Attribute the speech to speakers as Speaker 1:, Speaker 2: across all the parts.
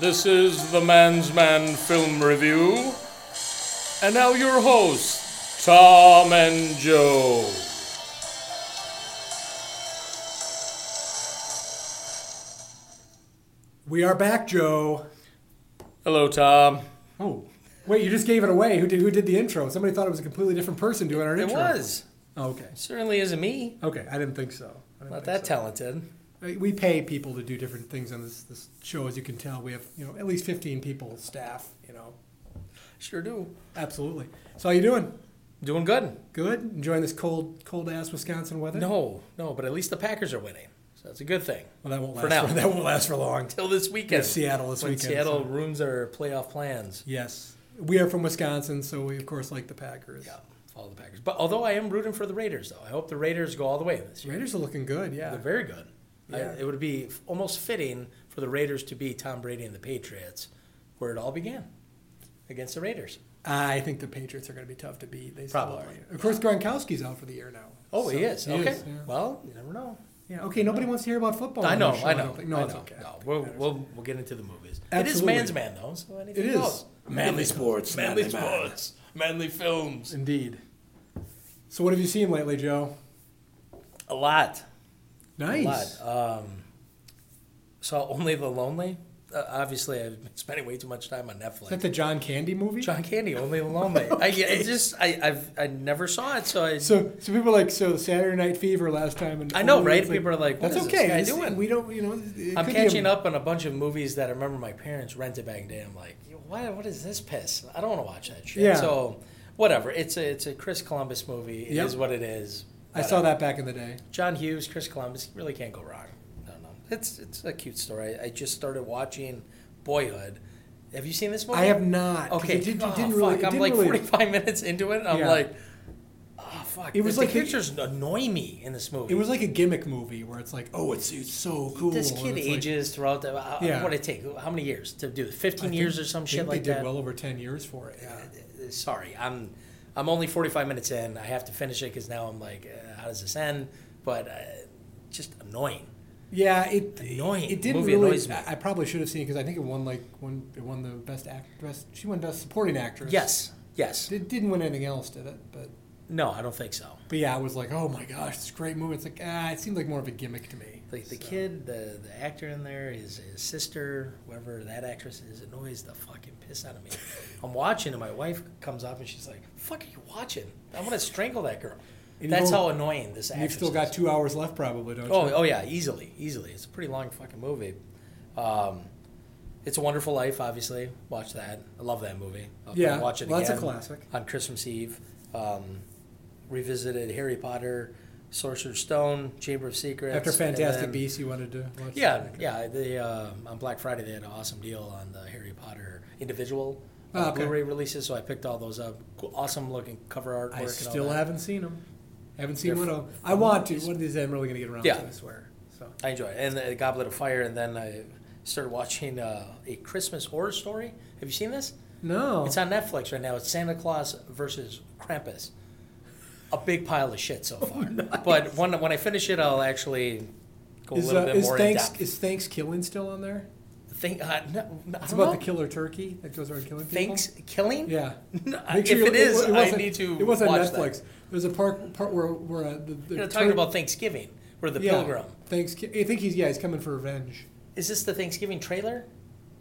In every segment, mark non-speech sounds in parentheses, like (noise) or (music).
Speaker 1: This is the Man's Man Film Review. And now your hosts, Tom and Joe.
Speaker 2: We are back, Joe.
Speaker 1: Hello, Tom.
Speaker 2: Oh, wait, you just gave it away. Who did who did the intro? Somebody thought it was a completely different person doing our
Speaker 3: It
Speaker 2: intro.
Speaker 3: was.
Speaker 2: Oh, okay.
Speaker 3: Certainly isn't me.
Speaker 2: Okay, I didn't think so. I didn't
Speaker 3: Not
Speaker 2: think
Speaker 3: that talented.
Speaker 2: so. We pay people to do different things on this, this show, as you can tell. We have you know at least fifteen people, staff. You know,
Speaker 3: Sure do.
Speaker 2: absolutely. So how you doing?
Speaker 3: Doing good.
Speaker 2: Good. Enjoying this cold, cold ass Wisconsin weather.
Speaker 3: No, no, but at least the Packers are winning. So that's a good thing.
Speaker 2: well, that won't last.
Speaker 3: For now.
Speaker 2: that won't last for (laughs) long.
Speaker 3: Till this weekend.
Speaker 2: Yeah, Seattle this
Speaker 3: when
Speaker 2: weekend,
Speaker 3: Seattle
Speaker 2: so-
Speaker 3: ruins our playoff plans.
Speaker 2: Yes, we are from Wisconsin, so we of course like the Packers.
Speaker 3: Yeah, follow the Packers. But although I am rooting for the Raiders, though, I hope the Raiders go all the way this year.
Speaker 2: Raiders are looking good. Yeah,
Speaker 3: They're very good. I-
Speaker 2: Yeah.
Speaker 3: it would be f- almost fitting for the Raiders to be Tom Brady and the Patriots, where it all began against the Raiders.
Speaker 2: I think the Patriots are going to be tough to beat. They still
Speaker 3: Probably.
Speaker 2: are. Of course, Gronkowski's out for the year now.
Speaker 3: Oh, he
Speaker 2: So-
Speaker 3: is. okay.
Speaker 2: yeah.
Speaker 3: Well, you never know.
Speaker 2: Yeah, Okay. Nobody wants to hear about football.
Speaker 3: I
Speaker 2: on
Speaker 3: know,
Speaker 2: this show,
Speaker 3: I
Speaker 2: don't
Speaker 3: know.
Speaker 2: think.
Speaker 3: I
Speaker 2: No, it's
Speaker 3: know.
Speaker 2: okay.
Speaker 3: No, we'll, we'll, we'll get into the movies.
Speaker 2: Absolutely.
Speaker 3: It is Man's Man, though, so anything
Speaker 2: It is.
Speaker 3: goes.
Speaker 1: Manly sports. Manly,
Speaker 3: Manly Man.
Speaker 1: sports. Manly films.
Speaker 2: Indeed. So, what have you seen lately, Joe?
Speaker 3: A lot. A
Speaker 2: Nice.
Speaker 3: lot. Um, saw Only the Lonely. Uh, obviously, I've been spending way too much time on Netflix.
Speaker 2: Is that the John Candy movie?
Speaker 3: John Candy, Only the Lonely. I, I just, I, I've, I never saw it, so I,
Speaker 2: So, so people are like so Saturday Night Fever last time, and
Speaker 3: I know,
Speaker 2: it's
Speaker 3: right? People are like, what
Speaker 2: that's
Speaker 3: is this
Speaker 2: okay.
Speaker 3: guy
Speaker 2: It's-
Speaker 3: doing?
Speaker 2: We don't, you know. it
Speaker 3: I'm
Speaker 2: could be a-
Speaker 3: catching up on a bunch of movies that I remember my parents rented back in the day. I'm like, what, what is this piss? I don't want to watch that shit.
Speaker 2: Yeah.
Speaker 3: So, whatever. It's a, it's a Chris Columbus movie. It is
Speaker 2: Yep.
Speaker 3: what it is.
Speaker 2: I saw that back in the day.
Speaker 3: John Hughes, Chris Columbus, really can't go wrong. I don't know. It's it's a cute story. I just started watching Boyhood. Have you seen this movie?
Speaker 2: I have not. 'cause
Speaker 3: Okay.
Speaker 2: it, did, it
Speaker 3: Oh,
Speaker 2: didn't really.
Speaker 3: fuck.
Speaker 2: it
Speaker 3: I'm
Speaker 2: didn't
Speaker 3: like
Speaker 2: really-
Speaker 3: 45 (laughs) minutes into it. and I'm
Speaker 2: Yeah.
Speaker 3: like, oh fuck.
Speaker 2: It was
Speaker 3: the
Speaker 2: like the-
Speaker 3: pictures annoy me in this movie.
Speaker 2: It was like a gimmick movie where it's like, oh, it's, it's so cool.
Speaker 3: this
Speaker 2: and
Speaker 3: kid
Speaker 2: it's like-
Speaker 3: ages throughout the. Uh,
Speaker 2: Yeah.
Speaker 3: What did it take? How many years to do? it?
Speaker 2: I
Speaker 3: Fifteen
Speaker 2: think-
Speaker 3: years or some
Speaker 2: I
Speaker 3: shit
Speaker 2: think
Speaker 3: like
Speaker 2: they
Speaker 3: that.
Speaker 2: did well over 10 years for it. Yeah.
Speaker 3: Uh, Sorry, I'm I'm only forty five minutes in. I have to finish it because now I'm like, uh, how does this end? But uh, just annoying.
Speaker 2: Yeah, it
Speaker 3: Annoying.
Speaker 2: It didn't
Speaker 3: Movie
Speaker 2: really.
Speaker 3: annoys me.
Speaker 2: I I probably should have seen it because I think it won like one. It won the best actress. She won best supporting actress.
Speaker 3: Yes, yes.
Speaker 2: It didn't win anything else, did it? But
Speaker 3: No, I don't think so.
Speaker 2: but yeah, I was like, oh my gosh, it's a great movie. It's like ah, it seemed like more of a gimmick to me.
Speaker 3: Like the
Speaker 2: So-
Speaker 3: kid, the the actor in there, his his sister, whoever that actress is, annoys the fucking piss out of
Speaker 2: (laughs)
Speaker 3: me. I'm watching, and my wife comes up and she's like, "Fuck, are you watching? I want to strangle that girl."
Speaker 2: And
Speaker 3: That's
Speaker 2: you've-
Speaker 3: how annoying this
Speaker 2: And
Speaker 3: actress.
Speaker 2: You've still
Speaker 3: is.
Speaker 2: got two hours left, probably, don't
Speaker 3: Oh,
Speaker 2: you?
Speaker 3: oh yeah, easily, easily. It's a pretty long fucking movie. Um, it's a Wonderful Life, obviously. Watch that. I love that movie. I'll
Speaker 2: Yeah,
Speaker 3: watch it
Speaker 2: well, that's a
Speaker 3: again
Speaker 2: classic.
Speaker 3: on Christmas Eve. Um, revisited Harry Potter, Sorcerer's Stone, Chamber of Secrets.
Speaker 2: After
Speaker 3: and
Speaker 2: Fantastic
Speaker 3: then-
Speaker 2: Beasts, you wanted to watch.
Speaker 3: Yeah,
Speaker 2: that.
Speaker 3: yeah. They, uh, on Black Friday, they had an awesome deal on the Harry Potter individual uh,
Speaker 2: Oh, okay.
Speaker 3: Blu-ray releases, so I picked all those up. Cool- Awesome looking cover artwork.
Speaker 2: I
Speaker 3: and all
Speaker 2: still
Speaker 3: that.
Speaker 2: haven't seen them. Haven't seen
Speaker 3: They're
Speaker 2: one of them. I want to. One of these days I'm really gonna get around
Speaker 3: Yeah.
Speaker 2: to. I swear. So
Speaker 3: I enjoy it. And the Goblet of Fire, and then I started watching uh, a Christmas horror story. Have you seen this?
Speaker 2: no.
Speaker 3: It's on Netflix right now. It's Santa Claus versus Krampus. A big pile of shit
Speaker 2: (laughs) Oh,
Speaker 3: so far. But when, when I finish it, I'll actually go a
Speaker 2: is,
Speaker 3: little
Speaker 2: uh,
Speaker 3: bit
Speaker 2: is
Speaker 3: more
Speaker 2: thanks
Speaker 3: in depth.
Speaker 2: is Thanksgiving still on there?
Speaker 3: Think, uh, no, no, I
Speaker 2: It's
Speaker 3: don't know.
Speaker 2: about the killer turkey that goes around killing people.
Speaker 3: Thanks killing.
Speaker 2: Yeah.
Speaker 3: No,
Speaker 2: Make
Speaker 3: if
Speaker 2: sure
Speaker 3: it is, I
Speaker 2: wasn't-
Speaker 3: need to.
Speaker 2: It was on
Speaker 3: watch
Speaker 2: Netflix. There's a part part where where uh, the, the
Speaker 3: That. You're talking
Speaker 2: turkey-
Speaker 3: about Thanksgiving, where the
Speaker 2: yeah,
Speaker 3: pilgrim.
Speaker 2: Thanks. I think he's yeah he's coming for revenge.
Speaker 3: Is this the Thanksgiving trailer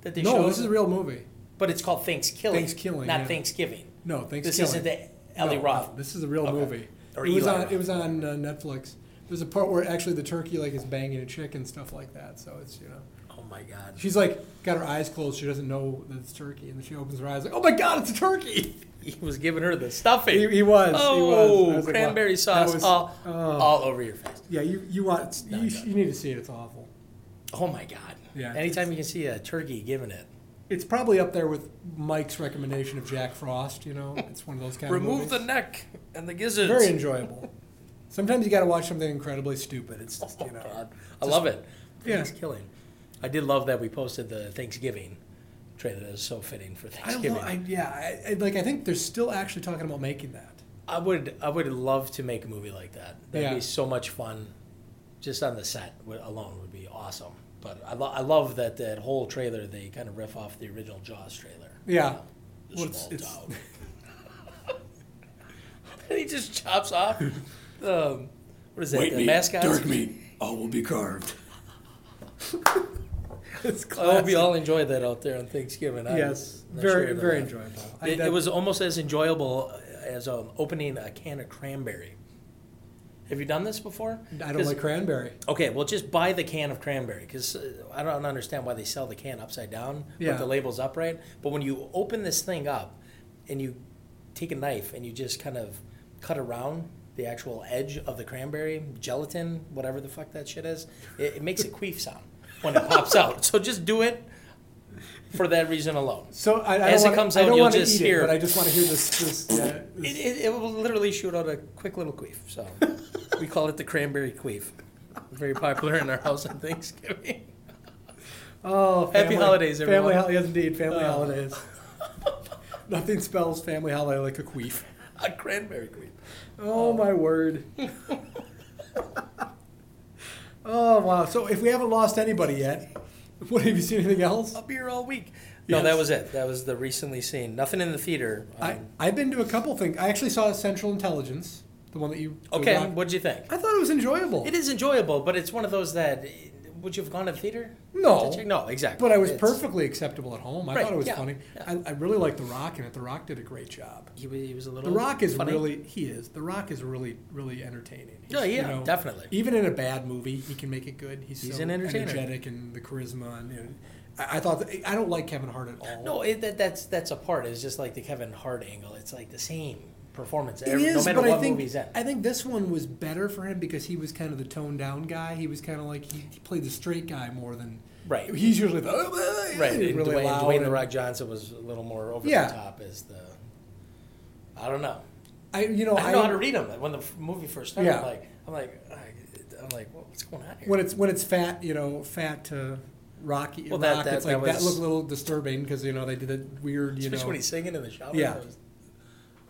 Speaker 3: that they
Speaker 2: no,
Speaker 3: showed?
Speaker 2: this is a real movie.
Speaker 3: But it's called Thanksgiving.
Speaker 2: Thanksgiving,
Speaker 3: not
Speaker 2: yeah.
Speaker 3: Thanksgiving.
Speaker 2: No, thanks.
Speaker 3: This
Speaker 2: killing.
Speaker 3: isn't the Ellie
Speaker 2: No,
Speaker 3: Roth.
Speaker 2: no, This is a real
Speaker 3: Okay.
Speaker 2: movie.
Speaker 3: Or
Speaker 2: it was
Speaker 3: Eli
Speaker 2: on
Speaker 3: Roth.
Speaker 2: it was on uh, Netflix. There's a part where actually the turkey like is banging a chick and stuff like that. So it's you know
Speaker 3: Oh my god.
Speaker 2: she's like got her eyes closed. She doesn't know that it's turkey, and then she opens her eyes like oh my god it's a turkey.
Speaker 3: He was giving her the stuffing.
Speaker 2: (laughs) He- he was, he was. I
Speaker 3: Oh,
Speaker 2: was like, wow.
Speaker 3: cranberry
Speaker 2: That
Speaker 3: sauce
Speaker 2: was-
Speaker 3: all,
Speaker 2: oh.
Speaker 3: all over your face.
Speaker 2: Yeah, you you want
Speaker 3: not
Speaker 2: you,
Speaker 3: good.
Speaker 2: you need to see it. It's awful.
Speaker 3: Oh my god.
Speaker 2: Yeah.
Speaker 3: Anytime you can see a turkey giving it.
Speaker 2: It's probably up there with Mike's recommendation of Jack Frost. You
Speaker 3: (laughs)
Speaker 2: know, it's one of those kind
Speaker 3: Remove
Speaker 2: of
Speaker 3: the
Speaker 2: movies.
Speaker 3: neck and the gizzards.
Speaker 2: very enjoyable. Sometimes you got to watch something incredibly stupid. It's just,
Speaker 3: Oh,
Speaker 2: you know,
Speaker 3: God. I love it.
Speaker 2: Yeah.
Speaker 3: Thanks killing. I did love that we posted the Thanksgiving trailer. That was so fitting for
Speaker 2: I don't
Speaker 3: Thanksgiving.
Speaker 2: know. I, yeah, I, I, like I think they're still actually talking about making that.
Speaker 3: I would I would love to make a movie like that. That'd
Speaker 2: Yeah.
Speaker 3: be so much fun. Just on the set wi- alone would be awesome. But I, lo- I love that that whole trailer. They kind of riff off the original Jaws trailer.
Speaker 2: Yeah.
Speaker 3: The
Speaker 2: Well, it's-
Speaker 3: small
Speaker 2: it's-
Speaker 3: dog. and (laughs) he just chops
Speaker 2: (laughs)
Speaker 3: off. Um, what is that?
Speaker 4: White
Speaker 3: the
Speaker 4: meat,
Speaker 3: mascot.
Speaker 4: dark meat, all will be carved.
Speaker 2: It's (laughs)
Speaker 3: I hope you all enjoyed that out there on Thanksgiving. I
Speaker 2: Yes,
Speaker 3: was not
Speaker 2: very
Speaker 3: sure about
Speaker 2: very
Speaker 3: that.
Speaker 2: enjoyable. I-
Speaker 3: It,
Speaker 2: that-
Speaker 3: it was almost as enjoyable as um, opening a can of cranberry. Have you done this before?
Speaker 2: I don't
Speaker 3: 'Cause-
Speaker 2: like cranberry.
Speaker 3: Okay, well, just buy the can of cranberry because I don't understand why they sell the can upside down,
Speaker 2: Yeah.
Speaker 3: but the label's upright. But when you open this thing up and you take a knife and you just kind of cut around the actual edge of the cranberry, gelatin, whatever the fuck that shit is, it, it makes a queef sound when it
Speaker 2: (laughs)
Speaker 3: pops out. So just do it for that reason alone.
Speaker 2: So I, I
Speaker 3: As it
Speaker 2: don't wanna,
Speaker 3: comes
Speaker 2: I
Speaker 3: out,
Speaker 2: don't
Speaker 3: you'll
Speaker 2: wanna
Speaker 3: just
Speaker 2: eat
Speaker 3: hear-
Speaker 2: it, but I just want to hear (laughs) this. this, uh,
Speaker 3: It,
Speaker 2: this
Speaker 3: it, it will literally shoot out a quick little queef.
Speaker 2: (laughs)
Speaker 3: So we call it the cranberry queef. Very popular in our house on
Speaker 2: (laughs)
Speaker 3: Thanksgiving.
Speaker 2: oh,
Speaker 3: Happy holidays,
Speaker 2: Family
Speaker 3: everyone.
Speaker 2: holidays, yes, indeed. Family
Speaker 3: Oh.
Speaker 2: holidays. Nothing spells family holiday like a queef.
Speaker 3: A cranberry queef.
Speaker 2: Oh my (laughs) word. oh wow. So if we haven't lost anybody yet, (laughs) what have you seen anything else?
Speaker 3: I'll be here all week. No, that
Speaker 2: Yes.
Speaker 3: was it. That was the recently seen. Nothing in the theater. Um,
Speaker 2: I, I've been to a couple things. I actually saw Central Intelligence, the one that you. the
Speaker 3: okay,
Speaker 2: rock-
Speaker 3: what'd you think?
Speaker 2: I thought it was enjoyable.
Speaker 3: It is enjoyable, but it's one of those that eh, would you have gone to the theater?
Speaker 2: No.
Speaker 3: To check- No, exactly.
Speaker 2: But I was
Speaker 3: It's-
Speaker 2: perfectly acceptable at home. I
Speaker 3: Right,
Speaker 2: thought it was
Speaker 3: yeah,
Speaker 2: funny.
Speaker 3: yeah.
Speaker 2: I, I really liked The Rock in it. The Rock did a great job.
Speaker 3: He was, he was a little.
Speaker 2: The Rock is
Speaker 3: funny. Oh,
Speaker 2: really he is. The Rock is really really entertaining. He's,
Speaker 3: Yeah, yeah, definitely.
Speaker 2: Even in a bad movie, he can make it good. He's,
Speaker 3: He's
Speaker 2: so
Speaker 3: an entertainer.
Speaker 2: energetic and the charisma and. and I I thought that, I don't like Kevin Hart at all.
Speaker 3: No, it, that, that's that's a part. It's just like the Kevin Hart angle. It's like the same performance.
Speaker 2: It
Speaker 3: every,
Speaker 2: is,
Speaker 3: no matter
Speaker 2: but
Speaker 3: what
Speaker 2: I think
Speaker 3: movie he's in.
Speaker 2: I think this one was better for him because he was kind of the toned down guy. He was kind of like he, he played the straight guy more than
Speaker 3: Right.
Speaker 2: He's usually the
Speaker 3: Right,
Speaker 2: really
Speaker 3: and Dwayne,
Speaker 2: loud
Speaker 3: Dwayne the
Speaker 2: and-
Speaker 3: Rock Johnson was a little more over
Speaker 2: Yeah.
Speaker 3: the top as the. I don't know.
Speaker 2: Oh, I you know
Speaker 3: I don't know how to read them. When the f- movie first started,
Speaker 2: Yeah.
Speaker 3: I'm like, I'm like, I- I'm like, what's going on here?
Speaker 2: when it's when it's fat, you know, fat to rocky
Speaker 3: Well, that-
Speaker 2: rock.
Speaker 3: that-
Speaker 2: it's like
Speaker 3: that
Speaker 2: that,
Speaker 3: was-
Speaker 2: looked a little disturbing because you know they did that weird,
Speaker 3: (laughs)
Speaker 2: you
Speaker 3: Especially
Speaker 2: know.
Speaker 3: when he's singing in the shower.
Speaker 2: Yeah.
Speaker 3: That was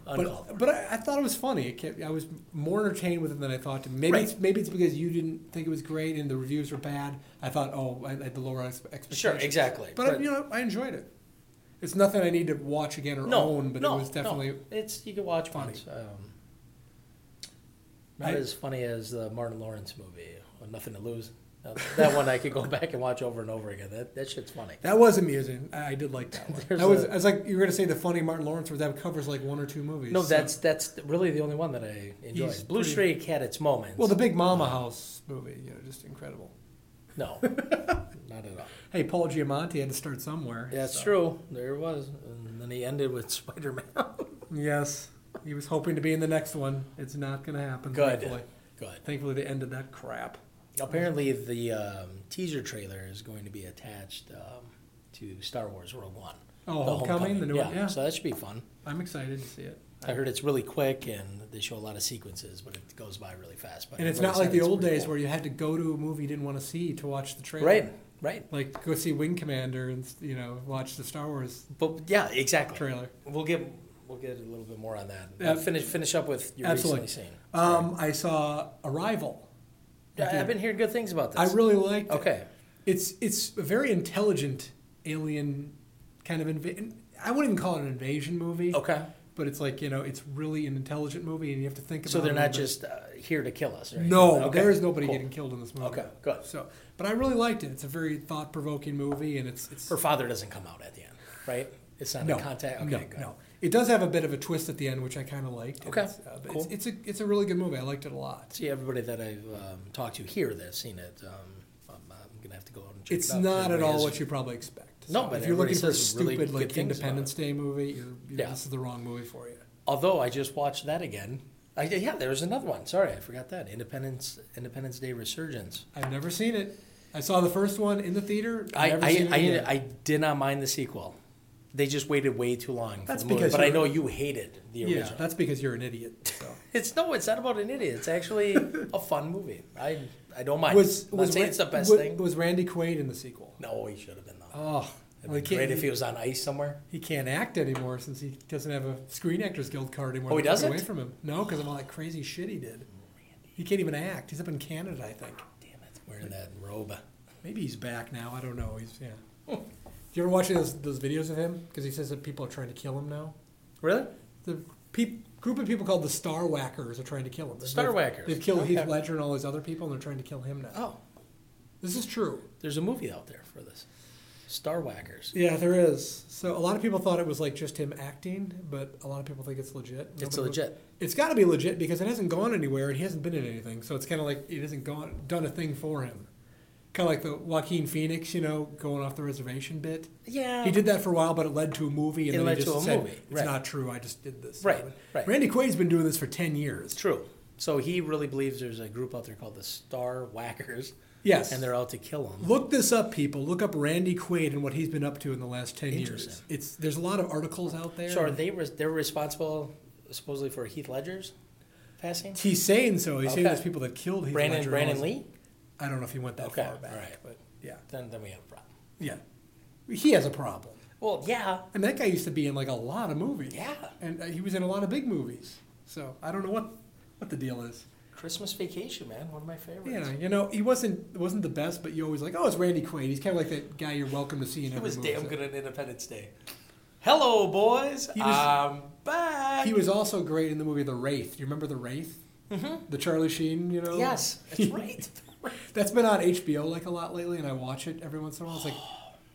Speaker 3: uncalled for.
Speaker 2: but but I, I thought it was funny. It kept, I was more entertained with it than I thought. To. Maybe
Speaker 3: Right.
Speaker 2: it's, maybe it's because you didn't think it was great and the reviews were bad. I thought, oh, I, I had the lower ex- expectations.
Speaker 3: sure, exactly.
Speaker 2: But, you know, I enjoyed it. It's nothing I need to watch again or own, but
Speaker 3: no,
Speaker 2: it was definitely.
Speaker 3: no. it's you can watch
Speaker 2: funny.
Speaker 3: once. Um, not
Speaker 2: I-
Speaker 3: as funny as the Martin Lawrence movie, with Nothing to Lose. Now, that one I could go (laughs) back and watch over and over again. That that shit's funny.
Speaker 2: That was amusing. I, I did
Speaker 3: (laughs)
Speaker 2: like that one.
Speaker 3: There's
Speaker 2: That was,
Speaker 3: a-
Speaker 2: I was like, you were going to say the funny Martin Lawrence, but that covers like one or two movies.
Speaker 3: No,
Speaker 2: so-
Speaker 3: that's that's really the only one that I enjoyed.
Speaker 2: He's
Speaker 3: Blue
Speaker 2: pretty-
Speaker 3: Streak had its moments.
Speaker 2: Well, the Big Mama House movie, you know, just incredible. (laughs)
Speaker 3: no, not at all.
Speaker 2: Hey, Paul Giamatti had to start somewhere.
Speaker 3: That's
Speaker 2: so-
Speaker 3: true. There it was, and then he ended
Speaker 2: (laughs)
Speaker 3: with Spider Man.
Speaker 2: Yes, he was hoping to be in the next one. It's not going to happen.
Speaker 3: Good.
Speaker 2: Thankfully.
Speaker 3: Good.
Speaker 2: Thankfully, they ended that crap.
Speaker 3: Apparently, the um, teaser trailer is going to be attached um, to Star Wars Rogue One.
Speaker 2: Oh, Homecoming, the new
Speaker 3: yeah.
Speaker 2: one, yeah.
Speaker 3: So that should be fun.
Speaker 2: I'm excited to see it.
Speaker 3: I heard it's really quick and they show a lot of sequences, but it goes by really fast. But
Speaker 2: And it's
Speaker 3: everybody
Speaker 2: not like
Speaker 3: said
Speaker 2: the old
Speaker 3: pretty
Speaker 2: days
Speaker 3: cool.
Speaker 2: where you had to go to a movie you didn't want to see to watch the trailer.
Speaker 3: Right, right.
Speaker 2: Like go see Wing Commander and you know watch the Star Wars
Speaker 3: But yeah, exactly.
Speaker 2: trailer.
Speaker 3: We'll get we'll get a little bit more on that.
Speaker 2: Yeah.
Speaker 3: Finish finish up with your
Speaker 2: Absolutely.
Speaker 3: recently seen.
Speaker 2: Um, I saw Arrival.
Speaker 3: I, I've been hearing good things about this.
Speaker 2: I really liked. It.
Speaker 3: okay.
Speaker 2: It's it's a very intelligent alien kind of inv- I wouldn't even call it an invasion movie.
Speaker 3: Okay.
Speaker 2: But it's like you know, it's really an intelligent movie, and you have to think about.
Speaker 3: So
Speaker 2: it
Speaker 3: they're
Speaker 2: a
Speaker 3: not
Speaker 2: little bit.
Speaker 3: just uh, here to kill us, right?
Speaker 2: No,
Speaker 3: Okay,
Speaker 2: there is nobody
Speaker 3: cool.
Speaker 2: getting killed in this movie.
Speaker 3: Okay, good.
Speaker 2: So, but I really liked it. It's a very thought-provoking movie, and it's it's
Speaker 3: Her father doesn't come out at the end, right? It's not
Speaker 2: no
Speaker 3: in contact. Okay,
Speaker 2: no,
Speaker 3: good.
Speaker 2: no. It does have a bit of a twist at the end, which I kind of liked.
Speaker 3: Okay,
Speaker 2: it's, uh, but
Speaker 3: cool.
Speaker 2: it's, it's a it's a really good movie. I liked it a lot.
Speaker 3: See everybody that I've um, talked to here that's seen it. Um, I'm, I'm gonna have to go out and check
Speaker 2: It's
Speaker 3: it out.
Speaker 2: not at
Speaker 3: Everybody
Speaker 2: all
Speaker 3: has-
Speaker 2: what you probably expect.
Speaker 3: No,
Speaker 2: So
Speaker 3: but
Speaker 2: if you're looking for a
Speaker 3: everybody says really
Speaker 2: stupid
Speaker 3: good
Speaker 2: like
Speaker 3: things about
Speaker 2: Independence Day movie, you're, you're,
Speaker 3: Yeah.
Speaker 2: this is the wrong movie for you.
Speaker 3: Although I just watched that again. I, yeah, there was another one. Sorry, I forgot that. Independence Independence Day Resurgence.
Speaker 2: I've never seen it. I saw the first one in the theater.
Speaker 3: I
Speaker 2: never
Speaker 3: I,
Speaker 2: seen it
Speaker 3: I,
Speaker 2: again.
Speaker 3: I did not mind the sequel. They just waited way too long.
Speaker 2: That's
Speaker 3: for the movie,
Speaker 2: because
Speaker 3: but I
Speaker 2: you're-
Speaker 3: know you hated the
Speaker 2: yeah,
Speaker 3: original.
Speaker 2: that's because you're an idiot. So.
Speaker 3: It's no, it's not about an idiot. It's actually a fun movie. I I don't mind.
Speaker 2: was
Speaker 3: I'm not
Speaker 2: was
Speaker 3: saying
Speaker 2: Ra-
Speaker 3: it's the best
Speaker 2: wa-
Speaker 3: thing.
Speaker 2: Was Randy Quaid in the sequel?
Speaker 3: no, he should have been though.
Speaker 2: Oh,
Speaker 3: It'd
Speaker 2: well, he
Speaker 3: be great
Speaker 2: can't.
Speaker 3: if
Speaker 2: He,
Speaker 3: he was on ice somewhere.
Speaker 2: he can't act anymore since he doesn't have a Screen Actors Guild card anymore.
Speaker 3: Oh, he
Speaker 2: They took it
Speaker 3: doesn't?
Speaker 2: Away from him? No, because of all that crazy shit he did. He can't even act. He's up in Canada, I think.
Speaker 3: Damn it, wearing that robe.
Speaker 2: Maybe he's back now. I don't know. He's
Speaker 3: (laughs)
Speaker 2: yeah. Do you ever watch those, those videos of him? Because he says that people are trying to kill him now.
Speaker 3: Really?
Speaker 2: The peop, group of people called the Star Whackers are trying to kill him. The
Speaker 3: Star Whackers.
Speaker 2: They've killed Heath
Speaker 3: Okay.
Speaker 2: Ledger and all these other people, and they're trying to kill him now.
Speaker 3: Oh,
Speaker 2: This is true.
Speaker 3: there's a movie out there for this. Star Whackers.
Speaker 2: Yeah, there is. So a lot of people thought it was like just him acting, but a lot of people think it's legit.
Speaker 3: It's
Speaker 2: Nobody-
Speaker 3: legit.
Speaker 2: It's got to be legit because it hasn't gone anywhere and he hasn't been in anything. So it's kind of like it hasn't gone done a thing for him. Kind of like the Joaquin Phoenix, you know, going off the reservation bit.
Speaker 3: Yeah.
Speaker 2: He did that for a while, but it led to a movie, and
Speaker 3: It
Speaker 2: then
Speaker 3: led
Speaker 2: he just
Speaker 3: to a
Speaker 2: said,
Speaker 3: movie,
Speaker 2: "It's
Speaker 3: right.
Speaker 2: not true. I just did this."
Speaker 3: Right, right.
Speaker 2: Randy Quaid's been doing this for ten years.
Speaker 3: True. So he really believes there's a group out there called the Star Whackers.
Speaker 2: Yes.
Speaker 3: And they're out to kill him.
Speaker 2: Look this up, people. Look up Randy Quaid and what he's been up to in the last ten years.
Speaker 3: Interesting.
Speaker 2: It's there's a lot of articles out there.
Speaker 3: So are they res- they're responsible supposedly for Heath Ledger's passing?
Speaker 2: He's saying so. He's saying
Speaker 3: Okay.
Speaker 2: there's people that killed Heath
Speaker 3: Brandon
Speaker 2: Ledger.
Speaker 3: Brandon Lee?
Speaker 2: I don't know if he went that
Speaker 3: Okay,
Speaker 2: far back,
Speaker 3: all right.
Speaker 2: but yeah,
Speaker 3: Then then we have a problem.
Speaker 2: yeah, he has a problem.
Speaker 3: Well, yeah.
Speaker 2: And that guy used to be in like a lot of movies.
Speaker 3: Yeah.
Speaker 2: and uh, he was in a lot of big movies. So I don't know what what the deal is.
Speaker 3: Christmas Vacation, man, one of my favorites.
Speaker 2: Yeah, you know, he wasn't wasn't the best, but you always like, oh, it's Randy Quaid. He's kind of like that guy you're welcome to see in
Speaker 3: He
Speaker 2: every
Speaker 3: was
Speaker 2: movie.
Speaker 3: damn good at Independence Day. Hello, boys. Um,
Speaker 2: was-
Speaker 3: I'm back.
Speaker 2: He was also great in the movie The Wraith. Do you remember The Wraith? Mm-hmm. The Charlie Sheen, you know.
Speaker 3: (laughs) yes,
Speaker 2: (laughs)
Speaker 3: that's right.
Speaker 2: That's been on HBO like a lot lately, and I watch it every once in a while. It's like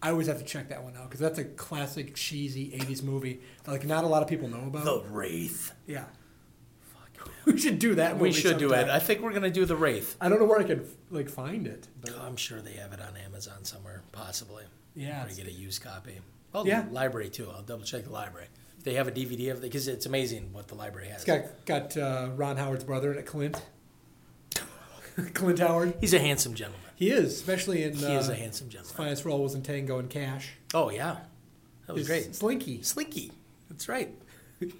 Speaker 2: I always have to check that one out because that's a classic cheesy '80s movie. that, Like not a lot of people know about.
Speaker 4: The Wraith.
Speaker 2: Yeah. (laughs) we should do that.
Speaker 3: we
Speaker 2: movie
Speaker 3: should do it.
Speaker 2: sometime.
Speaker 3: I think we're gonna do the Wraith.
Speaker 2: I don't know where I could like find it, but
Speaker 3: I'm sure they have it on Amazon somewhere, possibly.
Speaker 2: Yeah,
Speaker 3: Or
Speaker 2: it's-
Speaker 3: you get a used copy. Well,
Speaker 2: Yeah.
Speaker 3: the library too. I'll double check the library. If they have a DVD of it, because it's amazing what the library has.
Speaker 2: it's got got uh, Ron Howard's brother in it, Clint. (laughs) Clint Howard.
Speaker 3: He's a handsome gentleman.
Speaker 2: He is, especially in.
Speaker 3: He
Speaker 2: uh,
Speaker 3: is a handsome
Speaker 2: His
Speaker 3: gentleman.
Speaker 2: finest role was in Tango and Cash.
Speaker 3: Oh yeah, that was
Speaker 2: He's
Speaker 3: great.
Speaker 2: Slinky. (laughs)
Speaker 3: Slinky. That's right.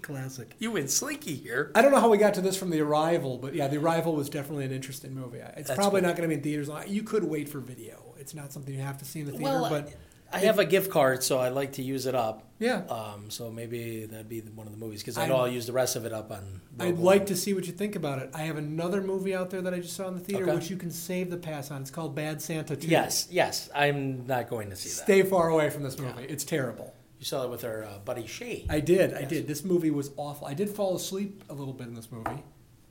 Speaker 2: Classic.
Speaker 3: You win Slinky here.
Speaker 2: I don't know how we got to this from The Arrival, but yeah, The Arrival was definitely an interesting movie. I- It's
Speaker 3: That's
Speaker 2: probably
Speaker 3: cool.
Speaker 2: not going to be in theaters. long- You could wait for video. It's not something you have to see in the theater,
Speaker 3: Well, uh,
Speaker 2: but
Speaker 3: I, I have a gift card, so I like to use it up.
Speaker 2: Yeah.
Speaker 3: Um, so maybe that'd be the- one of the movies because I
Speaker 2: I'm-
Speaker 3: know I'll use the rest of it up on.
Speaker 2: I'd like to see what you think about it. I have another movie out there that I just saw in the theater,
Speaker 3: Okay.
Speaker 2: which you can save the pass on. It's called Bad Santa 2.
Speaker 3: Yes, yes. I'm not going to see that.
Speaker 2: Stay far away from this movie. It's terrible.
Speaker 3: You saw it with our uh, buddy Shay.
Speaker 2: I did. I did. This movie was awful. I did fall asleep a little bit in this movie,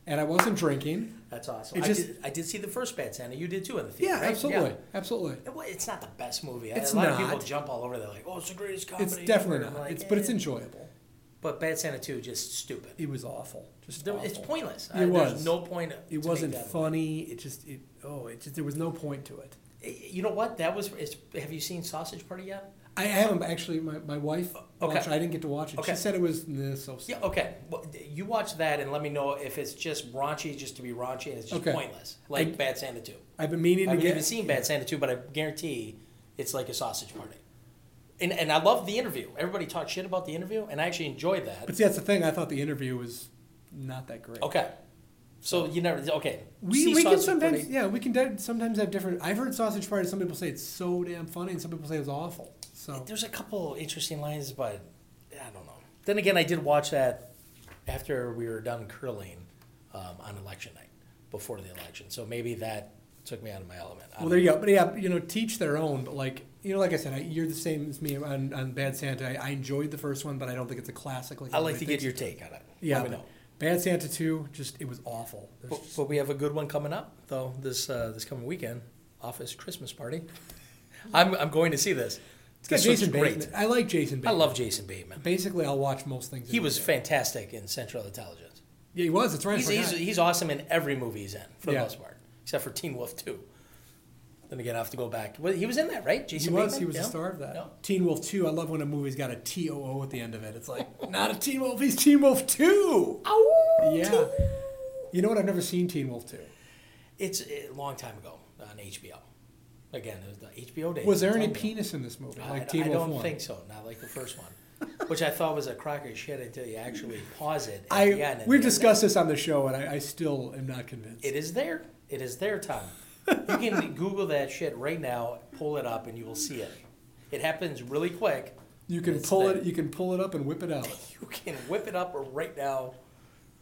Speaker 2: and I wasn't drinking.
Speaker 3: That's awesome.
Speaker 2: It
Speaker 3: I,
Speaker 2: just-
Speaker 3: did, I did see the first Bad Santa. You did too in the theater.
Speaker 2: Yeah,
Speaker 3: right?
Speaker 2: absolutely. Absolutely.
Speaker 3: Yeah. Well, It's not the best movie.
Speaker 2: It's
Speaker 3: a lot of people
Speaker 2: not.
Speaker 3: jump all over. They're like, "Oh, it's the greatest comedy."
Speaker 2: It's definitely
Speaker 3: ever." I'm
Speaker 2: not.
Speaker 3: like,
Speaker 2: It's, but it's
Speaker 3: eh.
Speaker 2: enjoyable.
Speaker 3: But Bad Santa Two just stupid.
Speaker 2: It was awful. Just
Speaker 3: There- It's
Speaker 2: awful.
Speaker 3: pointless.
Speaker 2: It
Speaker 3: I-
Speaker 2: was.
Speaker 3: There's no point. to
Speaker 2: It
Speaker 3: make
Speaker 2: wasn't
Speaker 3: that
Speaker 2: funny. It just it oh it just there was no point to it.
Speaker 3: Eh, You know what? That was. It's, have you seen Sausage Party yet?
Speaker 2: I haven't actually. My, my wife.
Speaker 3: Okay.
Speaker 2: watched- I didn't get to watch it.
Speaker 3: Okay.
Speaker 2: She said it was nah, so
Speaker 3: Yeah. Okay. Well, d- you watch that and let me know if it's just raunchy, just to be raunchy, and it's just
Speaker 2: Okay.
Speaker 3: pointless, like
Speaker 2: I-
Speaker 3: Bad Santa Two.
Speaker 2: I've been meaning
Speaker 3: I
Speaker 2: to
Speaker 3: haven't
Speaker 2: get.
Speaker 3: even seen Bad Santa 2, but I guarantee it's like a sausage party. And, and I love the interview. Everybody talked shit about the interview, and I actually enjoyed that.
Speaker 2: But see, that's the thing. I thought the interview was not that great.
Speaker 3: Okay. So you never, okay.
Speaker 2: We,
Speaker 3: See
Speaker 2: we can
Speaker 3: Sausage
Speaker 2: sometimes
Speaker 3: Party.
Speaker 2: yeah we can de- sometimes have different. I've heard sausage party. Some people say it's so damn funny, and some people say it's awful. So
Speaker 3: There's a couple interesting lines, but I don't know. Then again, I did watch that after we were done curling um, on election night, before the election. So maybe that took me out of my element. I
Speaker 2: well
Speaker 3: don't
Speaker 2: there you go. But yeah, you know, teach their own. But like you know, like I said, I, you're the same as me on, on Bad Santa. I, I enjoyed the first one, but I don't think it's a classic. Like
Speaker 3: know. I'd like to
Speaker 2: everybody
Speaker 3: get
Speaker 2: thinks
Speaker 3: your take on it.
Speaker 2: Yeah,
Speaker 3: Let me
Speaker 2: but
Speaker 3: know.
Speaker 2: Bad Santa Two, just it was awful. There's
Speaker 3: But,
Speaker 2: just-
Speaker 3: but we have a good one coming up though this uh, this coming weekend, office Christmas
Speaker 2: (laughs)
Speaker 3: party. I'm I'm going to see this.
Speaker 2: It's got
Speaker 3: This looks
Speaker 2: Jason Bateman. I like Jason
Speaker 3: I
Speaker 2: Bateman.
Speaker 3: love Jason Bateman.
Speaker 2: Basically, I'll watch most things.
Speaker 3: He
Speaker 2: in
Speaker 3: was
Speaker 2: there.
Speaker 3: fantastic in Central Intelligence.
Speaker 2: Yeah, he was. That's right. I
Speaker 3: He's he's,
Speaker 2: forgot.
Speaker 3: he's awesome in every movie he's in for the
Speaker 2: Yeah.
Speaker 3: most part, except for Teen Wolf Two. Then again, I have to go back. Well, he was in that, right?
Speaker 2: He
Speaker 3: Jason
Speaker 2: was.
Speaker 3: Bateman?
Speaker 2: He was
Speaker 3: Yeah.
Speaker 2: the star of that.
Speaker 3: Yeah.
Speaker 2: Teen Wolf Two. I love when a movie's got a T O O at the end of it. It's like (laughs) not a Teen Wolf. He's Teen Wolf Two.
Speaker 3: Ow!
Speaker 2: Yeah. You know what? I've never seen Teen Wolf Two.
Speaker 3: It's a long time ago on HBO. Again, it was the HBO days.
Speaker 2: Was there
Speaker 3: I'm
Speaker 2: any
Speaker 3: telling you.
Speaker 2: penis in this movie?
Speaker 3: I-
Speaker 2: Like
Speaker 3: I,
Speaker 2: Teen Wolf
Speaker 3: don't
Speaker 2: One.
Speaker 3: think so. Not like the first one, (laughs) which I thought was a crock of shit until you actually pause it. at the end
Speaker 2: I
Speaker 3: and
Speaker 2: we've
Speaker 3: then-
Speaker 2: discussed this on the show, and I, I still am not convinced.
Speaker 3: It is there. It is there, Tom. You can (laughs) Google that shit right now, pull it up, and you will see it. It happens really quick.
Speaker 2: you can
Speaker 3: it's
Speaker 2: pull
Speaker 3: there.
Speaker 2: it. You can pull it up and whip it out.
Speaker 3: (laughs) You can whip it up right now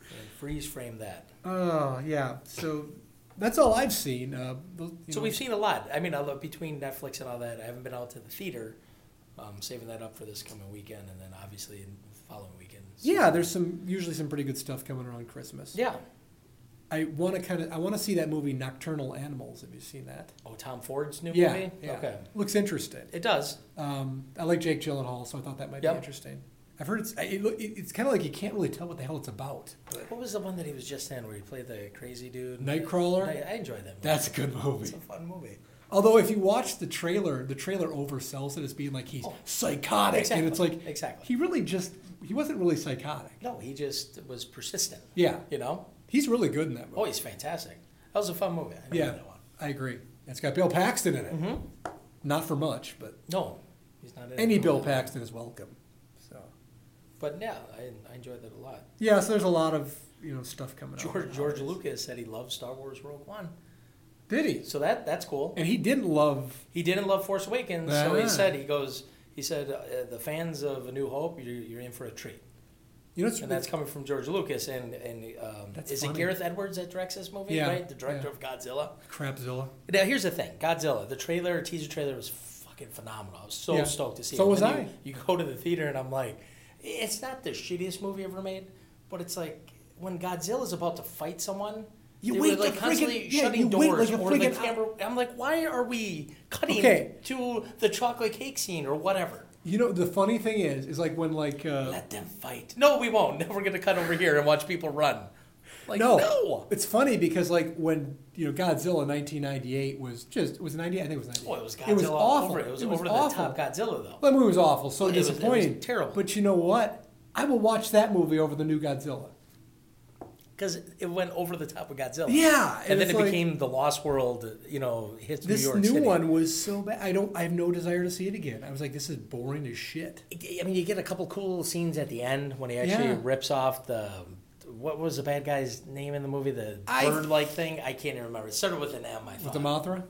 Speaker 3: and freeze frame that.
Speaker 2: Oh yeah. So That's all I've seen. Uh, the- you
Speaker 3: So
Speaker 2: know,
Speaker 3: we've seen a lot. I mean, although between Netflix and all that, I haven't been out to the theater. Um, saving that up for this coming weekend, and then obviously in the following weekend.
Speaker 2: yeah, there's some usually some pretty good stuff coming around Christmas.
Speaker 3: Yeah.
Speaker 2: I want to kind of I want to see that movie Nocturnal Animals. Have you seen that?
Speaker 3: Oh, Tom Ford's new
Speaker 2: yeah,
Speaker 3: movie.
Speaker 2: yeah.
Speaker 3: Okay.
Speaker 2: Looks interesting.
Speaker 3: It does.
Speaker 2: Um, I like Jake Gyllenhaal, so I thought that might
Speaker 3: Yep.
Speaker 2: be interesting. I've heard it's it, look- it, it's kind of like you can't really tell what the hell it's about. But
Speaker 3: What was the one that he was just in where he played the crazy dude?
Speaker 2: Nightcrawler.
Speaker 3: I, I enjoyed that. Movie.
Speaker 2: That's a good
Speaker 3: it's
Speaker 2: movie.
Speaker 3: a fun movie.
Speaker 2: Although if you watch the trailer, the trailer oversells it as being like he's psychotic,
Speaker 3: Oh. Exactly,
Speaker 2: and it's like
Speaker 3: exactly.
Speaker 2: he really just he wasn't really psychotic.
Speaker 3: No, he just was persistent.
Speaker 2: Yeah,
Speaker 3: You know.
Speaker 2: he's really good in that movie.
Speaker 3: Oh, he's fantastic. That was a fun movie. I
Speaker 2: yeah,
Speaker 3: enjoyed That one. Mm-hmm.
Speaker 2: I agree. It's got Bill Paxton in it. Not for much, but
Speaker 3: No, he's not in it.
Speaker 2: any Bill Paxton is welcome. So
Speaker 3: But yeah, I, I enjoyed that a lot.
Speaker 2: yeah, so there's a lot of you know stuff coming out.
Speaker 3: George George Lucas said he loved Star Wars Rogue One,
Speaker 2: Did he?
Speaker 3: so that that's cool.
Speaker 2: And he didn't love.
Speaker 3: He didn't love Force Awakens, so
Speaker 2: Ah.
Speaker 3: he said he goes. He said uh, the fans of A New Hope, you're, you're in for a treat,
Speaker 2: You know, it's,
Speaker 3: and that's coming from George Lucas. And and um,
Speaker 2: That's
Speaker 3: is
Speaker 2: funny.
Speaker 3: it Gareth Edwards that directs this movie?
Speaker 2: Yeah,
Speaker 3: right, the director
Speaker 2: yeah.
Speaker 3: of Godzilla.
Speaker 2: Crapzilla.
Speaker 3: Now here's the thing, Godzilla. The trailer, teaser trailer was fucking phenomenal. I was so
Speaker 2: Yeah.
Speaker 3: stoked to see
Speaker 2: So
Speaker 3: it.
Speaker 2: was
Speaker 3: And
Speaker 2: I.
Speaker 3: You, you go to the theater and I'm like, it's not the shittiest movie ever made, but it's like when Godzilla's about to fight someone,
Speaker 2: You
Speaker 3: they
Speaker 2: wait
Speaker 3: were like
Speaker 2: like
Speaker 3: constantly
Speaker 2: friggin- yeah,
Speaker 3: shutting
Speaker 2: you wait
Speaker 3: doors
Speaker 2: like a
Speaker 3: or the
Speaker 2: friggin-
Speaker 3: camera. I'm like, why are we cutting
Speaker 2: Okay.
Speaker 3: to the chocolate cake scene or whatever?
Speaker 2: You know, the funny thing is, is like when like uh,
Speaker 3: Let them fight. No, we won't. (laughs) Now we're gonna cut over here and watch people run. Like
Speaker 2: no,
Speaker 3: no.
Speaker 2: it's funny because like when you know Godzilla 1998 was just was 90, I think it was 98.
Speaker 3: Boy, Oh, it was Godzilla.
Speaker 2: It was awful.
Speaker 3: Over, it was, over the
Speaker 2: awful.
Speaker 3: top Godzilla though.
Speaker 2: That movie was awful. So
Speaker 3: It was- it was
Speaker 2: disappointing.
Speaker 3: terrible.
Speaker 2: But you know what? I will watch that movie over the new Godzilla.
Speaker 3: because it went over the top of Godzilla.
Speaker 2: Yeah,
Speaker 3: Oh. and,
Speaker 2: and
Speaker 3: then
Speaker 2: it's
Speaker 3: it
Speaker 2: like-
Speaker 3: became the Lost World. You know, hits
Speaker 2: This
Speaker 3: New York
Speaker 2: new
Speaker 3: City.
Speaker 2: one was so bad. I don't. I have no desire to see it again. I was like, this is boring as shit.
Speaker 3: I mean, you get a couple cool scenes at the end when he actually
Speaker 2: Yeah.
Speaker 3: rips off the. What was the bad guy's name in the movie? The
Speaker 2: I-
Speaker 3: bird-like thing. I can't even remember. It started with an M. I
Speaker 2: With
Speaker 3: thought.
Speaker 2: the Mothra.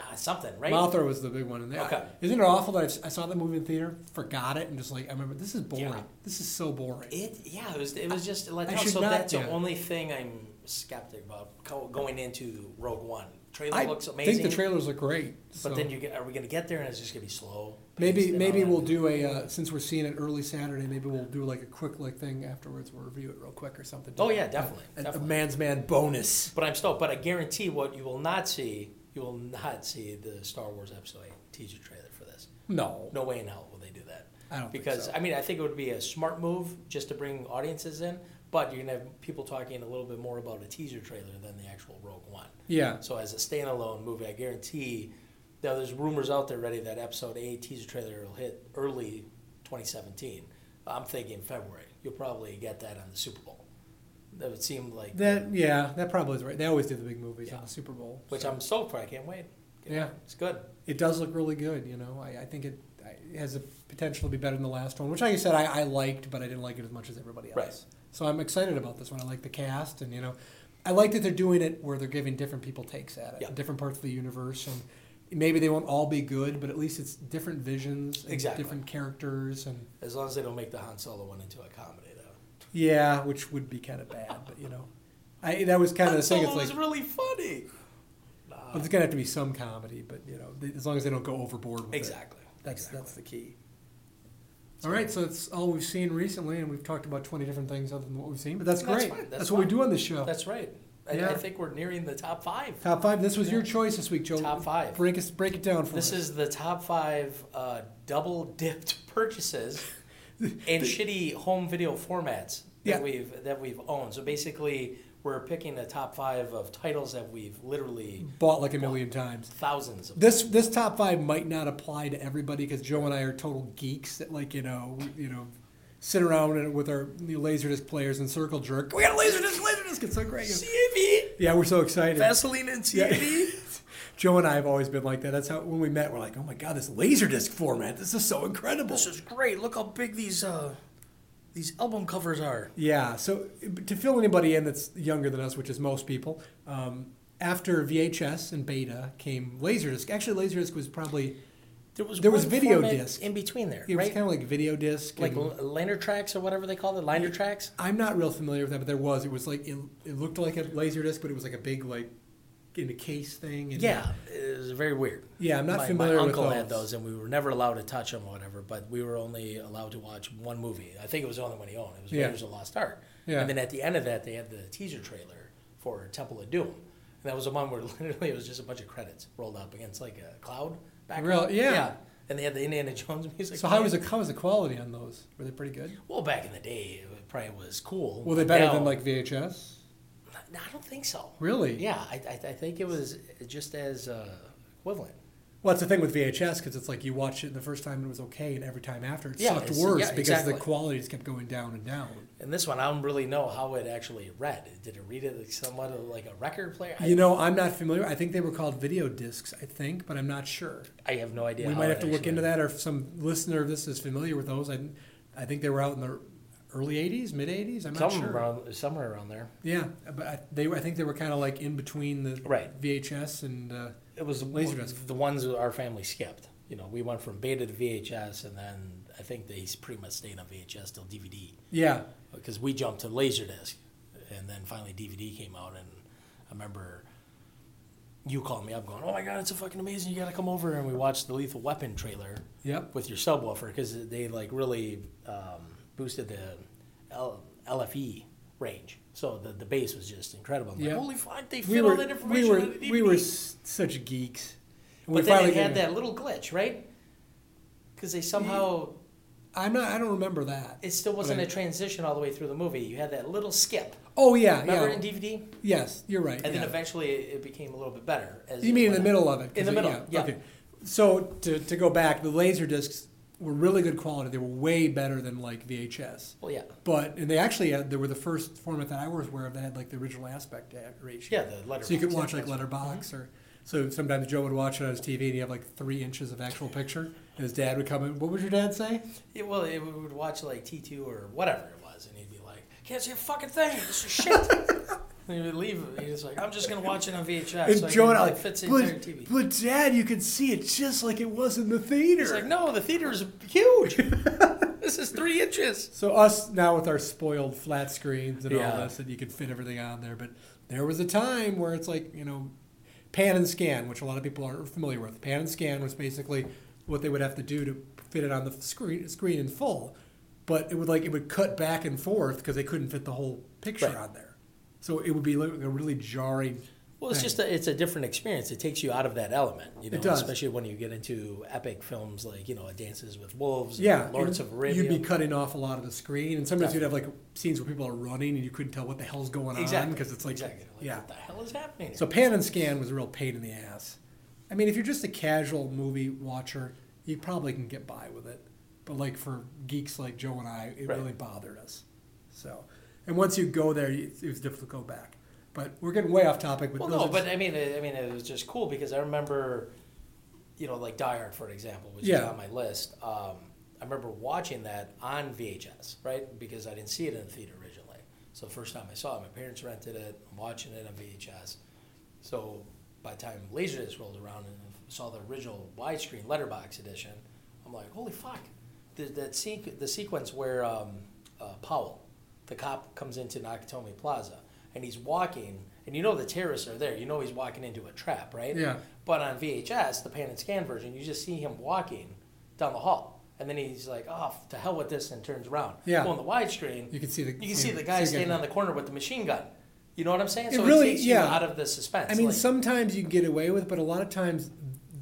Speaker 3: Ah, something, right?
Speaker 2: Mothra was the big one in there.
Speaker 3: Okay.
Speaker 2: Isn't it awful that I've, I saw that movie in theater, forgot it, and just like I remember this is boring.
Speaker 3: Yeah.
Speaker 2: This is so boring.
Speaker 3: It yeah, it was it was just let
Speaker 2: I
Speaker 3: down.
Speaker 2: should
Speaker 3: So
Speaker 2: not-
Speaker 3: that's
Speaker 2: yeah.
Speaker 3: the only thing I'm skeptic about co- going into Rogue One. Trailer
Speaker 2: I
Speaker 3: looks amazing.
Speaker 2: think the trailers look great.
Speaker 3: but
Speaker 2: so.
Speaker 3: then you get are we gonna get there and it's just gonna be slow?
Speaker 2: Maybe
Speaker 3: paced and
Speaker 2: maybe
Speaker 3: all that?
Speaker 2: we'll do a uh, since we're seeing it early Saturday. Maybe we'll do like a quick like thing afterwards. We'll review it real quick or something.
Speaker 3: Oh, yeah, definitely,
Speaker 2: A, a
Speaker 3: definitely.
Speaker 2: man's man bonus.
Speaker 3: But I'm stoked. But I guarantee what you will not see, you will not see the Star Wars Episode 8 teaser trailer for this.
Speaker 2: No,
Speaker 3: No way in hell will they do that.
Speaker 2: I don't think
Speaker 3: because
Speaker 2: so.
Speaker 3: I mean I think it would be a smart move just to bring audiences in, but you're gonna have people talking a little bit more about a teaser trailer than the actual Rogue One.
Speaker 2: Yeah.
Speaker 3: So as a standalone movie, I guarantee. Now there's rumors out there already that Episode 8 teaser trailer will hit early 2017. I'm thinking February. You'll probably get that on the Super Bowl. That would seem like
Speaker 2: That yeah, that probably is right. They always do the big movies
Speaker 3: Yeah.
Speaker 2: on the Super Bowl.
Speaker 3: which
Speaker 2: so-
Speaker 3: I'm stoked for. I can't wait.
Speaker 2: yeah,
Speaker 3: It's good.
Speaker 2: it does look really good. You know, I, I think it, I, it has the potential to be better than the last one, which, like I said, I, I liked, but I didn't like it as much as everybody else.
Speaker 3: Right.
Speaker 2: So I'm excited about this one. I like the cast, and you know, I like that they're doing it where they're giving different people takes at it,
Speaker 3: Yeah.
Speaker 2: different parts of the universe, and maybe they won't all be good, but at least it's different visions, and
Speaker 3: Exactly.
Speaker 2: different characters, and
Speaker 3: As long as they don't make the Han Solo one into a comedy, though.
Speaker 2: yeah, which would be kind of bad, but you know, I that was kind of the thing. It's like
Speaker 3: really funny.
Speaker 2: Well, it's gonna have to be some comedy, but you know, th- as long as they don't go overboard with it.
Speaker 3: Exactly.
Speaker 2: That's
Speaker 3: Exactly.
Speaker 2: that's the key. All right, so that's all we've seen recently, and we've talked about twenty different things other than what we've seen. But that's
Speaker 3: That's
Speaker 2: great.
Speaker 3: fine, that's
Speaker 2: what we
Speaker 3: fine.
Speaker 2: do on this show.
Speaker 3: That's right. I, I
Speaker 2: Yeah.
Speaker 3: think we're nearing the top five.
Speaker 2: top five. This was your choice this week, Joe.
Speaker 3: Top five.
Speaker 2: Break us, break it down for
Speaker 3: This
Speaker 2: us.
Speaker 3: is the top five uh, double dipped (laughs) purchases and shitty home video formats that
Speaker 2: Yeah.
Speaker 3: we've that we've owned. So basically, we're picking the top five of titles that we've literally
Speaker 2: bought like a million times.
Speaker 3: thousands (laughs) of.
Speaker 2: Mm. This this top five might not apply to everybody because Joe and I are total geeks that like you know we- you know sit around and- with our you know, laserdisc players and circle jerk. We got a laserdisc, laserdisc. It's so great.
Speaker 3: TV,
Speaker 2: Yeah, we're so excited.
Speaker 3: Vaseline, and TV.
Speaker 2: Joe and I have always been like that. That's how when we met, we're like, oh my god, this laserdisc format, this is so incredible.
Speaker 3: This is great. Look how big these uh, these album covers are.
Speaker 2: Yeah. So to fill anybody in that's younger than us, which is most people, um, after VHS and Beta came laserdisc. Actually, laserdisc was probably
Speaker 3: There was
Speaker 2: There was
Speaker 3: one
Speaker 2: video
Speaker 3: format
Speaker 2: disc.
Speaker 3: in between there,
Speaker 2: it was
Speaker 3: right?
Speaker 2: kind of like video disc.
Speaker 3: like
Speaker 2: and-
Speaker 3: l- liner tracks or whatever they call it, liner tracks.
Speaker 2: I'm not real familiar with that, but there was. It was like it, it looked like a laser disc, but it was like a big like in a case thing. And
Speaker 3: Yeah, it was very weird.
Speaker 2: Yeah, I'm not
Speaker 3: my,
Speaker 2: familiar
Speaker 3: My
Speaker 2: with
Speaker 3: uncle had
Speaker 2: those.
Speaker 3: those, and we were never allowed to touch them, or whatever. But we were only allowed to watch one movie. I think it was the only one he owned. It was
Speaker 2: Yeah.
Speaker 3: Raiders of the Lost Ark.
Speaker 2: Yeah.
Speaker 3: And then at the end of that, they had the teaser trailer for Temple of Doom, and that was the one where (laughs) literally it was just a bunch of credits rolled up against like a cloud background.
Speaker 2: Really? Yeah.
Speaker 3: And they had the Indiana Jones (laughs) music.
Speaker 2: So how
Speaker 3: playing.
Speaker 2: was the how was the quality on those? Were they pretty good?
Speaker 3: Well, back in the day, it probably was cool.
Speaker 2: Were they
Speaker 3: but
Speaker 2: better
Speaker 3: now-
Speaker 2: than like VHS?
Speaker 3: No, I don't think so.
Speaker 2: Really?
Speaker 3: Yeah, I, I, I think it was just as uh, equivalent.
Speaker 2: Well, that's the thing with VHS because it's like you watch it the first time and it was okay, and every time after it
Speaker 3: Yeah,
Speaker 2: sucked
Speaker 3: it's-
Speaker 2: worse
Speaker 3: yeah,
Speaker 2: because
Speaker 3: exactly.
Speaker 2: the quality just kept going down and down.
Speaker 3: And this one, I don't really know how it actually read. Did it read it like somewhat of like a record player? I,
Speaker 2: You know, I'm not familiar. I think they were called video discs, I think, but I'm not sure.
Speaker 3: I have no idea.
Speaker 2: we
Speaker 3: how
Speaker 2: might
Speaker 3: it
Speaker 2: have to look
Speaker 3: actually-
Speaker 2: into that, or if some listener of this is familiar with those. I, I think they were out in the early '80s, mid '80s. I'm
Speaker 3: Some
Speaker 2: not sure.
Speaker 3: around, somewhere around there.
Speaker 2: Yeah, but I, they were. I think they were kind of like in between the
Speaker 3: Right.
Speaker 2: VHS and. Uh,
Speaker 3: It was
Speaker 2: Laserdisc.
Speaker 3: the ones that our family skipped. You know, we went from beta to VHS, and then I think they s- pretty much stayed on VHS till DVD
Speaker 2: yeah,
Speaker 3: because we jumped to Laserdisc, and then finally DVD came out. And I remember you called me up going, "Oh my God, it's so fucking amazing! You got to come over." And we watched the Lethal Weapon trailer.
Speaker 2: yep.
Speaker 3: with your subwoofer because they like really um, boosted the L- LFE range. So the, the bass was just incredible. I'm like,
Speaker 2: Yeah.
Speaker 3: holy fuck, they fit
Speaker 2: We
Speaker 3: all
Speaker 2: were
Speaker 3: that
Speaker 2: we
Speaker 3: information
Speaker 2: were
Speaker 3: into the
Speaker 2: we were
Speaker 3: DVD."
Speaker 2: s- such geeks. And we
Speaker 3: But then
Speaker 2: finally
Speaker 3: it had
Speaker 2: figured-
Speaker 3: that little glitch, right? Because they somehow,
Speaker 2: I'm not. I don't remember that.
Speaker 3: it still wasn't
Speaker 2: I-
Speaker 3: a transition all the way through the movie. You had that little skip.
Speaker 2: oh yeah,
Speaker 3: Remember
Speaker 2: yeah.
Speaker 3: in DVD?
Speaker 2: yes, you're right.
Speaker 3: And then
Speaker 2: yeah.
Speaker 3: eventually it it became a little bit better. As
Speaker 2: You
Speaker 3: it
Speaker 2: mean in
Speaker 3: went
Speaker 2: the
Speaker 3: on.
Speaker 2: middle of it? 'cause
Speaker 3: In the
Speaker 2: it-
Speaker 3: middle, yeah.
Speaker 2: Okay. So to, to go back, the laser discs were really good quality. They were way better than like VHS.
Speaker 3: Well, yeah.
Speaker 2: But and they actually had, they were the first format that I was aware of that had like the original aspect ratio.
Speaker 3: Yeah, Mm-hmm. the letter.
Speaker 2: So you could watch like Letterbox or so sometimes Joe would watch it on his TV and you have like three inches of actual picture and his dad would come in. What would your dad say?
Speaker 3: Yeah, well, it, we would watch like T2 or whatever it was, and he'd be like, can't see a fucking thing. This is
Speaker 2: (laughs)
Speaker 3: shit. and he would leave. and He'd just like, I'm just going to watch it on VHS.
Speaker 2: And
Speaker 3: so I
Speaker 2: Joe
Speaker 3: can,
Speaker 2: and I
Speaker 3: like,
Speaker 2: like,
Speaker 3: fits the entire
Speaker 2: but,
Speaker 3: TV.
Speaker 2: but dad, you can see it just like it was in the theater.
Speaker 3: He's like, no, the theater is
Speaker 2: (laughs)
Speaker 3: huge. this is three inches.
Speaker 2: So us now with our spoiled flat screens and all
Speaker 3: Yeah.
Speaker 2: this, and you could fit everything on there. But there was a time where it's like you know, pan and scan, which a lot of people aren't familiar with. Pan and scan was basically what they would have to do to fit it on the screen screen in full, but it would like it would cut back and forth because they couldn't fit the whole picture
Speaker 3: Right.
Speaker 2: on there. So it would be like a really jarring.
Speaker 3: Well, it's
Speaker 2: thing.
Speaker 3: just a, it's a different experience. It takes you out of that element, you know,
Speaker 2: does.
Speaker 3: especially when you get into epic films like you know Dances with Wolves, and
Speaker 2: yeah,
Speaker 3: Lawrence
Speaker 2: and
Speaker 3: of Arabia.
Speaker 2: You'd be cutting off a lot of the screen, and sometimes you'd have like scenes where people are running and you couldn't tell what the hell's going on
Speaker 3: exactly
Speaker 2: because it's like
Speaker 3: exactly like,
Speaker 2: yeah.
Speaker 3: what the hell is happening? here?
Speaker 2: So pan and scan was a real pain in the ass. I mean, if you're just a casual movie watcher, you probably can get by with it. But like for geeks like Joe and I, it
Speaker 3: Right.
Speaker 2: really bothered us. So, and once you go there, you- it was difficult to go back. But we're getting way off topic. With
Speaker 3: Well,
Speaker 2: those
Speaker 3: no,
Speaker 2: are
Speaker 3: but
Speaker 2: just-
Speaker 3: I mean, I I mean, it was just cool because I remember, you know, like Die Hard, for example, which is
Speaker 2: Yeah.
Speaker 3: on my list. Um, I remember watching that on VHS, right? Because I didn't see it in the theater originally. So the first time I saw it, my parents rented it. I'm watching it on VHS. So by the time Laserdisc rolled around and saw the original widescreen letterbox edition, I'm like, holy fuck! The, that sequ- the sequence where um, uh, Powell, the cop, comes into Nakatomi Plaza and he's walking, and you know the terrorists are there. You know he's walking into a trap, right?
Speaker 2: Yeah.
Speaker 3: But on VHS, the pan and scan version, you just see him walking down the hall. And then he's like, oh, to hell with this, and turns around.
Speaker 2: Yeah.
Speaker 3: Well, on the widescreen,
Speaker 2: You can see the-
Speaker 3: you can see
Speaker 2: yeah,
Speaker 3: the guy
Speaker 2: see the guy.
Speaker 3: standing on the corner with the machine gun. You know what I'm saying?
Speaker 2: It
Speaker 3: so
Speaker 2: really-
Speaker 3: it takes
Speaker 2: yeah.
Speaker 3: you out of the suspense.
Speaker 2: I mean,
Speaker 3: like-
Speaker 2: sometimes you can get away with, but a lot of times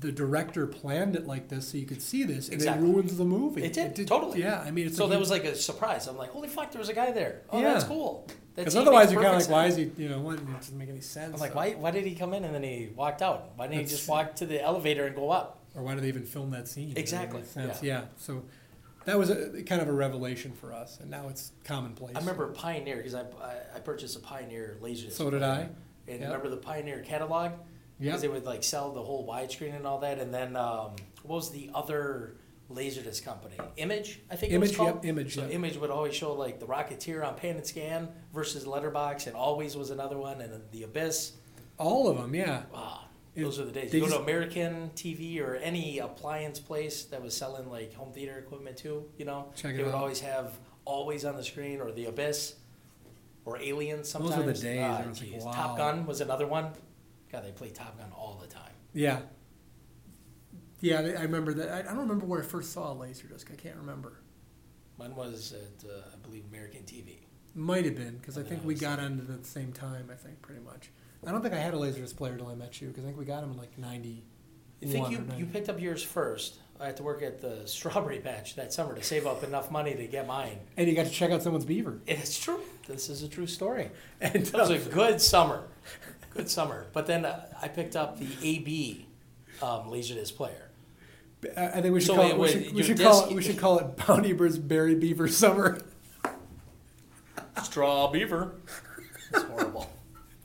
Speaker 2: the director planned it like this so you could see this, and
Speaker 3: Exactly.
Speaker 2: it ruins the movie.
Speaker 3: It did, totally.
Speaker 2: Yeah, I mean, it's
Speaker 3: so
Speaker 2: like
Speaker 3: that
Speaker 2: you-
Speaker 3: was like a surprise. I'm like, holy fuck, there was a guy there. Oh,
Speaker 2: Yeah.
Speaker 3: that's cool. That
Speaker 2: because
Speaker 3: scene
Speaker 2: otherwise
Speaker 3: makes
Speaker 2: you're kind of like,
Speaker 3: perfect
Speaker 2: why
Speaker 3: sense.
Speaker 2: is he? You know, what? It doesn't make any sense.
Speaker 3: I'm like,
Speaker 2: So-
Speaker 3: why, why did he come in and then he walked out? Why didn't he
Speaker 2: That's-
Speaker 3: just walk to the elevator and go up?
Speaker 2: or why do they even film that scene? It doesn't
Speaker 3: Exactly,
Speaker 2: make sense. Yeah. So that was a, kind of a revelation for us, and now it's commonplace.
Speaker 3: I remember Pioneer because I, I I purchased a Pioneer laser.
Speaker 2: So did I.
Speaker 3: And
Speaker 2: Yep.
Speaker 3: remember the Pioneer catalog?
Speaker 2: Yep.
Speaker 3: Because they would like sell the whole widescreen and all that. And then um, what was the other Laserdisc company? Image, I think it
Speaker 2: Image,
Speaker 3: was called.
Speaker 2: yep, Image,
Speaker 3: So
Speaker 2: yep.
Speaker 3: Image would always show like the Rocketeer on Pan and Scan versus Letterbox, and Always was another one, and then the Abyss.
Speaker 2: all of them. Yeah.
Speaker 3: Wow.
Speaker 2: It-
Speaker 3: Those are the days.
Speaker 2: they
Speaker 3: You go to
Speaker 2: just-
Speaker 3: American TV or any appliance place that was selling like home theater equipment too, you know?
Speaker 2: Check it
Speaker 3: they would
Speaker 2: out.
Speaker 3: always have Always on the Screen or The Abyss or Aliens
Speaker 2: were the
Speaker 3: sometimes.
Speaker 2: days
Speaker 3: Ah,
Speaker 2: where it's like,
Speaker 3: geez.
Speaker 2: wow.
Speaker 3: Top Gun was another one. God, they play Top Gun all the time.
Speaker 2: Yeah. Yeah, I I remember that. I I don't remember where I first saw a laser disc. I can't remember.
Speaker 3: Mine was at uh, I believe American TV.
Speaker 2: Might have been because I
Speaker 3: And
Speaker 2: think
Speaker 3: then I
Speaker 2: we
Speaker 3: was
Speaker 2: got onto the same time. I think pretty much. I don't think I had a laser disc player till I met you because I think we got them in like ninety.
Speaker 3: I think you, you picked up yours first. I had to work at the strawberry patch that summer to save up enough money to get mine.
Speaker 2: and you got to check out someone's beaver.
Speaker 3: (laughs) It's true. This is a true story. (laughs)
Speaker 2: And
Speaker 3: It was a good summer, good summer. But then uh, I picked up the AB um, Laserdisc player.
Speaker 2: I I think we should
Speaker 3: So
Speaker 2: call
Speaker 3: wait,
Speaker 2: it. We
Speaker 3: wait,
Speaker 2: should, we
Speaker 3: your
Speaker 2: should call
Speaker 3: disc-
Speaker 2: it. We should call it Bounty Bird's Berry Beaver Summer.
Speaker 1: Straw beaver.
Speaker 3: It's horrible,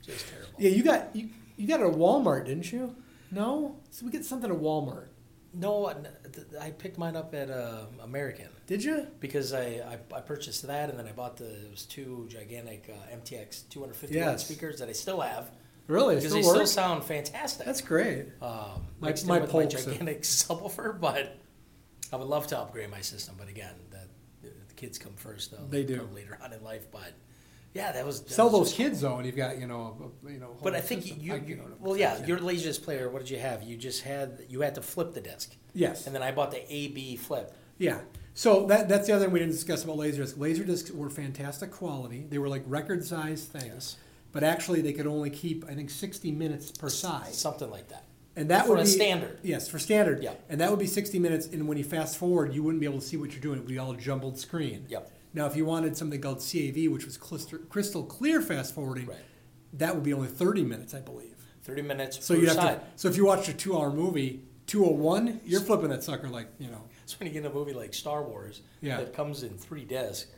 Speaker 3: just terrible.
Speaker 2: Yeah, you got you, you got it at Walmart, didn't you? No, so we get something at Walmart.
Speaker 3: No, n- th- I picked mine up at uh, American
Speaker 2: Did you?
Speaker 3: because I, I, I purchased that and then I bought the it was two gigantic uh, MTX 250 watt
Speaker 2: Yes.
Speaker 3: speakers that I still have
Speaker 2: Really? It
Speaker 3: because
Speaker 2: still
Speaker 3: they still
Speaker 2: works.
Speaker 3: sound fantastic.
Speaker 2: That's great.
Speaker 3: um,
Speaker 2: My-
Speaker 3: mixed in
Speaker 2: my
Speaker 3: with my
Speaker 2: pulps are-
Speaker 3: gigantic (laughs) subwoofer, but I would love to upgrade my system. But again, the, the kids come first, though.
Speaker 2: They do.
Speaker 3: come later on in life. But yeah, that was that
Speaker 2: Sell
Speaker 3: was
Speaker 2: those
Speaker 3: just-
Speaker 2: kids though, and you've got you know a- a- you know.
Speaker 3: But
Speaker 2: whole
Speaker 3: I think you,
Speaker 2: system.
Speaker 3: you,
Speaker 2: I-
Speaker 3: you-
Speaker 2: know,
Speaker 3: well, yeah, your laziest player. What did you have? You just had you had to flip the disc,
Speaker 2: yes.
Speaker 3: and then I bought the AB flip.
Speaker 2: Yeah. So that, that's the other thing we didn't discuss about laserdiscs. Laserdiscs were fantastic quality. They were like record sized things.
Speaker 3: Yes.
Speaker 2: But actually, they could only keep, I think, 60 minutes per side.
Speaker 3: something like that.
Speaker 2: And that
Speaker 3: for
Speaker 2: would
Speaker 3: a
Speaker 2: be
Speaker 3: standard.
Speaker 2: Yes, for standard.
Speaker 3: Yeah.
Speaker 2: And that would be 60 minutes. And when you fast forward, you wouldn't be able to see what you're doing. It would be all jumbled screen.
Speaker 3: Yep.
Speaker 2: Now, if you wanted something called CAV, which was cluster, crystal clear fast forwarding,
Speaker 3: Right.
Speaker 2: that would be only 30 minutes, I believe.
Speaker 3: Thirty minutes
Speaker 2: So
Speaker 3: per
Speaker 2: you'd have
Speaker 3: side.
Speaker 2: to. So if you watched a two hour movie, 201, you're flipping that sucker like, you know.
Speaker 3: So when you get a movie like Star Wars
Speaker 2: Yeah.
Speaker 3: that comes in three discs,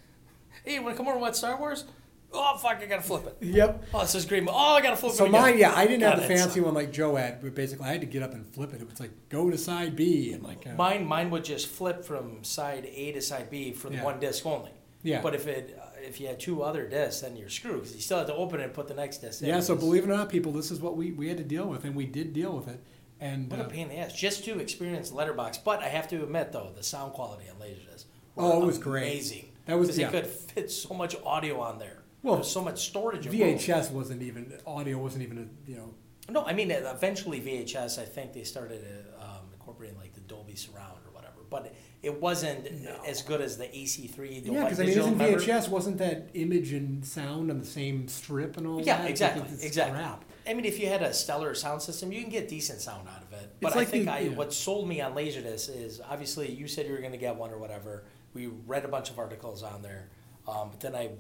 Speaker 3: hey, want to come over and watch Star Wars? Oh fuck, I gotta flip
Speaker 2: (laughs)
Speaker 3: it.
Speaker 2: Yep.
Speaker 3: Oh, this is great. Oh, I gotta flip it.
Speaker 2: So
Speaker 3: again.
Speaker 2: mine, yeah, I didn't
Speaker 3: God,
Speaker 2: have the
Speaker 3: that
Speaker 2: fancy
Speaker 3: sucked.
Speaker 2: one like Joe had, but basically I had to get up and flip it. It was like go to side B and like uh,
Speaker 3: Mine, mine would just flip from side A to side B for the
Speaker 2: Yeah.
Speaker 3: one disc only.
Speaker 2: Yeah.
Speaker 3: But if it, uh, if you had two other discs, then you're screwed because you still have to open it and put the next disc in.
Speaker 2: yeah. So
Speaker 3: It's-
Speaker 2: believe it or not, people, this is what we we had to deal with, and we did deal with it. And
Speaker 3: What a
Speaker 2: uh,
Speaker 3: pain in the ass just to experience Letterbox. But I have to admit though, the sound quality on Laserdisc. were
Speaker 2: Oh, it was great.
Speaker 3: Amazing.
Speaker 2: That was-
Speaker 3: 'Cause
Speaker 2: yeah.
Speaker 3: They could fit so much audio on there. Well,
Speaker 2: Well,
Speaker 3: There's so much storage. of room.
Speaker 2: VHS wasn't even audio wasn't even a, you know
Speaker 3: No, I mean uh, eventually VHS. I think they started uh, um, incorporating like the Dolby Surround or whatever, but it wasn't as good as the AC3. The
Speaker 2: yeah
Speaker 3: white
Speaker 2: because I mean
Speaker 3: digital,
Speaker 2: isn't
Speaker 3: remember?
Speaker 2: VHS wasn't that image and sound on the same strip and all that?
Speaker 3: Yeah,
Speaker 2: It's
Speaker 3: exactly,
Speaker 2: like, it's
Speaker 3: exactly.
Speaker 2: crap.
Speaker 3: I mean, if you had a stellar sound system, you can get decent sound out of it. But
Speaker 2: like
Speaker 3: I think
Speaker 2: the-
Speaker 3: I,
Speaker 2: yeah.
Speaker 3: what sold me on Laserdisc is obviously you said you were going to get one or whatever. We read a bunch of articles on there, um, but then I,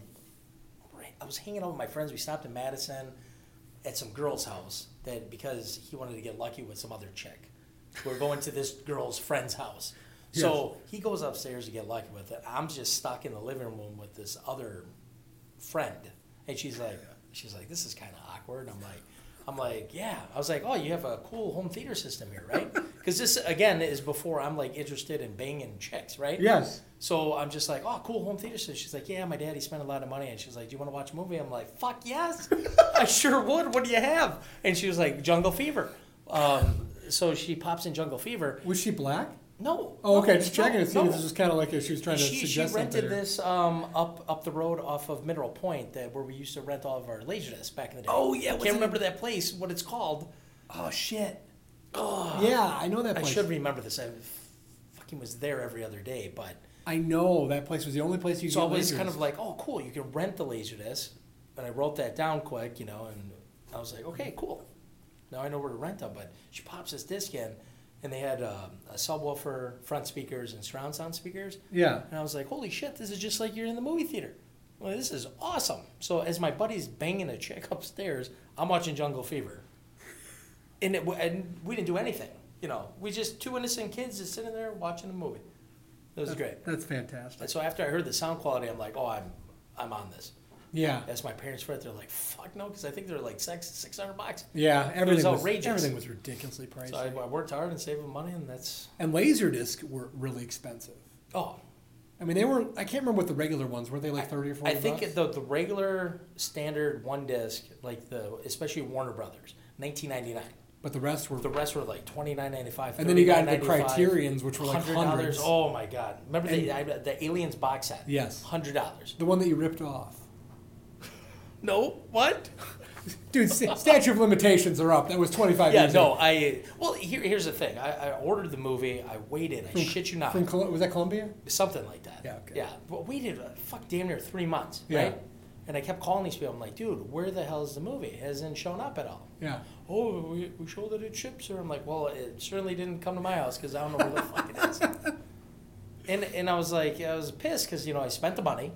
Speaker 3: I was hanging out with my friends. We stopped in Madison at some girl's house that because he wanted to get lucky with some other chick. We're going to this girl's friend's house. So he goes upstairs to get lucky with it. I'm just stuck in the living room with this other friend. And she's like, she's like, this is kind of awkward. I'm like, I'm like, yeah. I was like, oh, you have a cool home theater system here,
Speaker 2: (laughs)
Speaker 3: right? Because this again is before I'm like interested in banging chicks, right?
Speaker 2: Yes.
Speaker 3: So I'm just like, oh, cool home theater system. She's like, yeah, my daddy spent a lot of money. And she's like, do you want to watch a movie? I'm like, fuck
Speaker 2: (laughs)
Speaker 3: yes, I sure would. What do you have? And she was like, Jungle Fever. Um, so she pops in Jungle Fever.
Speaker 2: Was she black?
Speaker 3: No.
Speaker 2: Oh, okay.
Speaker 3: no,
Speaker 2: Just checking
Speaker 3: no,
Speaker 2: to see if
Speaker 3: no.
Speaker 2: this was kind of like if she was trying to
Speaker 3: She, she
Speaker 2: suggest
Speaker 3: rented
Speaker 2: something. or-
Speaker 3: this um, up up the road off of Mineral Point, that where we used to rent all of our laser discs back in the day.
Speaker 4: Oh, yeah,
Speaker 3: can't
Speaker 4: what's it-
Speaker 3: remember that place, what it's called.
Speaker 4: Oh shit.
Speaker 2: Yeah, I know that.
Speaker 3: uh, I
Speaker 2: Place.
Speaker 3: should remember this. I fucking was there every other day, but
Speaker 2: I know that place was the only place you.
Speaker 3: it's
Speaker 2: could get
Speaker 3: always
Speaker 2: lasers.
Speaker 3: kind of like, oh, cool, you can rent the laser disc. And I wrote that down quick, you know, and I was like, okay, cool. Now I know where to rent them. But she pops this disc in, and they had um, a subwoofer, front speakers, and surround sound speakers.
Speaker 2: yeah.
Speaker 3: And I was like, holy shit, this is just like you're in the movie theater. Well, this is awesome. So as my buddy's banging a chick (laughs) upstairs, I'm watching Jungle Fever. And, it, and we didn't do anything. You know, we just two innocent kids just sitting there watching a movie. It was great.
Speaker 2: That's fantastic.
Speaker 3: And so after I heard the sound quality, I'm like, oh, I'm, I'm on this.
Speaker 2: Yeah.
Speaker 3: As my parents read, they're like, fuck no, because I think they're like six, 600 bucks.
Speaker 2: Yeah, everything was,
Speaker 3: outrageous.
Speaker 2: everything was ridiculously priced.
Speaker 3: So I, I worked hard and saved money, and that's,
Speaker 2: and Laserdisc were really expensive.
Speaker 3: oh,
Speaker 2: I mean, they were. I can't remember what the regular ones were. They like thirty or forty.
Speaker 3: I think
Speaker 2: bucks?
Speaker 3: the the regular standard one disc, like the especially Warner Brothers, nineteen ninety nine.
Speaker 2: but the rest were.
Speaker 3: The rest were like twenty nine ninety five.
Speaker 2: and then you got into Criterion's, which were like hundreds.
Speaker 3: Oh my god! Remember the I, the Aliens box set?
Speaker 2: Yes.
Speaker 3: hundred dollars.
Speaker 2: The one that you ripped off.
Speaker 3: No, what?
Speaker 2: Dude, st- statute of limitations are up. That was 25
Speaker 3: Yeah,
Speaker 2: years
Speaker 3: no,
Speaker 2: ago.
Speaker 3: I. Well, here, here's the thing. I, I ordered the movie. I waited. I shit you not.
Speaker 2: From Col- was that Columbia?
Speaker 3: something like that.
Speaker 2: Yeah, okay.
Speaker 3: Yeah. But we did uh, fuck damn near three months,
Speaker 2: Yeah.
Speaker 3: right? And I kept calling these people. I'm like, dude, where the hell is the movie? It hasn't shown up at all.
Speaker 2: Yeah.
Speaker 3: Oh, we, we showed that it ships here. I'm like, well, it certainly didn't come to my house because I don't know
Speaker 2: (laughs)
Speaker 3: where the fuck it is. And and I was like, I was pissed because you know I spent the money.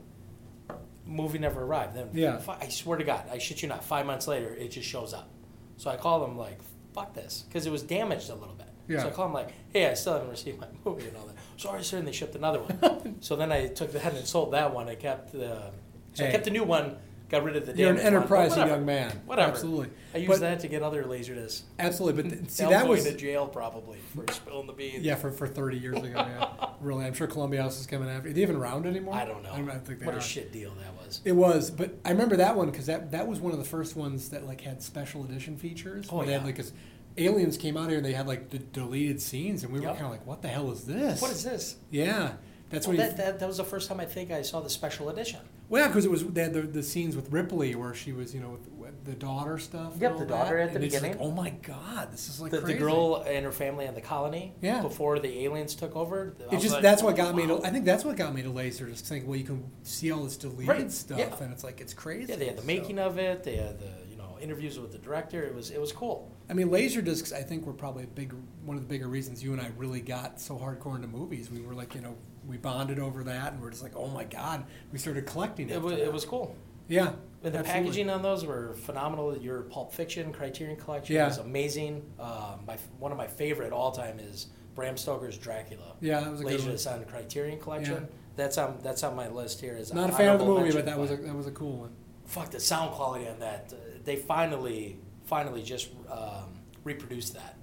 Speaker 3: Movie never arrived. Then
Speaker 2: Yeah.
Speaker 3: fi- I swear to God, I shit you not. Five months later, it just shows up. So I call them like, fuck this, because it was damaged a little bit.
Speaker 2: Yeah.
Speaker 3: So I call them like, hey, I still haven't received my (laughs) movie and all that. Sorry, sir, and they shipped another
Speaker 2: (laughs)
Speaker 3: one. so then I took that and sold that one. I kept the, so I
Speaker 2: Hey.
Speaker 3: kept the new one, got rid of the.
Speaker 2: You're an
Speaker 3: damaged one, but
Speaker 2: enterprising
Speaker 3: whatever.
Speaker 2: young man.
Speaker 3: Whatever.
Speaker 2: Absolutely.
Speaker 3: I used
Speaker 2: But-
Speaker 3: that to get other laser discs.
Speaker 2: Absolutely. But th- see,
Speaker 3: Now I'm
Speaker 2: that
Speaker 3: going
Speaker 2: was.
Speaker 3: to jail probably for spilling the beans.
Speaker 2: Yeah, for, for 30 years ago,
Speaker 3: (laughs)
Speaker 2: yeah. really, I'm sure Columbia House is coming after. Are they even around anymore?
Speaker 3: I don't know.
Speaker 2: I don't think they
Speaker 3: what
Speaker 2: are.
Speaker 3: a shit deal that was.
Speaker 2: It was, but I remember that one because that, that was one of the first ones that like had special edition features.
Speaker 3: Oh,
Speaker 2: where they had
Speaker 3: yeah.
Speaker 2: like 'cause aliens came out here and they had like the deleted scenes, and we were
Speaker 3: Yep.
Speaker 2: kind of like, "What the hell is this?"
Speaker 3: What is this?
Speaker 2: Yeah, that's
Speaker 3: Well,
Speaker 2: when.
Speaker 3: that,
Speaker 2: you,
Speaker 3: that, that was the first time I think I saw the special edition.
Speaker 2: well, yeah, because it was they had the, the scenes with Ripley where she was, you know, with, with the daughter stuff. and
Speaker 3: Yep,
Speaker 2: all
Speaker 3: the daughter
Speaker 2: that,
Speaker 3: at the
Speaker 2: and it's
Speaker 3: beginning.
Speaker 2: Like, oh my god, this is like
Speaker 3: The, the
Speaker 2: crazy.
Speaker 3: girl and her family in the colony
Speaker 2: Yeah.
Speaker 3: before the aliens took over. I
Speaker 2: It
Speaker 3: was
Speaker 2: just
Speaker 3: like,
Speaker 2: that's what got me
Speaker 3: wow.
Speaker 2: to. I think that's what got me to laser. Just think, well, you can see all this deleted
Speaker 3: Right,
Speaker 2: stuff,
Speaker 3: yeah.
Speaker 2: and it's like it's crazy.
Speaker 3: Yeah, they had the
Speaker 2: so.
Speaker 3: making of it. They had the you know interviews with the director. It was it was cool.
Speaker 2: I mean, laser discs. I think were probably a big one of the bigger reasons you and I really got so hardcore into movies. We were like, you know, we bonded over that, and we're just like, oh my god, we started collecting it.
Speaker 3: It was it was cool.
Speaker 2: yeah,
Speaker 3: And the
Speaker 2: absolutely.
Speaker 3: packaging on those were phenomenal. Your Pulp Fiction Criterion collection
Speaker 2: Yeah.
Speaker 3: was amazing. Um, my one of my favorite all time is Bram Stoker's Dracula.
Speaker 2: Yeah, that was a good
Speaker 3: Laser
Speaker 2: one.
Speaker 3: is on Criterion collection.
Speaker 2: Yeah.
Speaker 3: That's on that's on my list here. Is
Speaker 2: Not a fan of the
Speaker 3: honorable
Speaker 2: movie,
Speaker 3: mention,
Speaker 2: but that was a, that was a cool one.
Speaker 3: fuck the sound quality on that. Uh, they finally finally just um, reproduced that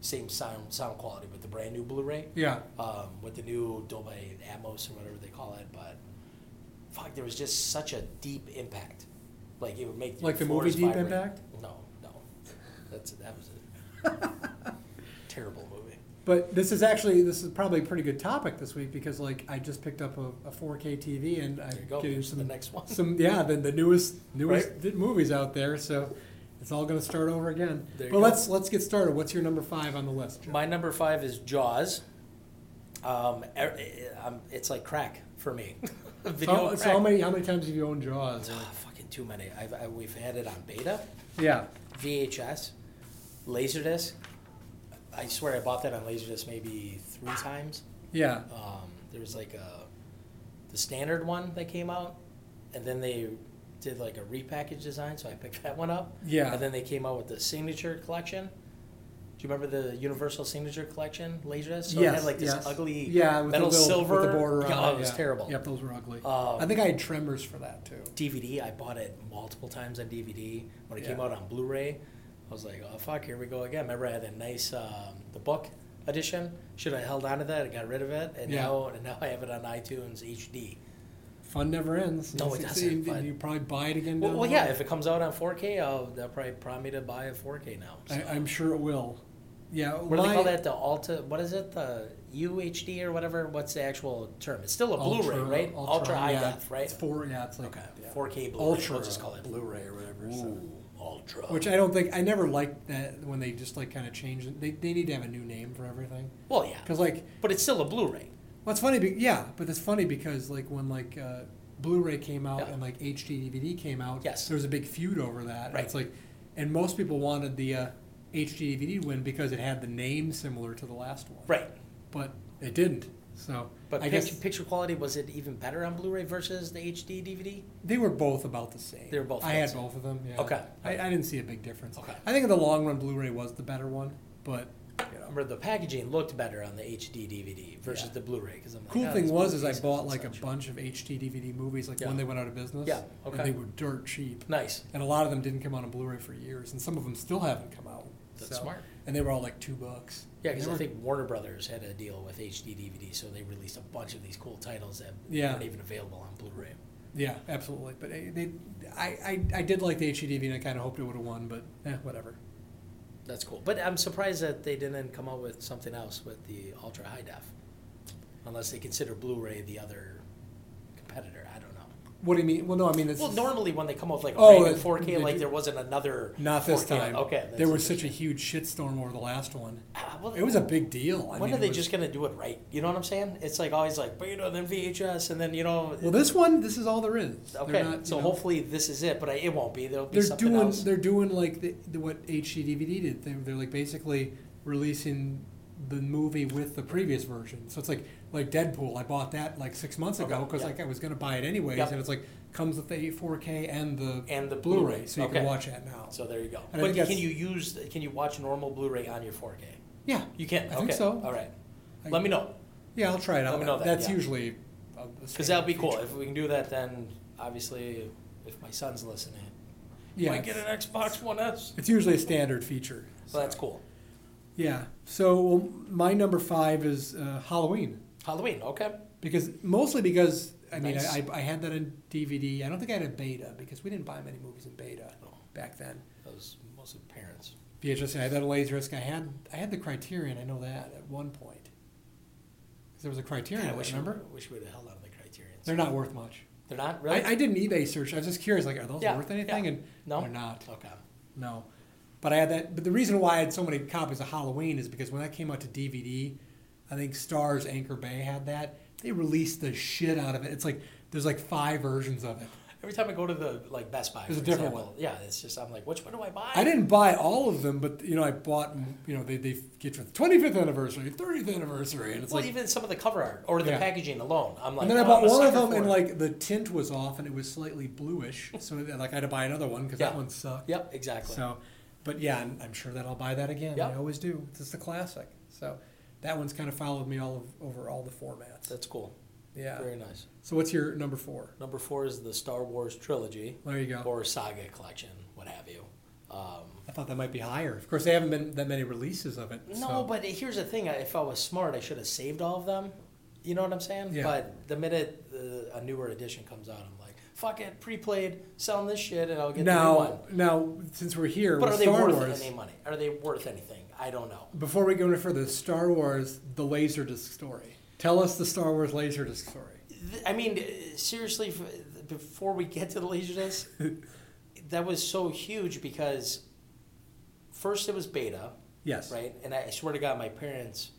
Speaker 3: same sound sound quality with the brand new Blu-ray
Speaker 2: Yeah,
Speaker 3: um, with the new Dolby Atmos or whatever they call it. But fuck, there was just such a deep impact. Like it would make your
Speaker 2: Like the
Speaker 3: floors
Speaker 2: movie Deep
Speaker 3: vibrate.
Speaker 2: Impact?
Speaker 3: No, no, that's that was a
Speaker 2: (laughs)
Speaker 3: terrible movie.
Speaker 2: but this is actually this is probably a pretty good topic this week because like I just picked up a, a 4K TV and I
Speaker 3: There you go.
Speaker 2: getting
Speaker 3: Here's
Speaker 2: some
Speaker 3: the next one.
Speaker 2: some yeah the, the newest newest
Speaker 3: Right.
Speaker 2: di- movies out there so. It's all going to start over again.
Speaker 3: There you
Speaker 2: but
Speaker 3: go.
Speaker 2: let's let's get started. What's your number five on the list? Joe?
Speaker 3: My number five is Jaws. Um, er- um, it's like crack for me. (laughs) Video
Speaker 2: How,
Speaker 3: crack.
Speaker 2: so how many how many times have you owned Jaws?
Speaker 3: Ah, fucking too many. I've, I, we've had it on beta,
Speaker 2: Yeah.
Speaker 3: VHS, Laserdisc. I swear I bought that on Laserdisc maybe three times.
Speaker 2: Yeah.
Speaker 3: Um, there was like a, the standard one that came out, and then they did like a repackaged design, so I picked that one up.
Speaker 2: Yeah.
Speaker 3: And then they came out with the signature collection. Do you remember the Universal Signature Collection Laserdisc? So it had like this
Speaker 2: yes.
Speaker 3: ugly
Speaker 2: yeah, with
Speaker 3: metal
Speaker 2: the little,
Speaker 3: silver.
Speaker 2: with the border on
Speaker 3: Yeah,
Speaker 2: it.
Speaker 3: it was
Speaker 2: yeah.
Speaker 3: terrible.
Speaker 2: Yep, those were ugly.
Speaker 3: Um,
Speaker 2: I think I had tremors for that too.
Speaker 3: DVD. I bought it multiple times on DVD. When it came
Speaker 2: Yeah.
Speaker 3: out on Blu-ray, I was like, "Oh fuck, here we go again." Remember, I had that nice um, the book edition. Should I held on to that? I got rid of it, and
Speaker 2: Yeah.
Speaker 3: now and now I have it on iTunes HD.
Speaker 2: Fun never ends.
Speaker 3: No, it
Speaker 2: It's- it's-
Speaker 3: doesn't,
Speaker 2: You,
Speaker 3: but-
Speaker 2: you probably buy it again.
Speaker 3: Well,
Speaker 2: down
Speaker 3: well,
Speaker 2: the
Speaker 3: yeah.
Speaker 2: road.
Speaker 3: If it comes out on 4K, I'll, they'll probably prompt me to buy a 4K now. So.
Speaker 2: I, I'm sure it will. Yeah.
Speaker 3: what do
Speaker 2: my-
Speaker 3: they call that? The Alta? What is it? The UHD or whatever? What's the actual term? It's still a Blu-ray, right? Ultra, high
Speaker 2: yeah,
Speaker 3: def, right?
Speaker 2: It's four. Yeah, it's like
Speaker 3: okay,
Speaker 2: yeah.
Speaker 3: 4K Blu-ray.
Speaker 2: ultra.
Speaker 3: We'll just call it
Speaker 2: Blu-ray or whatever. so.
Speaker 3: Ooh, ultra.
Speaker 2: Which I don't think I never liked that when they just like kind of changed. It. They they need to have a new name for everything
Speaker 3: well, yeah.
Speaker 2: because like
Speaker 3: But it's still a Blu-ray.
Speaker 2: Well, it's funny, be- yeah, but it's funny because like when like uh, Blu-ray came out
Speaker 3: Yeah.
Speaker 2: and like HD DVD came out,
Speaker 3: Yes.
Speaker 2: there was a big feud over that. and
Speaker 3: Right.
Speaker 2: It's like, and most people wanted the uh, HD DVD win because it had the name similar to the last one,
Speaker 3: Right.
Speaker 2: But it didn't. So
Speaker 3: But
Speaker 2: I
Speaker 3: picture,
Speaker 2: guess
Speaker 3: picture quality was it even better on Blu-ray versus the HD DVD?
Speaker 2: they were both about the same.
Speaker 3: They were both
Speaker 2: I
Speaker 3: about
Speaker 2: had
Speaker 3: the same.
Speaker 2: both of them. Yeah.
Speaker 3: Okay.
Speaker 2: I, I didn't see a big difference.
Speaker 3: Okay.
Speaker 2: I think in the long run, Blu-ray was the better one, but you know.
Speaker 3: Remember the packaging looked better on the HD DVD versus the Blu-ray because I'm like,
Speaker 2: cool
Speaker 3: "Oh,
Speaker 2: thing
Speaker 3: these
Speaker 2: was is I
Speaker 3: movies
Speaker 2: bought
Speaker 3: and
Speaker 2: like a
Speaker 3: such."
Speaker 2: bunch of HD DVD movies like
Speaker 3: Yeah.
Speaker 2: when they went out of business.
Speaker 3: Yeah, okay.
Speaker 2: And they were dirt cheap.
Speaker 3: nice.
Speaker 2: And a lot of them didn't come out on Blu-ray for years, and some of them still haven't come out.
Speaker 3: That's smart.
Speaker 2: And they were all like two bucks.
Speaker 3: Yeah,
Speaker 2: And
Speaker 3: because
Speaker 2: they
Speaker 3: I
Speaker 2: were-
Speaker 3: think Warner Brothers had a deal with HD DVD, so they released a bunch of these cool titles that
Speaker 2: Yeah.
Speaker 3: weren't even available on Blu-ray.
Speaker 2: yeah, absolutely. But eh, they, I, I, I did like the HDV, and I kind of hoped it would have won, but eh, whatever.
Speaker 3: That's cool. But I'm surprised that they didn't come out with something else with the ultra high def, unless they consider Blu-ray the other competitor. I don't know.
Speaker 2: What do you mean? Well, no, I mean it's
Speaker 3: Well, normally when they come out with like a
Speaker 2: Oh,
Speaker 3: brand new
Speaker 2: it-
Speaker 3: 4K,
Speaker 2: they
Speaker 3: like
Speaker 2: do-
Speaker 3: there wasn't another.
Speaker 2: not this
Speaker 3: 4K.
Speaker 2: time.
Speaker 3: Okay.
Speaker 2: there
Speaker 3: that's-
Speaker 2: was such a huge shitstorm over the last one.
Speaker 3: Ah, well,
Speaker 2: It was a big deal. I
Speaker 3: When
Speaker 2: mean,
Speaker 3: are they
Speaker 2: it was-
Speaker 3: just gonna do it right? You know what I'm saying? It's like always like beta, then VHS, and then you know.
Speaker 2: Well, this one, this is all there is. They're
Speaker 3: okay,
Speaker 2: not,
Speaker 3: so
Speaker 2: you know,
Speaker 3: hopefully this is it, but I, it won't be. There'll be
Speaker 2: they're
Speaker 3: something
Speaker 2: doing
Speaker 3: else.
Speaker 2: they're doing like the, the, what HDDVD did. They, they're like basically releasing the movie with the previous version. So it's like like Deadpool. I bought that like six months ago
Speaker 3: Okay,
Speaker 2: because
Speaker 3: yeah.
Speaker 2: like I was going to buy it anyways,
Speaker 3: Yep.
Speaker 2: and it's like comes with the 4K and the
Speaker 3: And the
Speaker 2: Blu-ray,
Speaker 3: Blu-ray.
Speaker 2: so you
Speaker 3: Okay.
Speaker 2: can watch that now.
Speaker 3: So there you go.
Speaker 2: And I
Speaker 3: but
Speaker 2: think that's-
Speaker 3: can you use? Can you watch normal Blu-ray on your 4K?
Speaker 2: yeah,
Speaker 3: You can.
Speaker 2: I
Speaker 3: okay.
Speaker 2: think so.
Speaker 3: All right.
Speaker 2: I-
Speaker 3: Let me know
Speaker 2: yeah, I'll try it out.
Speaker 3: Let me know that,
Speaker 2: That's
Speaker 3: yeah.
Speaker 2: usually a- a
Speaker 3: because
Speaker 2: standard
Speaker 3: that'll be cool.
Speaker 2: feature.
Speaker 3: If we can do that, then obviously, if my son's listening,
Speaker 2: Yeah,
Speaker 3: might get an Xbox One S.
Speaker 2: it's usually a standard feature.
Speaker 3: So that's cool.
Speaker 2: Yeah. So well, my number five is uh, Halloween.
Speaker 3: Halloween. Okay.
Speaker 2: because mostly because I mean
Speaker 3: Nice.
Speaker 2: I, I, I had that in DVD. I don't think I had a beta because we didn't buy many movies in beta back then.
Speaker 3: That was mostly parents.
Speaker 2: VHS. I had that Laserdisc. I had I had the Criterion. I know that at one point. 'Cause There was a Criterion.
Speaker 3: I
Speaker 2: I
Speaker 3: wish
Speaker 2: remember.
Speaker 3: I wish we would have held on to the criterion.
Speaker 2: They're not worth much.
Speaker 3: They're not really.
Speaker 2: I, I did an eBay search. I was just curious, like, are those
Speaker 3: Yeah,
Speaker 2: worth anything?
Speaker 3: yeah.
Speaker 2: And
Speaker 3: No.
Speaker 2: they're not.
Speaker 3: okay.
Speaker 2: No. But I had that. But the reason why I had so many copies of Halloween is because when that came out to DVD, I think Stars Anchor Bay had that. They released the shit out of it. It's like there's like five versions of it.
Speaker 3: Every time I go to the like Best Buy,
Speaker 2: There's a
Speaker 3: for
Speaker 2: different
Speaker 3: example, Yeah, it's just I'm like, which one do I buy?
Speaker 2: I didn't buy all of them, but you know, I bought. You know, they they get for the 25th anniversary, 30th anniversary, and it's
Speaker 3: Well,
Speaker 2: like.
Speaker 3: even some of the cover art or the
Speaker 2: Yeah.
Speaker 3: packaging alone. I'm like,
Speaker 2: and then I
Speaker 3: oh,
Speaker 2: bought
Speaker 3: I'm a
Speaker 2: one of
Speaker 3: sucker
Speaker 2: them,
Speaker 3: for
Speaker 2: and
Speaker 3: it.
Speaker 2: like the tint was off, and it was slightly bluish. So like I had to buy another one because that
Speaker 3: Yeah.
Speaker 2: one sucked.
Speaker 3: Yep, exactly.
Speaker 2: So, but yeah, I'm, I'm sure that I'll buy that again.
Speaker 3: Yeah.
Speaker 2: I always do. It's just a classic. So that one's kind of followed me all of, over all the formats.
Speaker 3: That's cool.
Speaker 2: yeah.
Speaker 3: Very nice.
Speaker 2: So what's your number four?
Speaker 3: Number four is the Star Wars trilogy
Speaker 2: There you go.
Speaker 3: or saga collection, what have you. Um,
Speaker 2: I thought that might be higher. Of course, they haven't been that many releases of it.
Speaker 3: no,
Speaker 2: so-
Speaker 3: but here's the thing: I- if I was smart, I should have saved all of them. You know what I'm saying?
Speaker 2: Yeah.
Speaker 3: But the minute uh, a newer edition comes out, I'm like, fuck it, pre-played, selling this shit, and I'll get the new one.
Speaker 2: now, now since we're here,
Speaker 3: But
Speaker 2: with
Speaker 3: are they
Speaker 2: Star
Speaker 3: worth
Speaker 2: Wars,
Speaker 3: any money? Are they worth anything? I don't know.
Speaker 2: Before we go any further, Star Wars, the Laserdisc story. Tell us the Star Wars Laserdisc story.
Speaker 3: Th- I mean, uh, seriously, f- before we get to the
Speaker 2: (laughs)
Speaker 3: Laserdisc, that was so huge because first it was beta,
Speaker 2: Yes.
Speaker 3: right? And I I swear to God, my parents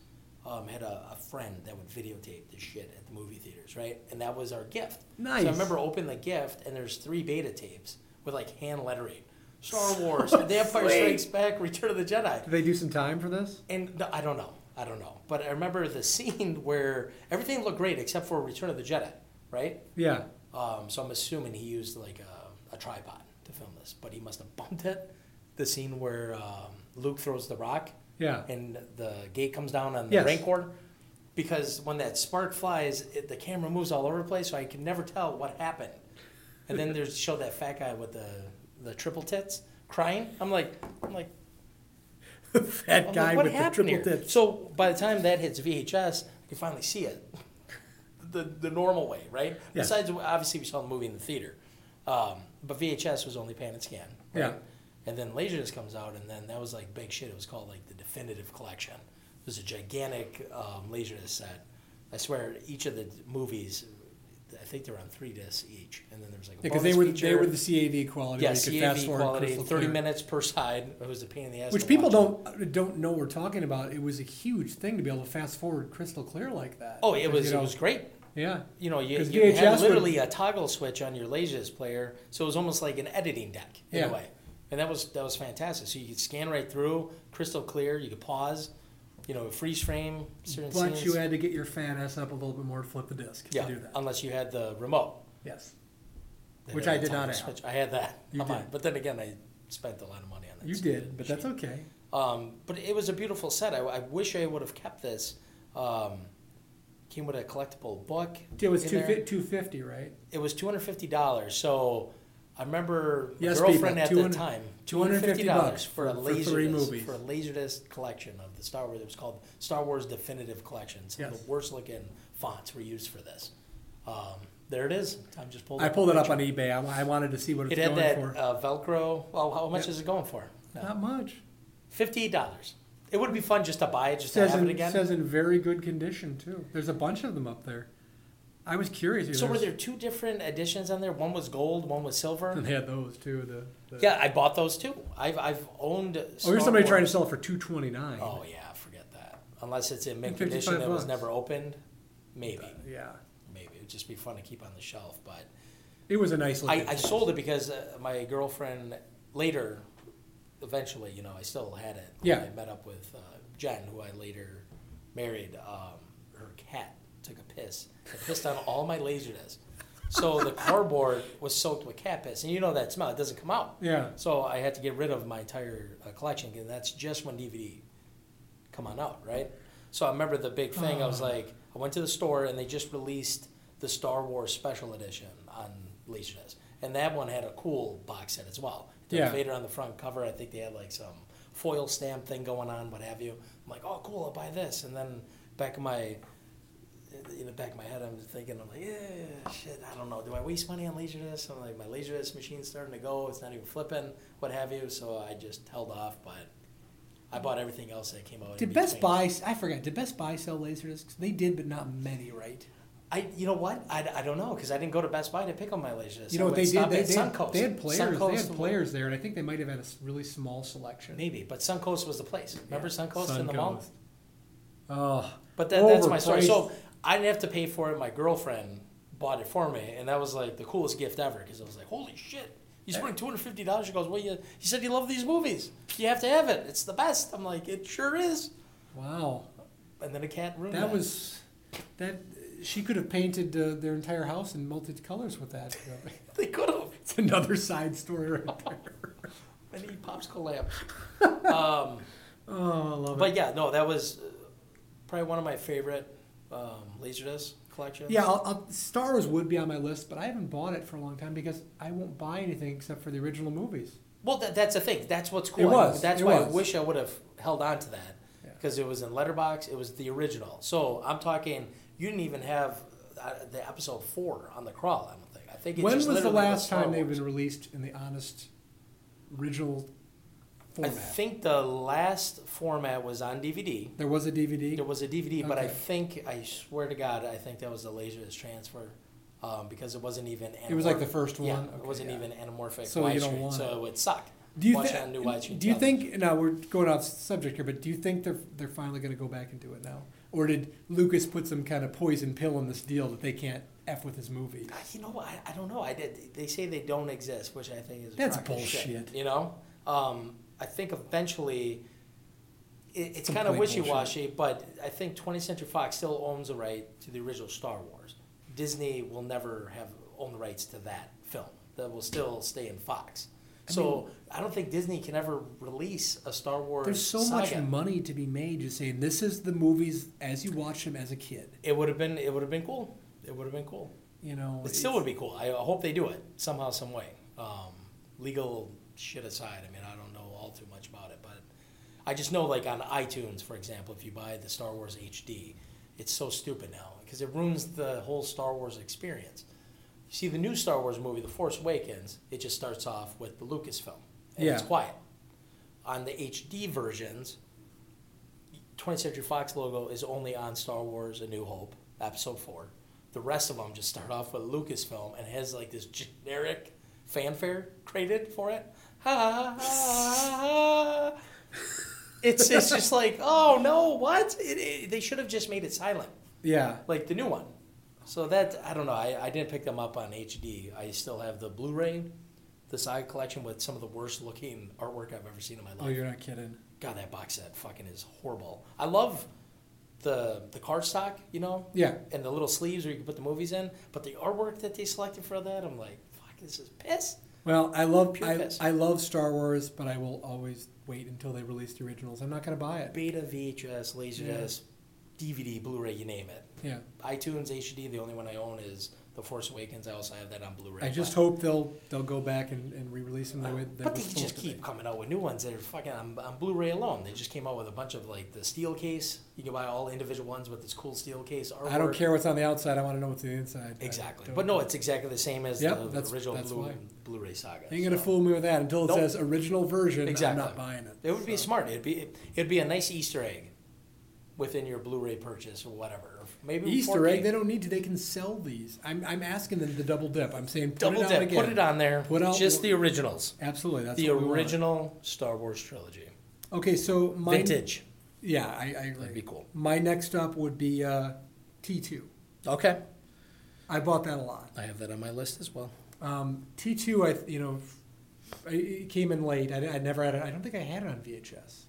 Speaker 3: um, had a, a friend that would videotape this shit at the movie theaters, right? And that was our gift.
Speaker 2: Nice.
Speaker 3: So I remember opening the gift, and there's three beta tapes with like hand lettering. Star Wars, The Empire Strikes Back, Return of the Jedi.
Speaker 2: Did they do some time for this?
Speaker 3: And the, I don't know. I don't know. But I remember the scene (laughs) where everything looked great except for Return of the Jedi, right?
Speaker 2: Yeah.
Speaker 3: Um, so I'm assuming he used like a, a tripod to film this, but he must have bumped it. The scene where um, Luke throws the rock
Speaker 2: Yeah.
Speaker 3: and the gate comes down on the
Speaker 2: Yes.
Speaker 3: Rancor. Because when that spark flies, it, the camera moves all over the place, so I can never tell what happened. And then there's show that fat guy with the, the triple tits crying. I'm like, I'm like,
Speaker 2: (laughs) that
Speaker 3: I'm
Speaker 2: guy
Speaker 3: like, what
Speaker 2: with the
Speaker 3: happened
Speaker 2: triple
Speaker 3: here?
Speaker 2: tits.
Speaker 3: So by the time that hits VHS, I can finally see it the, the normal way, right?
Speaker 2: Yes.
Speaker 3: Besides, obviously, we saw the movie in the theater. Um, but VHS was only pan and scan. Right?
Speaker 2: Yeah.
Speaker 3: And then Laserdisc comes out, and then that was like big shit. It was called like the Definitive Collection. It was a gigantic um, Laserdisc set. I swear, each of the movies, I think they were on three discs each. And then there was like a
Speaker 2: Because they
Speaker 3: bonus
Speaker 2: were
Speaker 3: feature.
Speaker 2: they were the CAV quality.
Speaker 3: yeah,
Speaker 2: where you could fast
Speaker 3: CAV
Speaker 2: forward
Speaker 3: quality,
Speaker 2: crystal
Speaker 3: 30
Speaker 2: clear.
Speaker 3: minutes per side. It was a pain in the ass.
Speaker 2: Which
Speaker 3: to
Speaker 2: people
Speaker 3: watch.
Speaker 2: don't uh, don't know we're talking about. It was a huge thing to be able to fast forward crystal clear like that.
Speaker 3: Oh, it
Speaker 2: Because,
Speaker 3: was
Speaker 2: you
Speaker 3: it
Speaker 2: know,
Speaker 3: was great.
Speaker 2: Yeah.
Speaker 3: you know, you,
Speaker 2: 'Cause
Speaker 3: you had
Speaker 2: VHS would-
Speaker 3: literally a toggle switch on your Laserdisc player, so it was almost like an editing deck in
Speaker 2: Yeah.
Speaker 3: a way, and that was that was fantastic. So you could scan right through, crystal clear. You could pause, you know, freeze frame certain
Speaker 2: But
Speaker 3: scenes.
Speaker 2: you had to get your fan ass up a little bit more to flip the disc
Speaker 3: yeah, Um,
Speaker 2: to do that.
Speaker 3: unless you had the remote,
Speaker 2: Yes.
Speaker 3: that
Speaker 2: Which
Speaker 3: had
Speaker 2: I
Speaker 3: a
Speaker 2: did not
Speaker 3: toggle
Speaker 2: have.
Speaker 3: Switch. I had that.
Speaker 2: You
Speaker 3: on mine.
Speaker 2: did.
Speaker 3: but then again, I spent a lot of money on that.
Speaker 2: You
Speaker 3: stupid
Speaker 2: did, but that's
Speaker 3: machine.
Speaker 2: okay.
Speaker 3: Um, but it was a beautiful set. I, I wish I would have kept this. Um, came with a collectible book.
Speaker 2: It was
Speaker 3: in
Speaker 2: two
Speaker 3: there.
Speaker 2: two fifty, right?
Speaker 3: it was two hundred fifty dollars. So I remember my
Speaker 2: Yes,
Speaker 3: girlfriend
Speaker 2: people,
Speaker 3: at the
Speaker 2: 200
Speaker 3: time two hundred fifty
Speaker 2: $250
Speaker 3: dollars for a
Speaker 2: for
Speaker 3: laser
Speaker 2: three movies.
Speaker 3: for a laserdisc collection of the Star Wars. It was called Star Wars Definitive Collection. Some of
Speaker 2: Yes.
Speaker 3: the worst looking fonts were used for this. Um, there it is. Tom just pulled.
Speaker 2: I pulled it up
Speaker 3: the
Speaker 2: on eBay. I, I wanted to see what
Speaker 3: picture.
Speaker 2: it's
Speaker 3: It had
Speaker 2: going
Speaker 3: that
Speaker 2: for.
Speaker 3: uh, Velcro. Well, how much
Speaker 2: Yeah.
Speaker 3: is it going for?
Speaker 2: Not much.
Speaker 3: Fifty-eight dollars. It would be fun just to buy it, just to
Speaker 2: Says
Speaker 3: have it
Speaker 2: in,
Speaker 3: again.
Speaker 2: says in very good condition too. There's a bunch of them up there. I was curious. if
Speaker 3: So were
Speaker 2: there's-
Speaker 3: there two different editions on there? One was gold, one was silver.
Speaker 2: They had those too. The, the
Speaker 3: Yeah, I bought those too. I've I've owned.
Speaker 2: Oh, here's somebody trying to
Speaker 3: snowboards.
Speaker 2: sell it for two twenty nine.
Speaker 3: Oh yeah, forget that. Unless it's in mint
Speaker 2: 55
Speaker 3: condition that was
Speaker 2: bucks.
Speaker 3: never opened, maybe,
Speaker 2: yeah.
Speaker 3: maybe it'd just be fun to keep on the shelf. But
Speaker 2: It was a nice looking.
Speaker 3: I, I sold it because uh, my girlfriend later, eventually, you know, I still had it.
Speaker 2: Yeah.
Speaker 3: I met up with uh, Jen, who I later married. Um, her cat took a piss. It pissed on all my laser discs. So the cardboard was soaked with cat piss, and you know that smell. It doesn't come out.
Speaker 2: Yeah.
Speaker 3: So I had to get rid of my entire uh, collection, and that's just when DVD come on out, right? So I remember the big thing. I was
Speaker 2: Oh.
Speaker 3: like, I went to the store and they just released the Star Wars Special Edition on Laserdisc, and that one had a cool box set as well. Darth
Speaker 2: Yeah.
Speaker 3: Vader on the front cover. I think they had like some foil stamp thing going on, what have you. I'm like, oh, cool, I'll buy this. And then back of my in the back of my head, I'm thinking, I'm like, yeah, shit, I don't know. Do I waste money on Laserdisc? I'm like, my Laserdisc machine's starting to go. It's not even flipping, what have you. So I just held off, but I bought everything else that came out. in
Speaker 2: Did Best
Speaker 3: between.
Speaker 2: Buy? I forgot. Did Best Buy sell laser discs? They did, but not many, right?
Speaker 3: I, you know what? I, I don't know because I didn't go to Best Buy to pick up my Laserdisc.
Speaker 2: You know
Speaker 3: I would
Speaker 2: what they did?
Speaker 3: stop
Speaker 2: They,
Speaker 3: at
Speaker 2: they, had,
Speaker 3: Suncoast.
Speaker 2: they had players. they
Speaker 3: Suncoast
Speaker 2: had players there, and I think they might have had a s- really small selection.
Speaker 3: Maybe, but Suncoast was the place. Remember Suncoast, in the mall?
Speaker 2: Suncoast. Oh,
Speaker 3: But that, that's my story.
Speaker 2: Overpriced.
Speaker 3: So I didn't have to pay for it. My girlfriend bought it for me, and that was like the coolest gift ever because I was like, "Holy shit!" You spent two hundred fifty dollars. She goes, "Well, you, you said you love these movies. You have to have it. It's the best." I'm like, "It sure is."
Speaker 2: wow,
Speaker 3: And then a cat ruined
Speaker 2: that was that. She could have painted uh, their entire house in multi colors with that.
Speaker 3: (laughs)
Speaker 2: (laughs)
Speaker 3: they could have
Speaker 2: it's another side story right
Speaker 3: (laughs)
Speaker 2: there.
Speaker 3: many popsicle
Speaker 2: (laughs)
Speaker 3: lamps.
Speaker 2: Oh, I love it.
Speaker 3: But yeah, no, that was uh, probably one of my favorite um, Laserdisc collections.
Speaker 2: Yeah, I'll, I'll, Star Wars would be on my list, but I haven't bought it for a long time because I won't buy anything except for the original movies.
Speaker 3: Well, that, that's the thing. That's what's cool.
Speaker 2: It was.
Speaker 3: That's
Speaker 2: It
Speaker 3: why I
Speaker 2: was.
Speaker 3: wish I would have held on to that
Speaker 2: Yeah.
Speaker 3: because it was in letterbox. It was the original. So I'm talking. You didn't even have uh, the episode four on the crawl. I don't think. I think. It
Speaker 2: when
Speaker 3: just
Speaker 2: was the
Speaker 3: literally
Speaker 2: last
Speaker 3: Star
Speaker 2: time they've
Speaker 3: Wars.
Speaker 2: been released in the honest original
Speaker 3: I
Speaker 2: format?
Speaker 3: think the last format was on DVD.
Speaker 2: there was a DVD.
Speaker 3: There was a DVD, but I
Speaker 2: Okay.
Speaker 3: think I swear to God, I think that was the Laserdisc transfer. Um, because it wasn't even. Anamorphic.
Speaker 2: It was like the first
Speaker 3: Yeah,
Speaker 2: one?
Speaker 3: it
Speaker 2: Okay,
Speaker 3: wasn't
Speaker 2: yeah.
Speaker 3: even anamorphic.
Speaker 2: So you
Speaker 3: wide
Speaker 2: don't
Speaker 3: screen,
Speaker 2: want
Speaker 3: So it would suck.
Speaker 2: Do you,
Speaker 3: Watch
Speaker 2: thi-
Speaker 3: it on new wide screen
Speaker 2: do you
Speaker 3: television.
Speaker 2: think? Now we're going off subject here, but do you think they're they're finally going to go back and do it now, or did Lucas put some kind of poison pill in this deal that they can't f with his movie?
Speaker 3: Uh, You know, what? I, I don't know. I did. They say they don't exist, which I think is a
Speaker 2: That's
Speaker 3: crock of
Speaker 2: bullshit.
Speaker 3: you know, um, I think eventually it, it's
Speaker 2: Complete
Speaker 3: kind of wishy washy, but I think 20th Century Fox still owns the right to the original Star Wars. Disney will never have own the rights to that film. That will still stay in Fox. so I don't think Disney can ever release a Star Wars.
Speaker 2: There's so
Speaker 3: saga.
Speaker 2: much money to be made just saying this is the movies as you watch them as a kid.
Speaker 3: It would have been. It would have been cool. It would have been cool.
Speaker 2: You know,
Speaker 3: It still would be cool. I hope they do it somehow, some way. Um, legal shit aside, I mean, I don't know all too much about it, but I just know, like on iTunes, for example, if you buy the Star Wars HD, it's so stupid now because it ruins the whole Star Wars experience. You see, the new Star Wars movie, The Force Awakens, it just starts off with the Lucasfilm, and it's
Speaker 2: Yeah.
Speaker 3: quiet. On the HD versions, 20th Century Fox logo is only on Star Wars: A New Hope, Episode Four. The rest of them just start off with Lucasfilm and has like this generic fanfare created for it. Ha ha ha ha. ha. It's it's just like oh no what it, it, they should have just made it silent
Speaker 2: yeah.
Speaker 3: like the new one. So that I don't know. I, I didn't pick them up on HD. I still have the Blu-ray, the side collection with some of the worst looking artwork I've ever seen in my life.
Speaker 2: Oh, you're not kidding.
Speaker 3: God, that box set fucking is horrible. I love the the cardstock, you know,
Speaker 2: Yeah.
Speaker 3: and the little sleeves where you can put the movies in. But the artwork that they selected for that, I'm like, fuck, this is piss.
Speaker 2: Well, I love
Speaker 3: Pure
Speaker 2: I,
Speaker 3: piss.
Speaker 2: I love Star Wars, but I will always wait until they release the originals. I'm not gonna buy it.
Speaker 3: Beta, VHS, Laserdisc, DVD, Blu-ray, you name it.
Speaker 2: Yeah.
Speaker 3: iTunes HD, the only one I own is The Force Awakens. I also have that on Blu-ray.
Speaker 2: I just
Speaker 3: But-
Speaker 2: hope they'll they'll go back and, and re-release them the way that
Speaker 3: But
Speaker 2: was
Speaker 3: they just
Speaker 2: supposed to be.
Speaker 3: keep coming out with new ones that are fucking on, on Blu-ray alone. They just came out with a bunch of like the steel case. You can buy all the individual ones with this cool steel case artwork.
Speaker 2: I don't care what's on the outside. I want to know what's on the inside. I
Speaker 3: Exactly,
Speaker 2: don't-
Speaker 3: but no, it's exactly the same as
Speaker 2: Yep,
Speaker 3: the, the
Speaker 2: that's-
Speaker 3: original
Speaker 2: that's
Speaker 3: Blu-
Speaker 2: why.
Speaker 3: Blu-ray saga.
Speaker 2: You ain't gonna
Speaker 3: so.
Speaker 2: fool me with that until it
Speaker 3: Nope.
Speaker 2: says original version.
Speaker 3: Exactly,
Speaker 2: I'm not buying it.
Speaker 3: It would be smart. It'd be it'd be a nice Easter egg within your Blu-ray purchase or whatever. Maybe
Speaker 2: Easter
Speaker 3: 4K.
Speaker 2: egg. They don't need to. They can sell these. I'm, I'm asking them to double dip. I'm saying put
Speaker 3: double
Speaker 2: it out
Speaker 3: dip.
Speaker 2: again.
Speaker 3: Put it on there.
Speaker 2: Put out-
Speaker 3: just the originals.
Speaker 2: Absolutely. That's
Speaker 3: the
Speaker 2: what we want.
Speaker 3: original Star Wars trilogy.
Speaker 2: Okay, so my
Speaker 3: Vintage.
Speaker 2: Yeah, I, I
Speaker 3: That'd
Speaker 2: agree.
Speaker 3: be cool.
Speaker 2: My next up would be uh, T2.
Speaker 3: Okay.
Speaker 2: I bought that a lot.
Speaker 3: I have that on my list as well.
Speaker 2: Um, T2, I th- you know, I, it came in late. I, I never had it. I don't think I had it on VHS.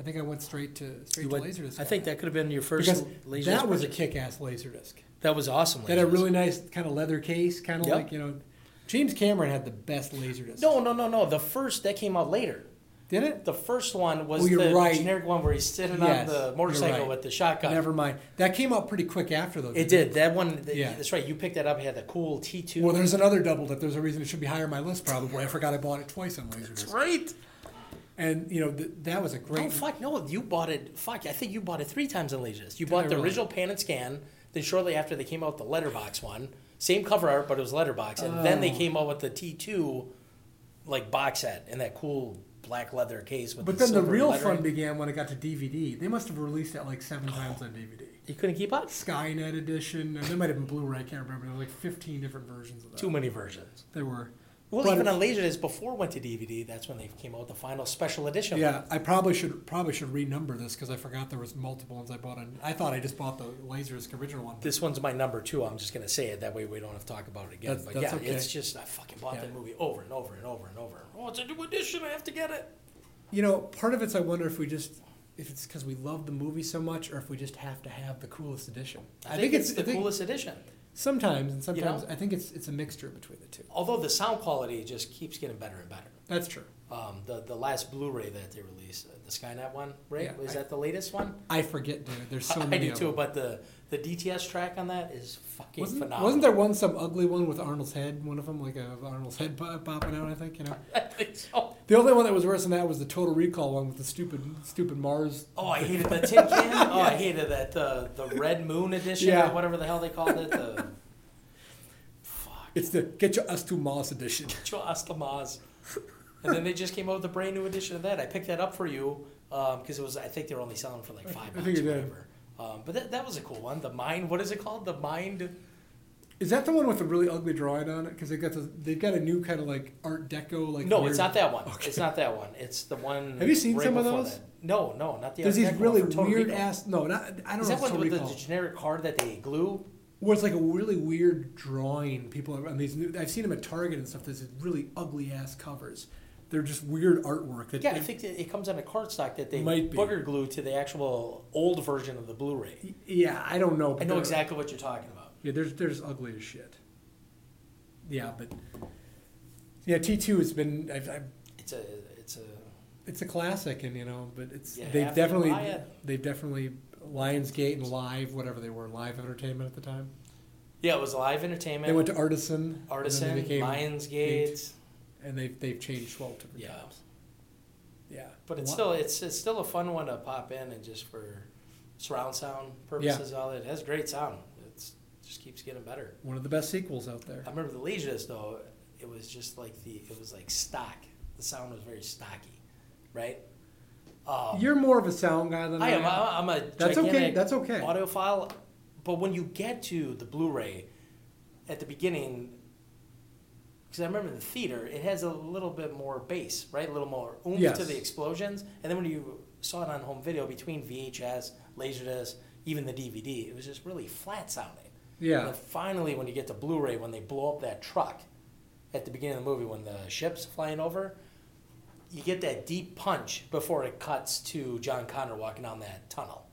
Speaker 2: I think I went straight to straight
Speaker 3: You
Speaker 2: to
Speaker 3: went-
Speaker 2: Laserdisc.
Speaker 3: I think that could have been your first
Speaker 2: because
Speaker 3: Laserdisc
Speaker 2: that was a
Speaker 3: purchase.
Speaker 2: kick-ass Laserdisc.
Speaker 3: That was awesome.
Speaker 2: That had a
Speaker 3: Laserdisc.
Speaker 2: really nice kind of leather case, kind of
Speaker 3: Yep.
Speaker 2: like you know, James Cameron had the best Laserdisc.
Speaker 3: No, no, no, no. The first that came out later.
Speaker 2: did it?
Speaker 3: The first one was
Speaker 2: Oh, you're
Speaker 3: the
Speaker 2: right.
Speaker 3: generic one where he's sitting
Speaker 2: Yes,
Speaker 3: on
Speaker 2: you're
Speaker 3: the motorcycle
Speaker 2: right.
Speaker 3: with the shotgun.
Speaker 2: Never mind. That came out pretty quick after though.
Speaker 3: It
Speaker 2: didn't
Speaker 3: did. That one. th-
Speaker 2: Yeah.
Speaker 3: That's right. You picked that up. It had the cool T two.
Speaker 2: Well, there's another double dip. There's a reason it should be higher on my list, probably. I forgot I bought it twice on Laserdisc.
Speaker 3: right.
Speaker 2: And, you know, th- that was a great.
Speaker 3: Oh fuck no! You bought it. Fuck. I think you bought it three times on Laserdisc. You
Speaker 2: Did I
Speaker 3: bought the
Speaker 2: really?
Speaker 3: original Pan and Scan. Then shortly after they came out with the letterbox one. Same cover art, but it was letterbox. And then
Speaker 2: Oh.
Speaker 3: they came out with the T two, like box set in that cool black leather case with.
Speaker 2: But then the
Speaker 3: silver
Speaker 2: real
Speaker 3: lettering. Oh.
Speaker 2: fun began when it got to DVD. They must have released that like seven times on DVD.
Speaker 3: You couldn't keep up.
Speaker 2: Skynet edition, and they might have been Blu-ray. I can't remember. There were like 15 different versions of that.
Speaker 3: Too many versions.
Speaker 2: There were.
Speaker 3: Well,
Speaker 2: But-
Speaker 3: even on Laserdisc before it went to DVD, that's when they came out with the final special edition.
Speaker 2: Yeah, I probably should probably should renumber this because I forgot there was multiple ones I bought. On, I thought I just bought the Laserdisc original one.
Speaker 3: This one's my number two. I'm just gonna say it that way we don't have to talk about it again.
Speaker 2: That's-
Speaker 3: but
Speaker 2: that's
Speaker 3: yeah,
Speaker 2: okay.
Speaker 3: it's just I fucking bought
Speaker 2: Yeah.
Speaker 3: that movie over and over and over and over. Oh, it's a new edition. I have to get it.
Speaker 2: You know, part of it's I wonder if we just if it's because we love the movie so much, or if we just have to have the coolest edition.
Speaker 3: I, think, it's, the
Speaker 2: I think-
Speaker 3: coolest edition.
Speaker 2: Sometimes and
Speaker 3: know?
Speaker 2: sometimes I think it's it's a mixture between the two.
Speaker 3: Although the sound quality just keeps getting better and better.
Speaker 2: That's true.
Speaker 3: Um, the the last Blu-ray that they released, uh, the Skynet one, right?
Speaker 2: Yeah,
Speaker 3: Is
Speaker 2: I-
Speaker 3: that the latest one?
Speaker 2: I forget, dude. There's so
Speaker 3: I
Speaker 2: many.
Speaker 3: do
Speaker 2: of
Speaker 3: too.
Speaker 2: them.
Speaker 3: But the the DTS track on that is fucking
Speaker 2: Wasn't,
Speaker 3: phenomenal.
Speaker 2: wasn't there one some ugly one with Arnold's head? One of them like a Arnold's head po- popping out. I think you know.
Speaker 3: I (laughs) think so.
Speaker 2: The only one that was worse than that was the Total Recall one with the stupid stupid Mars.
Speaker 3: Oh, I hated the tin can.
Speaker 2: (laughs)
Speaker 3: Oh, I hated that uh, the Red Moon edition
Speaker 2: Yeah.
Speaker 3: or whatever the hell they called it.
Speaker 2: (laughs)
Speaker 3: The fuck,
Speaker 2: It's the Get Your Us to Mars edition.
Speaker 3: Joe Astamaz. And then they just came out with a brand new edition of that. I picked that up for you because it was. I think they were only selling for like five
Speaker 2: I
Speaker 3: bucks
Speaker 2: think
Speaker 3: or
Speaker 2: you did.
Speaker 3: whatever. Um, but that, that was a cool one. The mind. What is it called? The mind.
Speaker 2: Is that the one with the really ugly drawing on it? Because they got the, they've got a new kind of like Art Deco like.
Speaker 3: No,
Speaker 2: weird-
Speaker 3: it's not that one. It's not that one. It's the one.
Speaker 2: Have you seen some of
Speaker 3: before
Speaker 2: those?
Speaker 3: that. No, no, not the.
Speaker 2: There's
Speaker 3: other
Speaker 2: these
Speaker 3: tech one
Speaker 2: really
Speaker 3: for Total
Speaker 2: weird
Speaker 3: Recall.
Speaker 2: ass. No, not, I don't
Speaker 3: Is that
Speaker 2: know. if
Speaker 3: one
Speaker 2: Total
Speaker 3: with
Speaker 2: Recall.
Speaker 3: the generic card that they glue?
Speaker 2: Where it's like a really weird drawing. People have- on these new. I've seen them at Target and stuff. There's these really ugly ass covers. They're just weird artwork. That
Speaker 3: Yeah, I think that it comes on a cardstock that they
Speaker 2: Might be.
Speaker 3: booger glue to the actual old version of the Blu-ray.
Speaker 2: Yeah, I don't know.
Speaker 3: I
Speaker 2: but
Speaker 3: know
Speaker 2: they're-
Speaker 3: exactly what you're talking about.
Speaker 2: Yeah, there's there's ugly as shit. Yeah, but yeah, T two has been. I've, I've,
Speaker 3: It's a, it's a.
Speaker 2: it's a classic, and you know, but it's
Speaker 3: You
Speaker 2: they've
Speaker 3: have to
Speaker 2: definitely
Speaker 3: buy it.
Speaker 2: they've definitely Lionsgate and Live, whatever they were, Live Entertainment at the time.
Speaker 3: Yeah, it was live entertainment.
Speaker 2: They went to Artisan, and
Speaker 3: Artisan,
Speaker 2: then they became-
Speaker 3: Lions
Speaker 2: Gate.
Speaker 3: Gate.
Speaker 2: and they've they've changed twelve different
Speaker 3: Yeah.
Speaker 2: times. Yeah,
Speaker 3: But it's
Speaker 2: Li-
Speaker 3: still it's it's still a fun one to pop in and just for surround sound purposes and all that. It has great sound. It's just keeps getting better.
Speaker 2: one of the best sequels out there.
Speaker 3: I remember the Legions though, it was just like the it was like stock. The sound was very stocky, right? Um,
Speaker 2: You're more of a sound guy than I,
Speaker 3: I am. I'm a
Speaker 2: That's okay,
Speaker 3: gigantic
Speaker 2: that's okay.
Speaker 3: Audiophile, but when you get to the Blu-ray, at the beginning, because I remember in the theater, it has a little bit more bass, right? A little more oomph
Speaker 2: Yes.
Speaker 3: to the explosions. And then when you saw it on home video, between VHS, Laserdisc, even the DVD, it was just really flat sounding.
Speaker 2: Yeah.
Speaker 3: And finally, when you get to Blu-ray, when they blow up that truck at the beginning of the movie, when the ship's flying over, you get that deep punch before it cuts to John Connor walking down that tunnel.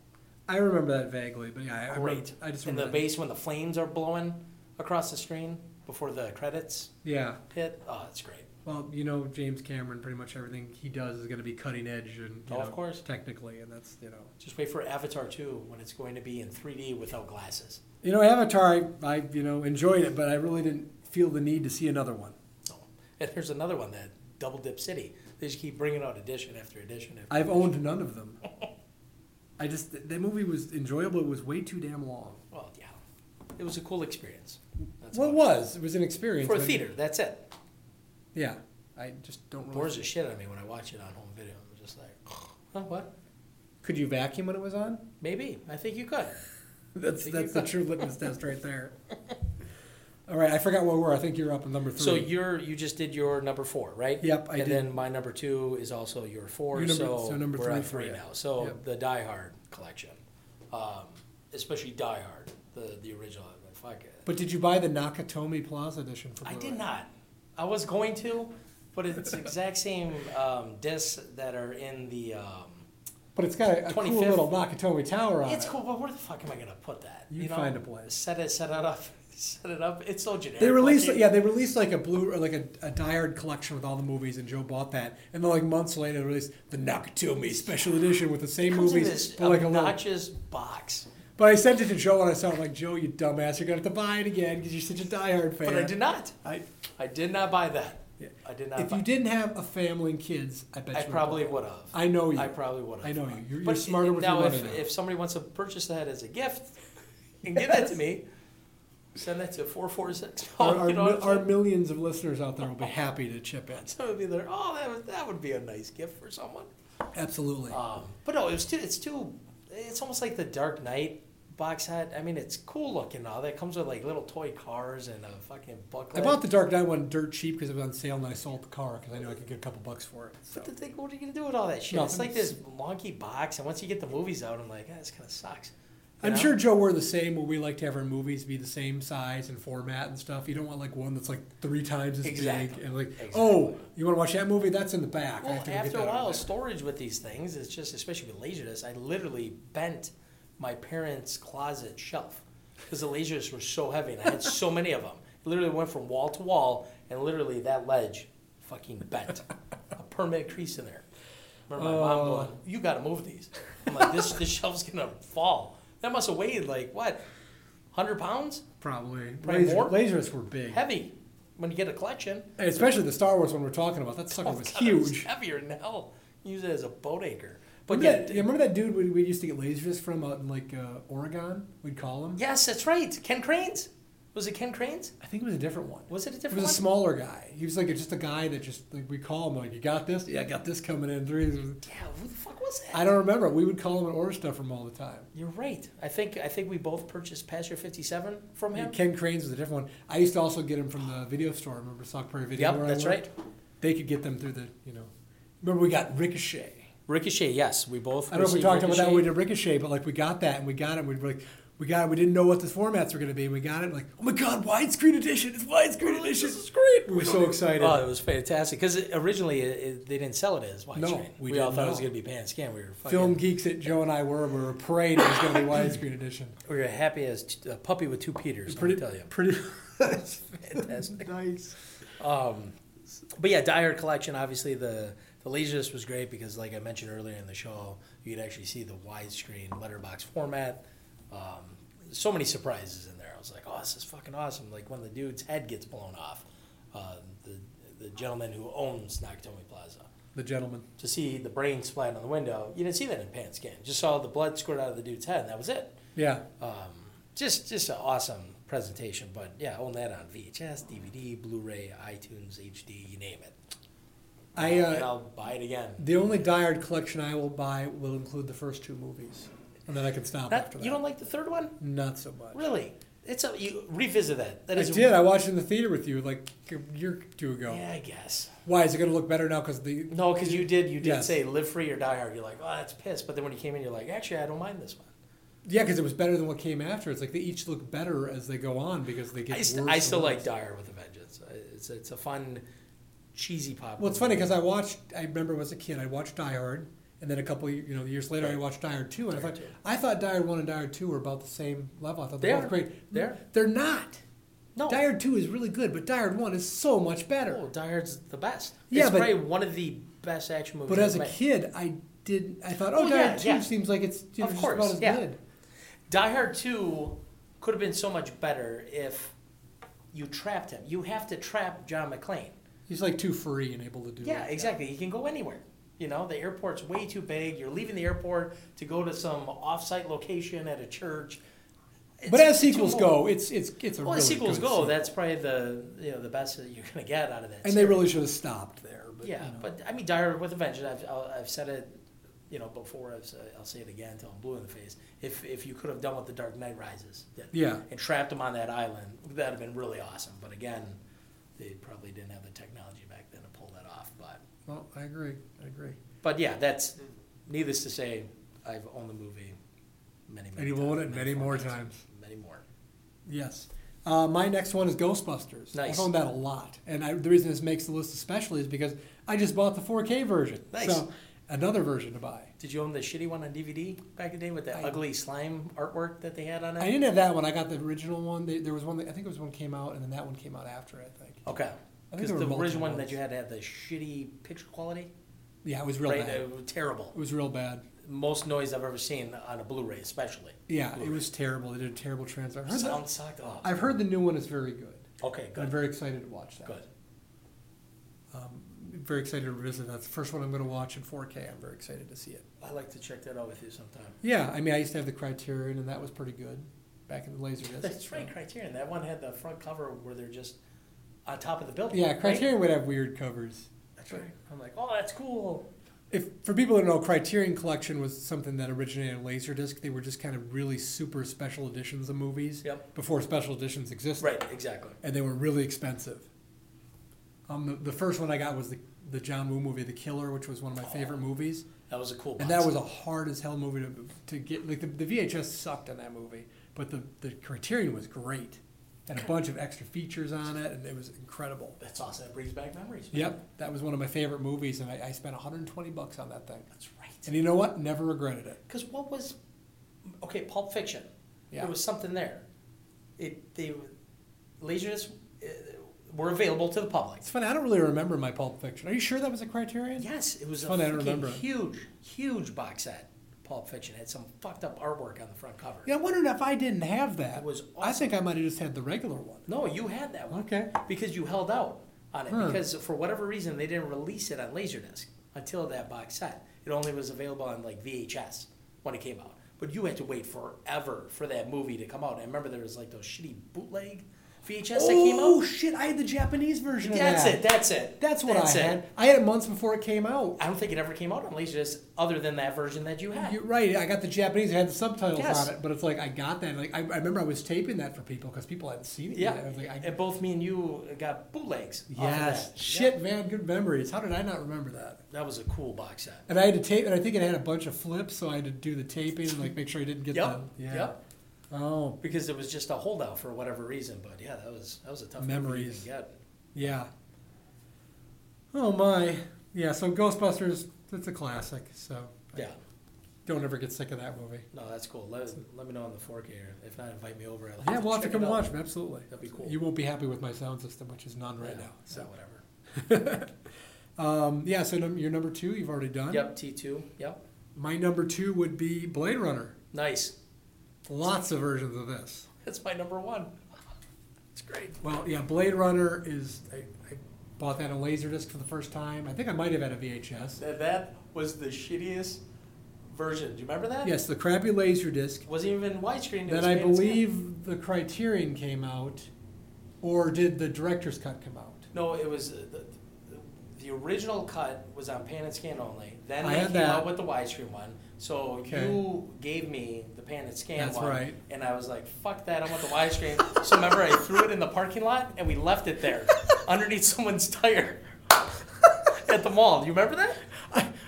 Speaker 2: I remember that vaguely, but yeah, I, I, remember-
Speaker 3: Great.
Speaker 2: I just
Speaker 3: and the
Speaker 2: remember. that.
Speaker 3: bass when the flames are blowing across the screen before the credits
Speaker 2: yeah.
Speaker 3: hit. Oh, it's great.
Speaker 2: Well, you know James Cameron. Pretty much everything he does is going to be cutting edge and you
Speaker 3: Oh, of
Speaker 2: know,
Speaker 3: course.
Speaker 2: technically, and that's you know.
Speaker 3: Just wait for Avatar 2 when it's going to be in 3D without glasses.
Speaker 2: You know, Avatar. I, I you know enjoyed it, but I really didn't feel the need to see another one.
Speaker 3: So, and there's another one that Double Dip City. They just keep bringing out edition after edition. After
Speaker 2: I've owned none of them. I just that movie was enjoyable. It was way too damn long.
Speaker 3: Well, yeah, it was a cool experience. That's
Speaker 2: well, it
Speaker 3: about
Speaker 2: was. It was an
Speaker 3: it.
Speaker 2: experience
Speaker 3: for a
Speaker 2: but-
Speaker 3: theater. That's it.
Speaker 2: Yeah, I just don't.
Speaker 3: Bores
Speaker 2: Really,
Speaker 3: the shit out of me when I watch it on home video. I'm just like, oh, what?
Speaker 2: Could you vacuum when it was on?
Speaker 3: Maybe. I think you could.
Speaker 2: (laughs) That's
Speaker 3: Think
Speaker 2: that's
Speaker 3: you
Speaker 2: the true litmus test right there. (laughs) All right, I forgot where we were. I think you're up on number three.
Speaker 3: So you're you just did your number four, right?
Speaker 2: Yep, I
Speaker 3: and
Speaker 2: did.
Speaker 3: then my number two is also your four.
Speaker 2: Your number-
Speaker 3: so,
Speaker 2: so number
Speaker 3: we're
Speaker 2: three
Speaker 3: on
Speaker 2: for
Speaker 3: three
Speaker 2: you.
Speaker 3: now. So
Speaker 2: Yep.
Speaker 3: the Die Hard collection, um, especially Die Hard, the the original. Fuck it.
Speaker 2: but did you buy the Nakatomi Plaza edition for
Speaker 3: I
Speaker 2: Blu-ray?
Speaker 3: did not. I was going to, but it's the exact same um, discs that are in the. Um,
Speaker 2: But it's got a, a cool
Speaker 3: 25th.
Speaker 2: little Nakatomi tower on
Speaker 3: it's
Speaker 2: it.
Speaker 3: cool, but where the fuck am I gonna put that?
Speaker 2: You find a place.
Speaker 3: Set it, set it up, (laughs) set it up. It's so generic.
Speaker 2: They
Speaker 3: like
Speaker 2: released,
Speaker 3: it-
Speaker 2: yeah, they released like a blue or like a, a diehard collection with all the movies, and Joe bought that. And then like months later, they released the Nakatomi special edition with the same
Speaker 3: comes in
Speaker 2: movies,
Speaker 3: this
Speaker 2: but like a little.
Speaker 3: obnoxious box.
Speaker 2: But I sent it to Joe, and I saw it like Joe, you dumbass, you're gonna have to buy it again because you're such a diehard fan.
Speaker 3: But I did not.
Speaker 2: I-
Speaker 3: I did not buy that.
Speaker 2: Yeah.
Speaker 3: I did not.
Speaker 2: if
Speaker 3: buy,
Speaker 2: you didn't have a family and kids, I bet
Speaker 3: I
Speaker 2: you would
Speaker 3: probably
Speaker 2: buy it.
Speaker 3: would have.
Speaker 2: I know you.
Speaker 3: I probably would have.
Speaker 2: I know you. You're, you're
Speaker 3: But
Speaker 2: smarter with
Speaker 3: now,
Speaker 2: your money
Speaker 3: if,
Speaker 2: now.
Speaker 3: if somebody wants to purchase that as a gift and give that to me, (laughs) send that to four four six. (laughs)
Speaker 2: our, our, mi- our millions of listeners out there will be happy to chip in.
Speaker 3: That would be there. Oh, that would, that would be a nice gift for someone.
Speaker 2: Absolutely.
Speaker 3: Um, but no, it was too. It's too. It's almost like the Dark Knight box set. I mean, it's cool looking now. That comes with like little toy cars and a fucking
Speaker 2: I
Speaker 3: bucklet.
Speaker 2: bought the Dark Knight one dirt cheap because it was on sale, and I sold the car because I knew I could get a couple bucks for it. So.
Speaker 3: But the thing, what are you gonna do with all that shit? It's
Speaker 2: Nothing.
Speaker 3: like this wonky box, and once you get the movies out, I'm like, ah, this kind of sucks. You
Speaker 2: I'm
Speaker 3: know?
Speaker 2: sure Joe we're the same. Where we like to have our movies be the same size and format and stuff. You don't want like one that's like three times as big
Speaker 3: Exactly.
Speaker 2: and like,
Speaker 3: Exactly.
Speaker 2: oh, you want to watch that movie? That's in the back. I
Speaker 3: Well,
Speaker 2: have to go get
Speaker 3: after
Speaker 2: that
Speaker 3: a
Speaker 2: out of
Speaker 3: while,
Speaker 2: there.
Speaker 3: storage with these things is just, especially with Laserdisc, I literally bent my parents' closet shelf because the Laserdiscs were so heavy, and I had so many of them. Literally went from wall to wall, and literally that ledge fucking bent, a permanent crease in there. Remember my mom
Speaker 2: Oh.
Speaker 3: going, "You got to move these." I'm like, "This (laughs) this shelf's gonna fall." That must have weighed like what, hundred pounds?
Speaker 2: probably.
Speaker 3: Probably
Speaker 2: Laser,
Speaker 3: more?
Speaker 2: lasers were big,
Speaker 3: heavy when you get a collection.
Speaker 2: And especially the Star Wars one we're talking about. That sucker
Speaker 3: Oh,
Speaker 2: was
Speaker 3: God, it
Speaker 2: huge.
Speaker 3: heavier than hell. Use it as a boat anchor. But
Speaker 2: Remember
Speaker 3: yeah,
Speaker 2: that, yeah, remember that dude we, we used to get lasers from out in like uh, Oregon? We'd call him.
Speaker 3: yes, that's right. Ken Cranes. Was it Ken Cranes?
Speaker 2: I think it was a different one.
Speaker 3: Was it a
Speaker 2: It
Speaker 3: different
Speaker 2: was a
Speaker 3: one?
Speaker 2: smaller guy. He was like just a guy that just like we call him like you got this? Yeah, I got this coming in three.
Speaker 3: yeah, who the fuck was that?
Speaker 2: I don't remember. We would call him and order stuff from him all the time.
Speaker 3: You're right. I think I think we both purchased Pasture 57 from him.
Speaker 2: Ken Cranes was a different one. I used to also get him from the video store. Remember Sock Prairie Video?
Speaker 3: Yep,
Speaker 2: where I
Speaker 3: that's
Speaker 2: worked? They could get them through the you know. Remember we got Ricochet.
Speaker 3: Ricochet, yes, we both.
Speaker 2: I don't know if we
Speaker 3: received
Speaker 2: talked about that when we
Speaker 3: Ricochet.
Speaker 2: did Ricochet, but like we got that and we got it. And we were like, we got it. We didn't know what the formats were going to be. And we got it. Like, oh my god, widescreen edition! It's widescreen edition. This is great. We were so excited.
Speaker 3: Oh, it was fantastic because originally it, it, they didn't sell it as widescreen.
Speaker 2: we
Speaker 3: all
Speaker 2: didn't
Speaker 3: thought it was
Speaker 2: know.
Speaker 3: going to be pan scan. We were fucking,
Speaker 2: Film geeks that Joe and I were we were afraid it was
Speaker 3: (coughs)
Speaker 2: going to be widescreen edition.
Speaker 3: We were happy as t- a puppy with two Peters.
Speaker 2: Pretty,
Speaker 3: let me tell you,
Speaker 2: pretty (laughs)
Speaker 3: fantastic.
Speaker 2: nice.
Speaker 3: Um, but yeah, Die Hard collection. Obviously, the the Laserdisc was great because, like I mentioned earlier in the show, you could actually see the widescreen letterbox format. Um, so many surprises in there. I was like, oh, this is fucking awesome. Like when the dude's head gets blown off, uh, the the gentleman who owns Nakatomi Plaza
Speaker 2: The gentleman.
Speaker 3: to see the brain splat on the window. You didn't see that in pan scan. Just saw the blood squirt out of the dude's head, and that was it.
Speaker 2: Yeah.
Speaker 3: Um, just just an awesome presentation. But yeah, own that on VHS, DVD, Blu-ray, iTunes, HD, you name it.
Speaker 2: I
Speaker 3: and
Speaker 2: uh,
Speaker 3: I'll buy it again.
Speaker 2: the only Diard collection I will buy will include the first two movies, and then I can stop
Speaker 3: Not-
Speaker 2: after that.
Speaker 3: you don't like the third one?
Speaker 2: Not so much.
Speaker 3: Really? It's a you revisit that. That
Speaker 2: I
Speaker 3: is a-
Speaker 2: did. I watched it in the theater with you like a year or two ago.
Speaker 3: yeah, I guess.
Speaker 2: Why is it going to look better now? Because the
Speaker 3: No, because you did. You did
Speaker 2: Yes.
Speaker 3: say "Live Free or Die Hard." You're like, "Oh, that's pissed." But then when you came in, you're like, "Actually, I don't mind this one."
Speaker 2: yeah, because it was better than what came after. It's like they each look better as they go on because they get.
Speaker 3: I, st-
Speaker 2: worse
Speaker 3: I
Speaker 2: and
Speaker 3: still like
Speaker 2: worse.
Speaker 3: Die Hard with a Vengeance. I- It's it's a fun, cheesy pop.
Speaker 2: Well, it's funny because I watched. I remember as a kid, I watched Die Hard, and then a couple, you know, years later, I watched Die Hard Two, and I thought I thought Die Hard One and Die Hard Two were about the same level. I thought they
Speaker 3: They
Speaker 2: were both
Speaker 3: are.
Speaker 2: great.
Speaker 3: They are.
Speaker 2: They're not.
Speaker 3: no,
Speaker 2: Die Hard Two is really good, but Die Hard One is so much better.
Speaker 3: no, Die Hard's the best.
Speaker 2: Yeah,
Speaker 3: it's
Speaker 2: but-
Speaker 3: probably one of the best action movies.
Speaker 2: but as a
Speaker 3: ever made.
Speaker 2: kid, I did. I thought, oh,
Speaker 3: Well,
Speaker 2: Die
Speaker 3: yeah,
Speaker 2: Hard Two
Speaker 3: yeah.
Speaker 2: seems like it's you know,
Speaker 3: Of
Speaker 2: just
Speaker 3: course,
Speaker 2: about as
Speaker 3: yeah.
Speaker 2: good.
Speaker 3: Die Hard 2 could have been so much better if you trapped him. You have to trap John McClane.
Speaker 2: He's like too free and able to do.
Speaker 3: Yeah,
Speaker 2: it.
Speaker 3: exactly. He can go anywhere. You know, the airport's way too big. You're leaving the airport to go to some off-site location at a church.
Speaker 2: But
Speaker 3: It's
Speaker 2: as sequels
Speaker 3: too
Speaker 2: go,
Speaker 3: old.
Speaker 2: it's it's it's a
Speaker 3: well,
Speaker 2: really
Speaker 3: as sequels
Speaker 2: good
Speaker 3: go,
Speaker 2: sequel.
Speaker 3: that's probably the you know the best that you're gonna get out of that.
Speaker 2: and they really should have stopped there. But,
Speaker 3: yeah,
Speaker 2: you know.
Speaker 3: but I mean, Die Hard with a Vengeance. I've I'll- I've said it you know, before I've, said- I'll say it again until I'm blue in the face. If if you could have done what the Dark Knight Rises did,
Speaker 2: Yeah.
Speaker 3: and trapped him on that island, that'd have been really awesome. But again, they probably didn't have the technology back then to pull that off. But
Speaker 2: Well, I agree. I agree.
Speaker 3: but yeah, that's needless to say, I've owned the movie many many
Speaker 2: And you've
Speaker 3: times,
Speaker 2: owned it many more
Speaker 3: formats,
Speaker 2: times.
Speaker 3: many more.
Speaker 2: Yes. Uh, my next one is Ghostbusters.
Speaker 3: Nice.
Speaker 2: I've owned that a lot, and I, the reason this makes the list especially is because I just bought the 4K version.
Speaker 3: Nice.
Speaker 2: So another version to buy.
Speaker 3: Did you own the shitty one on DVD back in the day with that
Speaker 2: I-
Speaker 3: ugly slime artwork that they had on it?
Speaker 2: I didn't have that one. I got the original one. They, there was one. That, I think it was one came out, and then that one came out after. I think.
Speaker 3: Okay.
Speaker 2: I think
Speaker 3: Because
Speaker 2: there were
Speaker 3: the
Speaker 2: multiple
Speaker 3: original one that
Speaker 2: ones.
Speaker 3: you had had the shitty picture quality,
Speaker 2: Yeah, it was real
Speaker 3: right?
Speaker 2: bad.
Speaker 3: It was terrible.
Speaker 2: It was real bad.
Speaker 3: Most noise I've ever seen on a Blu-ray, especially.
Speaker 2: Yeah, it was terrible. They did a terrible transfer. I've heard, the,
Speaker 3: Sound sucked. Oh.
Speaker 2: I've heard the new one is very good.
Speaker 3: okay,
Speaker 2: I'm
Speaker 3: good.
Speaker 2: very excited to watch that.
Speaker 3: Good.
Speaker 2: Very excited to revisit. that. That's the first one I'm going to watch in 4K. I'm very excited to see it.
Speaker 3: I'd like to check that out with you sometime.
Speaker 2: Yeah, I mean, I used to have the Criterion, and that was pretty good back in the Laserdisc.
Speaker 3: That's right, Criterion. That one had the front cover where they're just on top of the building.
Speaker 2: Yeah,
Speaker 3: right?
Speaker 2: Criterion would have weird covers.
Speaker 3: That's right. I'm like, oh, that's cool.
Speaker 2: If for people who don't know, Criterion Collection was something that originated in Laserdisc. They were just kind of really super special editions of movies
Speaker 3: Yep.
Speaker 2: before special editions existed,
Speaker 3: Right, exactly.
Speaker 2: and they were really expensive. Um, the, the first one I got was the the John Woo movie, The Killer, which was one of my favorite movies,
Speaker 3: That was a cool.
Speaker 2: and
Speaker 3: box.
Speaker 2: that was a hard as hell movie to, to get. Like the, the VHS sucked on that movie, but the the Criterion was great, and a bunch of extra features on it, and it was incredible.
Speaker 3: That's awesome. That brings back memories. man.
Speaker 2: Yep, that was one of my favorite movies, and I, I spent 120 bucks on that thing.
Speaker 3: That's
Speaker 2: And
Speaker 3: right.
Speaker 2: you know what? Never regretted it.
Speaker 3: Because what was, okay, Pulp Fiction.
Speaker 2: Yeah.
Speaker 3: There was something there. It they, lasers uh, were available to the public.
Speaker 2: It's funny. I don't really remember my Pulp Fiction. Are you sure that was a Criterion?
Speaker 3: Yes, it was a
Speaker 2: Funny, I don't
Speaker 3: freaking
Speaker 2: remember.
Speaker 3: huge, huge box set. Pulp Fiction had some fucked up artwork on the front cover.
Speaker 2: Yeah, I wondered if I didn't have that.
Speaker 3: It was
Speaker 2: I think I might have just had the regular one.
Speaker 3: No, you had that one.
Speaker 2: Okay.
Speaker 3: Because you held out on it.
Speaker 2: Huh.
Speaker 3: Because for whatever reason, they didn't release it on Laserdisc until that box set. It only was available on like VHS when it came out. But you had to wait forever for that movie to come out. I remember there was like those shitty bootleg VHS that came
Speaker 2: Oh
Speaker 3: out.
Speaker 2: shit! I had the Japanese version
Speaker 3: That's
Speaker 2: of that.
Speaker 3: it. That's it.
Speaker 2: That's what I
Speaker 3: it.
Speaker 2: had. I had it months before it came out.
Speaker 3: I don't think it ever came out on Laserdisc other than that version that you had.
Speaker 2: You're right. I got the Japanese. It had the subtitles
Speaker 3: Yes.
Speaker 2: on it, but it's like I got that. Like I, I remember I was taping that for people because people hadn't seen it
Speaker 3: yeah.
Speaker 2: yet. I was like, I,
Speaker 3: and both me and you got bootlegs. off of
Speaker 2: yes,
Speaker 3: that.
Speaker 2: shit,
Speaker 3: Yeah.
Speaker 2: man, good memories. How did I not remember that?
Speaker 3: That was a cool box set.
Speaker 2: And I had to tape, and I think it had a bunch of flips, so I had to do the taping and like make sure I didn't get
Speaker 3: Yep.
Speaker 2: the yeah.
Speaker 3: Yep.
Speaker 2: Oh
Speaker 3: because it was just a holdout for whatever reason. But yeah, that was that was a tough
Speaker 2: Memories.
Speaker 3: Movie to get.
Speaker 2: yeah. Oh my yeah. So Ghostbusters, it's a classic. So I
Speaker 3: Yeah,
Speaker 2: don't ever get sick of that movie.
Speaker 3: no, that's cool. Let, let me know on the 4K, or if not, invite me over. I'll
Speaker 2: Yeah, we'll have to
Speaker 3: check
Speaker 2: come
Speaker 3: it out.
Speaker 2: watch them. Absolutely,
Speaker 3: That'd be cool.
Speaker 2: You won't be happy with my sound system, which is none right
Speaker 3: Yeah,
Speaker 2: now.
Speaker 3: So
Speaker 2: So
Speaker 3: whatever.
Speaker 2: um, yeah. So num- your number two, you've already done.
Speaker 3: Yep, T2. Yep,
Speaker 2: My number two would be Blade Runner.
Speaker 3: nice. (laughs)
Speaker 2: Lots of versions of this.
Speaker 3: That's my number one. It's great.
Speaker 2: Well, yeah, Blade Runner is. I, I bought that on Laserdisc for the first time. I think I might have had a VHS.
Speaker 3: That, that was the shittiest version. Do you remember that?
Speaker 2: Yes, the crappy Laserdisc.
Speaker 3: Wasn't even widescreen. it
Speaker 2: Then
Speaker 3: was
Speaker 2: I
Speaker 3: made in scan.
Speaker 2: believe the Criterion came out, or did the director's cut come out?
Speaker 3: No, it was uh, the, the, the original cut was on pan and scan only. Then
Speaker 2: I
Speaker 3: they
Speaker 2: had
Speaker 3: came
Speaker 2: that.
Speaker 3: out with the widescreen one. So
Speaker 2: Okay.
Speaker 3: you gave me the pan and scan
Speaker 2: That's
Speaker 3: one,
Speaker 2: right.
Speaker 3: and I was like, "Fuck that! I want the
Speaker 2: (laughs)
Speaker 3: widescreen." so remember, I threw it in the parking lot, and we left it there underneath someone's tire (laughs) at the mall. Do you remember that?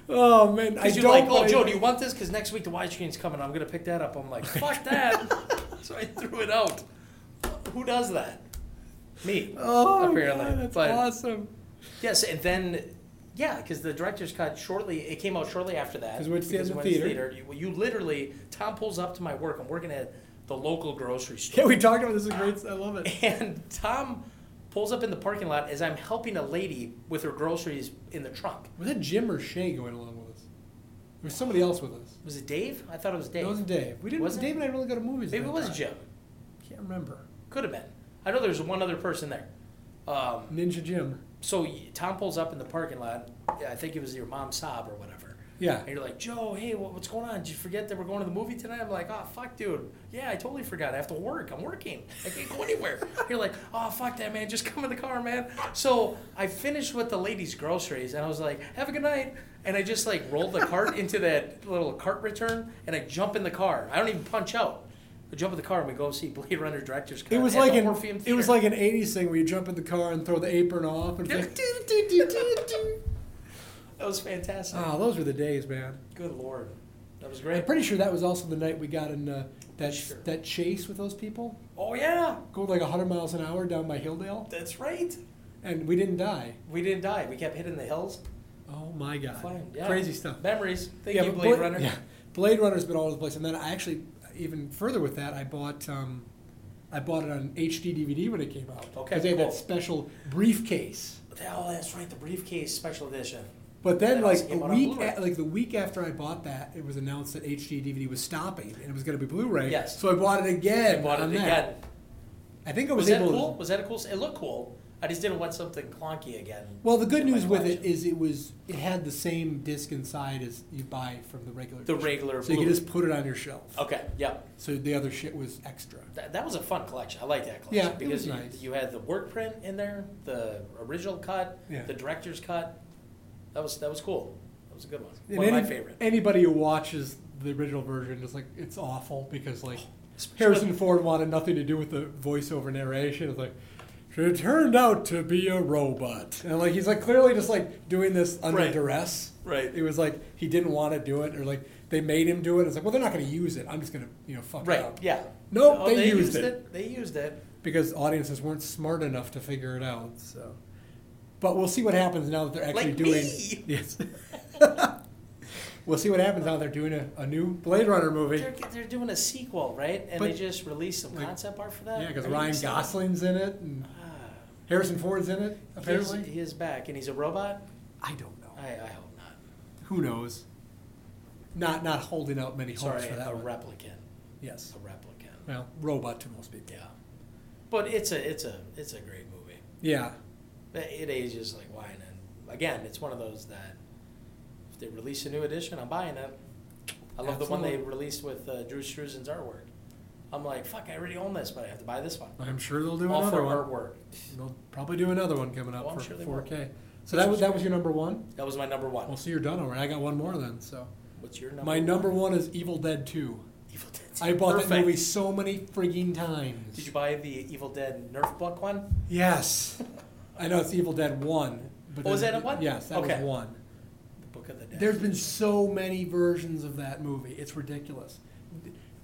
Speaker 2: Oh man, I
Speaker 3: Because
Speaker 2: don't.
Speaker 3: you're like, "Oh,
Speaker 2: wanna-
Speaker 3: Joe, do you want this? Because next week the widescreen's coming. I'm gonna pick that up." I'm
Speaker 2: (laughs)
Speaker 3: like, "Fuck that!" so I threw it out. Who does that? Me.
Speaker 2: Oh,
Speaker 3: apparently,
Speaker 2: God, that's
Speaker 3: but-
Speaker 2: awesome.
Speaker 3: Yes, and then yeah, because the director's cut shortly it came out shortly after that.
Speaker 2: 'Cause went to see it in the
Speaker 3: when it's
Speaker 2: theater.
Speaker 3: you, you literally Tom pulls up to my work. I'm working at the local grocery
Speaker 2: Yeah,
Speaker 3: store,
Speaker 2: we talked about this. Is great. I love it.
Speaker 3: and Tom pulls up in the parking lot as I'm helping a lady with her groceries in the trunk.
Speaker 2: Was that Jim or Shay going along with us? There was somebody else with us.
Speaker 3: Was it Dave? I thought it was Dave.
Speaker 2: It wasn't Dave. We didn't.
Speaker 3: Was it?
Speaker 2: Dave and I really go to movies.
Speaker 3: Maybe
Speaker 2: at
Speaker 3: it
Speaker 2: that
Speaker 3: was
Speaker 2: time.
Speaker 3: Jim.
Speaker 2: Can't remember.
Speaker 3: Could have been. I know there's one other person there. Um,
Speaker 2: Ninja Jim.
Speaker 3: so y- Tom pulls up in the parking lot. Yeah, I think it was your mom sob or whatever.
Speaker 2: Yeah.
Speaker 3: And you're like, Joe, hey, what, what's going on? Did you forget that we're going to the movie tonight? I'm like, oh, fuck, dude. Yeah, I totally forgot. I have to work. I'm working. I can't go anywhere. (laughs) you're like, oh, fuck that, man. Just come in the car, man. So I finished with the ladies' groceries and I was like, have a good night. And I just like rolled the cart
Speaker 2: (laughs)
Speaker 3: into that little cart return and I jump in the car. I don't even punch out. I jump in the car and we go see Blade Runner Director's Cut.
Speaker 2: It was
Speaker 3: at
Speaker 2: like
Speaker 3: the
Speaker 2: an
Speaker 3: Orpheum
Speaker 2: it was
Speaker 3: Theater.
Speaker 2: like an '80s thing where you jump in the car and throw the apron off and it's
Speaker 3: (laughs)
Speaker 2: like, "Doo, doo, doo, doo, doo."
Speaker 3: that was fantastic.
Speaker 2: Ah, those were the days, man.
Speaker 3: Good lord, that was
Speaker 2: I'm
Speaker 3: great.
Speaker 2: pretty sure that was also the night we got in uh, that
Speaker 3: Sure.
Speaker 2: that chase with those people
Speaker 3: Oh yeah,
Speaker 2: going like 100 miles an hour down by Hilldale,
Speaker 3: that's right.
Speaker 2: and we didn't die.
Speaker 3: We didn't die. We kept hitting the hills.
Speaker 2: Oh my god,
Speaker 3: Flying. Yeah.
Speaker 2: crazy stuff.
Speaker 3: Memories. Thank you,
Speaker 2: but
Speaker 3: Blade Runner.
Speaker 2: Yeah, Blade Runner's been all over the place, and then I actually even further with that, I bought um, I bought it on HD DVD when it came out
Speaker 3: Okay,
Speaker 2: they had
Speaker 3: cool.
Speaker 2: that special briefcase.
Speaker 3: Oh, that's right. The briefcase special edition.
Speaker 2: But then,
Speaker 3: That
Speaker 2: like
Speaker 3: also
Speaker 2: a
Speaker 3: came out on
Speaker 2: week,
Speaker 3: Blu-ray.
Speaker 2: a, like the week after I bought that, it was announced that HD DVD was stopping and it was going to be Blu-ray.
Speaker 3: Yes.
Speaker 2: So I bought it again.
Speaker 3: I bought it
Speaker 2: on that.
Speaker 3: again.
Speaker 2: I think I was,
Speaker 3: Was that
Speaker 2: able.
Speaker 3: cool?
Speaker 2: To,
Speaker 3: Was that a cool? s- It looked cool. I just didn't want something clunky again.
Speaker 2: well, the good
Speaker 3: in my
Speaker 2: news with it
Speaker 3: collection.
Speaker 2: is it was it had the same disc inside as you buy from the regular.
Speaker 3: The
Speaker 2: edition.
Speaker 3: regular
Speaker 2: So you could
Speaker 3: Blu-ray.
Speaker 2: just put it on your shelf.
Speaker 3: Okay. Yep.
Speaker 2: So the other shit was extra.
Speaker 3: That, that was a fun collection. I like that collection
Speaker 2: Yeah, it
Speaker 3: because
Speaker 2: was
Speaker 3: you,
Speaker 2: nice.
Speaker 3: you had the work print in there, the original cut,
Speaker 2: Yeah.
Speaker 3: the director's cut. That was that was cool. That was a good one.
Speaker 2: And
Speaker 3: one of my
Speaker 2: any-
Speaker 3: favorite.
Speaker 2: Anybody who watches the original version is like, it's awful because like
Speaker 3: Especially
Speaker 2: Harrison Ford wanted nothing to do with the voiceover narration. It's like it turned out to be a robot, and like he's like clearly just like doing this under
Speaker 3: Right.
Speaker 2: duress.
Speaker 3: Right.
Speaker 2: It was like he didn't want to do it, or like they made him do it. It's like, well, they're not going to use it. I'm just going to you know fuck it
Speaker 3: Right.
Speaker 2: up.
Speaker 3: Yeah.
Speaker 2: Nope,
Speaker 3: Oh,
Speaker 2: they used it.
Speaker 3: They used it.
Speaker 2: Because audiences weren't smart enough to figure it out. So, but we'll see what happens now that they're actually
Speaker 3: Like
Speaker 2: doing.
Speaker 3: me.
Speaker 2: (laughs) Yes. we'll see what happens now. They're doing a, a new Blade Runner movie.
Speaker 3: They're, they're doing a sequel, right? And they
Speaker 2: But-
Speaker 3: just released some
Speaker 2: like-
Speaker 3: concept art for that.
Speaker 2: Yeah, because
Speaker 3: Are you
Speaker 2: Ryan
Speaker 3: excited?
Speaker 2: Gosling's in it and
Speaker 3: Ah,
Speaker 2: Harrison Ford's in it.
Speaker 3: he is-
Speaker 2: Apparently,
Speaker 3: he is back, and he's a robot.
Speaker 2: I don't know.
Speaker 3: I, I hope not.
Speaker 2: Who knows? Not not holding out many hopes
Speaker 3: Sorry,
Speaker 2: for
Speaker 3: a
Speaker 2: that. one.
Speaker 3: replicant.
Speaker 2: yes.
Speaker 3: A replicant.
Speaker 2: Well, robot to most people.
Speaker 3: Yeah, but it's a it's a it's a great movie.
Speaker 2: Yeah.
Speaker 3: It it ages like wine, and again, it's one of those that if they release a new edition, I'm buying it. I love the one they
Speaker 2: Absolutely.
Speaker 3: released with uh, Drew Struzan's artwork. I'm like, fuck, I already own this, but I have to buy this one.
Speaker 2: I'm sure they'll do
Speaker 3: All for
Speaker 2: another one.
Speaker 3: artwork.
Speaker 2: They'll probably do another one coming up
Speaker 3: Oh, I'm
Speaker 2: for
Speaker 3: sure they
Speaker 2: 4K. So that was that was your number one.
Speaker 3: That was my number one.
Speaker 2: Well, so you're done already. I got one more then. So
Speaker 3: What's your number?
Speaker 2: my number one is Evil Dead Two.
Speaker 3: Evil Dead.
Speaker 2: I bought that
Speaker 3: Perfect.
Speaker 2: movie so many frigging times.
Speaker 3: Did you buy the Evil Dead Nerf book one?
Speaker 2: Yes. I know it's Evil Dead One. But
Speaker 3: Oh, is
Speaker 2: then-
Speaker 3: that a one?
Speaker 2: Yes, that
Speaker 3: Okay.
Speaker 2: was one.
Speaker 3: The Book of the Dead.
Speaker 2: There's been so many versions of that movie. It's ridiculous.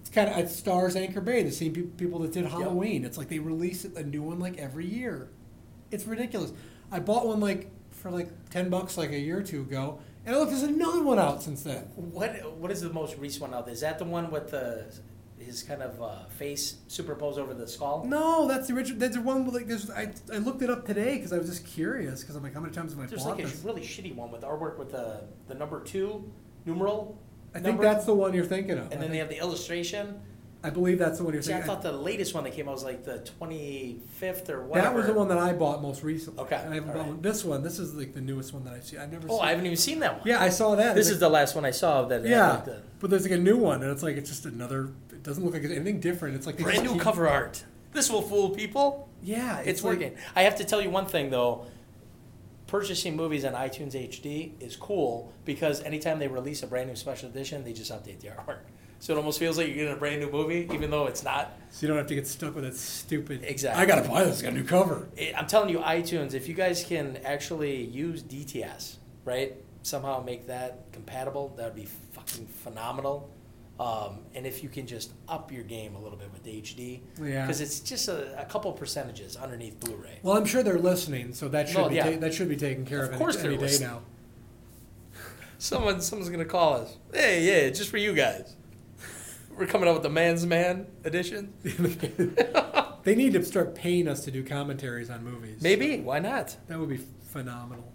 Speaker 2: It's kind of it stars Anchor Bay, the same pe- people that did Halloween. It's like they release it- a new one like every year. It's ridiculous. I bought one like for like ten bucks like a year or two ago, and I look, there's another one out since then.
Speaker 3: what What is the most recent one out there? Is that the one with the his kind of uh, face superposed over the skull?
Speaker 2: No, that's the original. That's the one with like. There's, I I looked it up today because I was just curious because I'm like, how many times have I
Speaker 3: There's
Speaker 2: bought
Speaker 3: like a
Speaker 2: this?
Speaker 3: really shitty one with artwork with the the number two numeral.
Speaker 2: I think
Speaker 3: number,
Speaker 2: that's the one you're thinking of.
Speaker 3: And
Speaker 2: I
Speaker 3: then they
Speaker 2: think-
Speaker 3: have the illustration.
Speaker 2: I believe that's the one you're
Speaker 3: See, I
Speaker 2: thinking.
Speaker 3: thought the latest one that came out was like the 25th or whatever.
Speaker 2: That was the one that I bought most recently.
Speaker 3: Okay,
Speaker 2: And I haven't
Speaker 3: all
Speaker 2: bought
Speaker 3: right.
Speaker 2: one. this one. This is like the newest one that I've seen. I've never
Speaker 3: Oh,
Speaker 2: seen.
Speaker 3: I haven't even seen that one.
Speaker 2: yeah, I saw that.
Speaker 3: This
Speaker 2: It's
Speaker 3: is the last one I saw of that.
Speaker 2: like- yeah, but there's like a new one, and it's like it's just another. It doesn't look like it's anything different. It's like they
Speaker 3: Brand
Speaker 2: just
Speaker 3: new
Speaker 2: keep-
Speaker 3: cover art. This will fool people.
Speaker 2: Yeah,
Speaker 3: It's
Speaker 2: like-
Speaker 3: working. I have to tell you one thing though. Purchasing movies on iTunes HD is cool because anytime they release a brand new special edition, they just update the artwork. So it almost feels like you're getting a brand new movie, even though it's not.
Speaker 2: so you don't have to get stuck with that stupid.
Speaker 3: Exactly.
Speaker 2: I gotta buy this. It's got a new cover.
Speaker 3: It- I'm telling you, iTunes, if you guys can actually use DTS, right? Somehow make that compatible, that would be fucking phenomenal. Um, and if you can just up your game a little bit with HD,
Speaker 2: Yeah.
Speaker 3: because it's just a, a couple percentages underneath Blu ray.
Speaker 2: Well, I'm sure they're listening, so that should
Speaker 3: No,
Speaker 2: be
Speaker 3: yeah.
Speaker 2: ta- that should be taken care
Speaker 3: Of
Speaker 2: of, any-
Speaker 3: course they're
Speaker 2: any, day
Speaker 3: listening.
Speaker 2: now.
Speaker 3: Someone, someone's gonna call us. Hey, yeah, just for you guys. (laughs) We're coming out with the man's man edition.
Speaker 2: They need to start paying us to do commentaries on movies.
Speaker 3: Maybe. Why not?
Speaker 2: That would be phenomenal.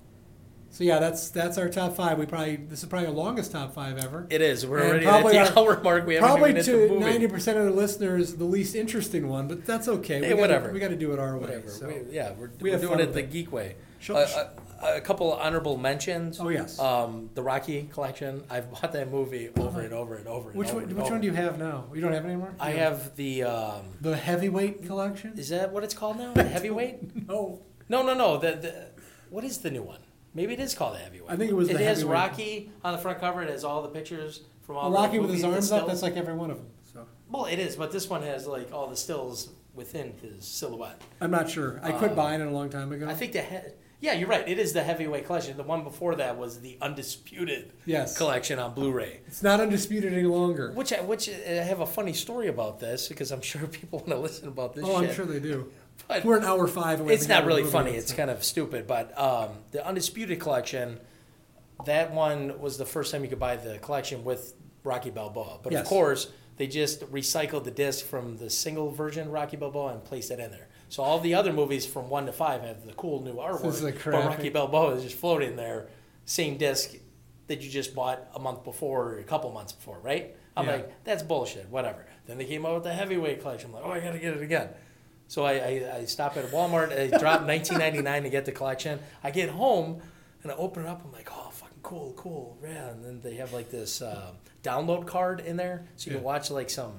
Speaker 2: So yeah, that's that's our top five. We probably this is probably our longest top five ever.
Speaker 3: It is. We're
Speaker 2: And
Speaker 3: already
Speaker 2: probably
Speaker 3: at the
Speaker 2: our-
Speaker 3: hour mark. We haven't
Speaker 2: Probably
Speaker 3: even hit
Speaker 2: to
Speaker 3: the movie.
Speaker 2: ninety percent of the listeners, the least interesting one, but that's okay.
Speaker 3: Hey,
Speaker 2: gotta-
Speaker 3: Eh, whatever.
Speaker 2: We got to do it our way.
Speaker 3: Whatever.
Speaker 2: so.
Speaker 3: We- yeah, we're,
Speaker 2: We
Speaker 3: we're
Speaker 2: have
Speaker 3: doing
Speaker 2: fun
Speaker 3: it
Speaker 2: with
Speaker 3: the
Speaker 2: it.
Speaker 3: geek way.
Speaker 2: Sure,
Speaker 3: Uh,
Speaker 2: sure.
Speaker 3: uh, a couple honorable mentions.
Speaker 2: Oh, yes.
Speaker 3: Um, the Rocky collection. I've (laughs) bought that movie over and over and over. And
Speaker 2: Uh-huh. Which
Speaker 3: over
Speaker 2: one?
Speaker 3: and
Speaker 2: Which
Speaker 3: over.
Speaker 2: one do you have now? You don't have it anymore.
Speaker 3: I
Speaker 2: No.
Speaker 3: have the. Um,
Speaker 2: the heavyweight collection.
Speaker 3: is that what it's called now? The heavyweight?
Speaker 2: (laughs) Oh,
Speaker 3: No, no, no. The, the what is the new one? Maybe it is called the heavyweight.
Speaker 2: I think it was
Speaker 3: It
Speaker 2: the
Speaker 3: has
Speaker 2: heavyweight.
Speaker 3: Rocky on the front cover. It has all the pictures from all.
Speaker 2: Rocky
Speaker 3: the
Speaker 2: with his
Speaker 3: movies, the
Speaker 2: arms up.
Speaker 3: stills.
Speaker 2: That's like every one of them. So
Speaker 3: Well, it is, but this one has like all the stills within his silhouette.
Speaker 2: I'm not sure. I quit buying it a long time ago.
Speaker 3: um, I think the he- yeah, you're right. It is the heavyweight collection. The one before that was the undisputed
Speaker 2: Yes.
Speaker 3: collection on Blu-ray.
Speaker 2: it's not undisputed any longer.
Speaker 3: Which I which uh, I have a funny story about this because I'm (laughs) sure people want to listen about this.
Speaker 2: Oh,
Speaker 3: shit.
Speaker 2: I'm sure they do.
Speaker 3: But-
Speaker 2: We're an hour five away.
Speaker 3: it's
Speaker 2: from
Speaker 3: not
Speaker 2: getting
Speaker 3: really
Speaker 2: rid of
Speaker 3: funny.
Speaker 2: it.
Speaker 3: It's kind of stupid, but um, the Undisputed Collection, that one was the first time you could buy the collection with Rocky Balboa. But of
Speaker 2: Yes.
Speaker 3: course, they just recycled the disc from the single version Rocky Balboa and placed it in there. So all the other movies from one to five have the cool new artwork,
Speaker 2: is like
Speaker 3: but
Speaker 2: crappy.
Speaker 3: Rocky Balboa is just floating there, same disc that you just bought a month before or a couple months before, right? I'm
Speaker 2: Yeah.
Speaker 3: like, that's bullshit. Whatever. Then they came out with the heavyweight collection. I'm like, oh, I gotta get it again. So I, I, I stop at Walmart.
Speaker 2: (laughs)
Speaker 3: I drop 19.99 to get the collection. I get home and I open it up. I'm like, oh, fucking cool, cool, yeah. And then they have like this um download card in there, so you can
Speaker 2: Yeah.
Speaker 3: watch like some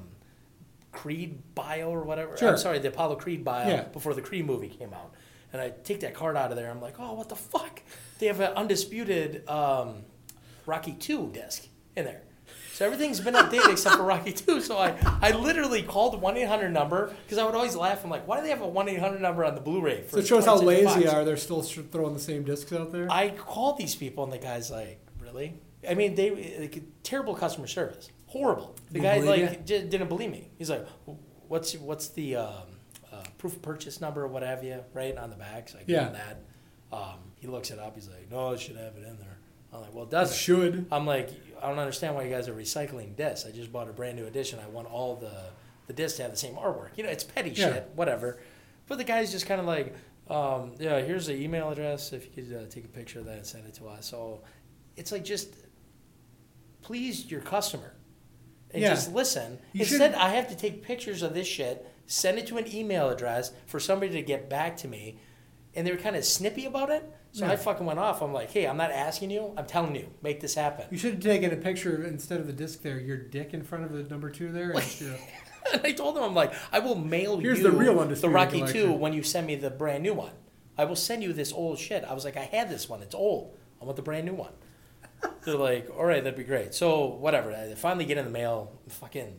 Speaker 3: Creed bio or whatever. I'm
Speaker 2: Sure.
Speaker 3: sorry, the Apollo Creed bio
Speaker 2: Yeah.
Speaker 3: before the Creed movie came out. And I take that card out of there. I'm like, oh, what the fuck? They have an undisputed um, Rocky 2 disc in there. So everything's been
Speaker 2: (laughs)
Speaker 3: updated except for Rocky 2. So I, I literally called the 1 800 number because I would always laugh. I'm like, why do they have a 1 800 number on the Blu ray?
Speaker 2: So it shows how lazy are. They're still sh- throwing the same discs out there.
Speaker 3: I called these people, and the guy's like, "Really?" I mean, they, they could- terrible customer service, horrible. The guy
Speaker 2: Didn't believe
Speaker 3: like di- didn't believe me. He's like, "Wh- "What's what's the um, uh, proof of purchase number or what have you?" Right on the back, so I give him
Speaker 2: Yeah.
Speaker 3: that. Um, he looks it up. He's like, "No, it should have it in there." I'm like, "Well, it doesn't."
Speaker 2: should.
Speaker 3: I'm like, I don't understand why you guys are recycling discs. I just bought a brand new edition. I want all the the discs to have the same artwork. You know, it's petty
Speaker 2: Yeah.
Speaker 3: shit, whatever. But the guy's just kind of like, um, yeah, here's the email address. If you could uh, take a picture of that and send it to us. So it's like just please your customer and
Speaker 2: Yeah.
Speaker 3: just listen.
Speaker 2: You
Speaker 3: Instead,
Speaker 2: shouldn't-
Speaker 3: I have to take pictures of this shit, send it to an email address for somebody to get back to me. And they were kind of snippy about it. So I
Speaker 2: Yeah.
Speaker 3: fucking went off. I'm like, hey, I'm not asking you. I'm telling you, make this happen. (laughs)
Speaker 2: You should have taken a picture of, instead of the disc there, your dick in front of the number two there.
Speaker 3: (laughs)
Speaker 2: and, uh,
Speaker 3: And I told them, I'm like, I will mail
Speaker 2: Here's
Speaker 3: you
Speaker 2: the real
Speaker 3: the
Speaker 2: Undisputed
Speaker 3: Rocky
Speaker 2: collection.
Speaker 3: 2 when you send me the brand new one. I will send you this old shit. I was like, I had this one. It's old. I want the brand new one. (laughs) They're like, all right, that'd be great. So whatever. I finally get in the mail. Fucking,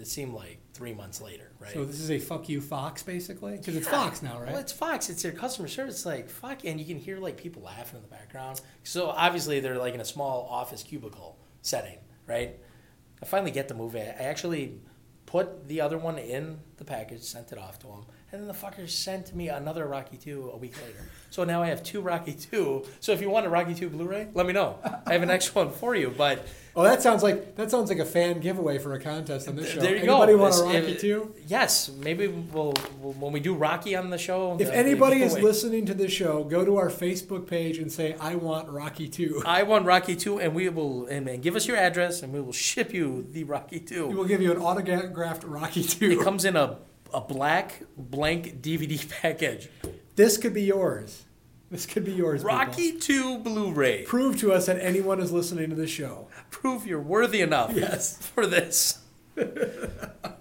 Speaker 3: it seemed like three months later, right?
Speaker 2: so this is a fuck you Fox basically because it's Fox now, right?
Speaker 3: Well, it's Fox. It's their customer service. It's like fuck, and you can hear like people laughing in the background. So obviously they're like in a small office cubicle setting, right? I finally get the movie. I actually put the other one in the package, sent it off to him, and then the fucker sent me another Rocky Two a week later. So now I have two Rocky Two. So if you want a Rocky Two Blu-ray, let me know. I have an extra one for you, but.
Speaker 2: oh, that sounds like that sounds like a fan giveaway for a contest on this show.
Speaker 3: There you
Speaker 2: anybody
Speaker 3: go.
Speaker 2: want a
Speaker 3: This-
Speaker 2: Rocky
Speaker 3: if-
Speaker 2: two?
Speaker 3: Yes, maybe we'll, we'll when we do Rocky on the show.
Speaker 2: If
Speaker 3: uh,
Speaker 2: anybody
Speaker 3: we
Speaker 2: is
Speaker 3: giveaway.
Speaker 2: listening to this show, go to our Facebook page and say I want Rocky two.
Speaker 3: I want Rocky two, and we will and, and give us your address, and we will ship you the Rocky
Speaker 2: We
Speaker 3: two.
Speaker 2: will give you an autographed Rocky
Speaker 3: Oh. It
Speaker 2: two.
Speaker 3: comes in a a black blank DVD (laughs) package.
Speaker 2: this could be yours. This could be yours. people.
Speaker 3: Rocky two Blu-ray.
Speaker 2: Prove to us that anyone is listening to this show.
Speaker 3: Prove you're worthy enough. (laughs)
Speaker 2: Yes.
Speaker 3: For this. (laughs)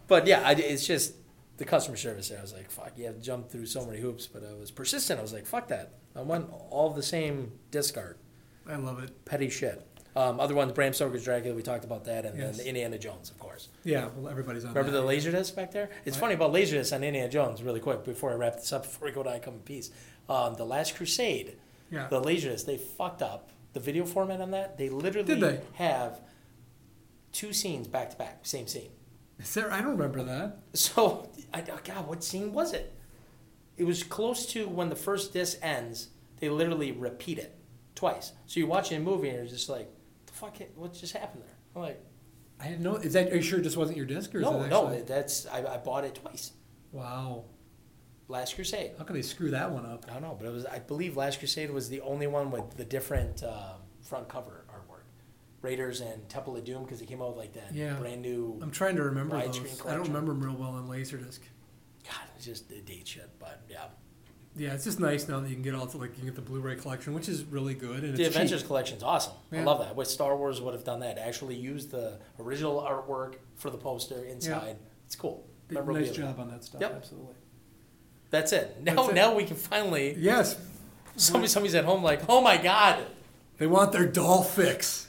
Speaker 3: but yeah, I, it's just the customer service there. I was like, fuck, you have to jump through so many hoops. But I was persistent. I was like, fuck that. I want all the same discard.
Speaker 2: I love it.
Speaker 3: Petty shit. Um, other ones, Bram Stoker's Dracula. We talked about that, and
Speaker 2: Yes.
Speaker 3: then Indiana Jones, of course.
Speaker 2: Yeah, well, everybody's on.
Speaker 3: Remember
Speaker 2: that.
Speaker 3: the laser disc back there? It's funny about laser disc on Indiana Jones, really quick, before I wrap this up, before we go to I Come in Peace. Um, the Last Crusade,
Speaker 2: Yeah.
Speaker 3: the laser disc, they fucked up the video format on that. They literally
Speaker 2: they?
Speaker 3: have two scenes back to back, same scene. (laughs)
Speaker 2: Is there, I don't remember that.
Speaker 3: So, I, oh, God, what scene was it? It was close to when the first disc ends, they literally repeat it twice. So you're watching a movie and you're just like, the fuck, what just happened there? I'm like,
Speaker 2: I had no. Is that? Are you sure it just wasn't your disc? Or
Speaker 3: no,
Speaker 2: is that
Speaker 3: no,
Speaker 2: actually-
Speaker 3: that's, I, I bought it twice.
Speaker 2: Wow.
Speaker 3: Last Crusade.
Speaker 2: How can they screw that one up?
Speaker 3: I don't know, but it was. I believe Last Crusade was the only one with the different um, front cover artwork, Raiders and Temple of Doom, because it came out with like that
Speaker 2: Yeah. Um,
Speaker 3: brand new.
Speaker 2: I'm trying to remember
Speaker 3: Widescreen
Speaker 2: those. I don't
Speaker 3: collection.
Speaker 2: remember them real well on Laserdisc.
Speaker 3: God, it's just it dates shit, but yeah,
Speaker 2: Yeah, it's just nice now that you can get all like you can get the Blu-ray collection, which is really good and
Speaker 3: The
Speaker 2: it's
Speaker 3: Adventures
Speaker 2: cheap.
Speaker 3: Collection's awesome. I
Speaker 2: Yeah.
Speaker 3: love that. What Star Wars would have done that. Actually use the original artwork for the poster inside. It's cool.
Speaker 2: They-
Speaker 3: Memorabilia.
Speaker 2: Nice job on that stuff.
Speaker 3: Yep.
Speaker 2: Absolutely.
Speaker 3: That's it. Now
Speaker 2: That's it.
Speaker 3: now we can finally
Speaker 2: Yes,
Speaker 3: somebody somebody's at home like, "Oh my god.
Speaker 2: they want their doll fix.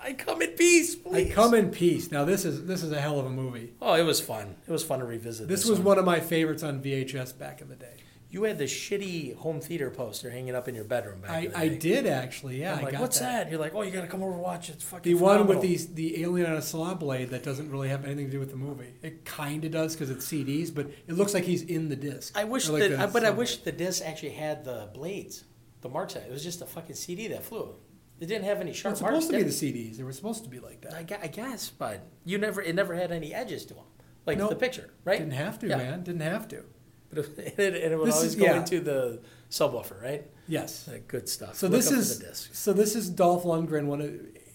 Speaker 3: I come in peace,
Speaker 2: I
Speaker 3: please."
Speaker 2: come in peace. Now this is this is a hell of a movie.
Speaker 3: Oh, it was fun. It was fun to revisit. This,
Speaker 2: This was one of my favorites on VHS back in the day.
Speaker 3: You had the shitty home theater poster hanging up in your bedroom back
Speaker 2: I,
Speaker 3: in the
Speaker 2: I
Speaker 3: day.
Speaker 2: did actually. Yeah,
Speaker 3: I'm
Speaker 2: I
Speaker 3: like,
Speaker 2: got
Speaker 3: what's that? You're like, oh, you got to come over and watch it. It's fucking
Speaker 2: The one with
Speaker 3: phenomenal."
Speaker 2: the the alien on a saw blade that doesn't really have anything to do with the movie. It kind of does because it's CDs, but it looks like he's in the disc.
Speaker 3: I wish
Speaker 2: Or like
Speaker 3: that,
Speaker 2: the
Speaker 3: I- but I
Speaker 2: saw blade.
Speaker 3: wish the disc actually had the blades, the marks on it. It was just a fucking CD that flew. It didn't have any
Speaker 2: Well,
Speaker 3: sharp
Speaker 2: it's
Speaker 3: marks.
Speaker 2: supposed to be
Speaker 3: did
Speaker 2: the CDs. They were supposed to be like
Speaker 3: it?
Speaker 2: that.
Speaker 3: I, gue- I guess, but you never. It never had any edges to them, like
Speaker 2: Nope.
Speaker 3: the picture, right?
Speaker 2: Didn't have to,
Speaker 3: Yeah.
Speaker 2: man. Didn't have to.
Speaker 3: But it, (laughs) and it would
Speaker 2: This
Speaker 3: always
Speaker 2: is-
Speaker 3: go
Speaker 2: yeah.
Speaker 3: into the subwoofer, right?
Speaker 2: Yes.
Speaker 3: Like, good stuff.
Speaker 2: So
Speaker 3: Look
Speaker 2: this
Speaker 3: up for
Speaker 2: is
Speaker 3: the disc.
Speaker 2: so this is Dolph Lundgren. One of,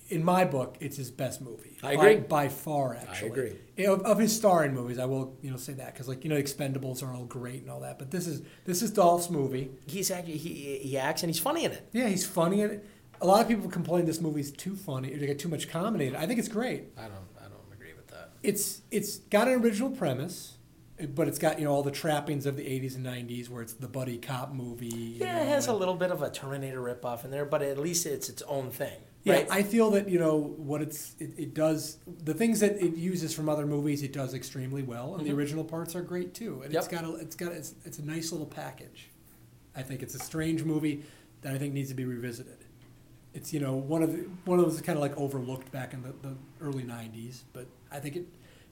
Speaker 2: in my book, it's his best movie.
Speaker 3: I
Speaker 2: By-
Speaker 3: agree.
Speaker 2: by, far. Actually,
Speaker 3: agree.
Speaker 2: Yeah, Of, of his starring movies, I will you know say that because like you know Expendables are all great and all that, but this is this is Dolph's movie.
Speaker 3: He's actually he he acts and he's funny in it.
Speaker 2: Yeah, he's funny in it. A lot of people complain this movie's too funny. They got too much comedy. in it. I think it's great.
Speaker 3: I don't I don't agree with that.
Speaker 2: It's it's got an original premise, but it's got you know all the trappings of the '80s and '90s, where it's the buddy cop movie. you
Speaker 3: Yeah, it
Speaker 2: know,
Speaker 3: has a
Speaker 2: and-
Speaker 3: little bit of a Terminator ripoff in there, but at least it's its own thing,
Speaker 2: Yeah,
Speaker 3: right?
Speaker 2: I feel that you know what it's it, it does the things that it uses from other movies it does extremely well, and the original parts are great too. And it's
Speaker 3: Mm-hmm. Yep.
Speaker 2: got a, it's got it's, it's a nice little package. I think it's a strange movie that I think needs to be revisited. It's you know one of the, one of those kind of like overlooked back in the, the early '90s, but I think it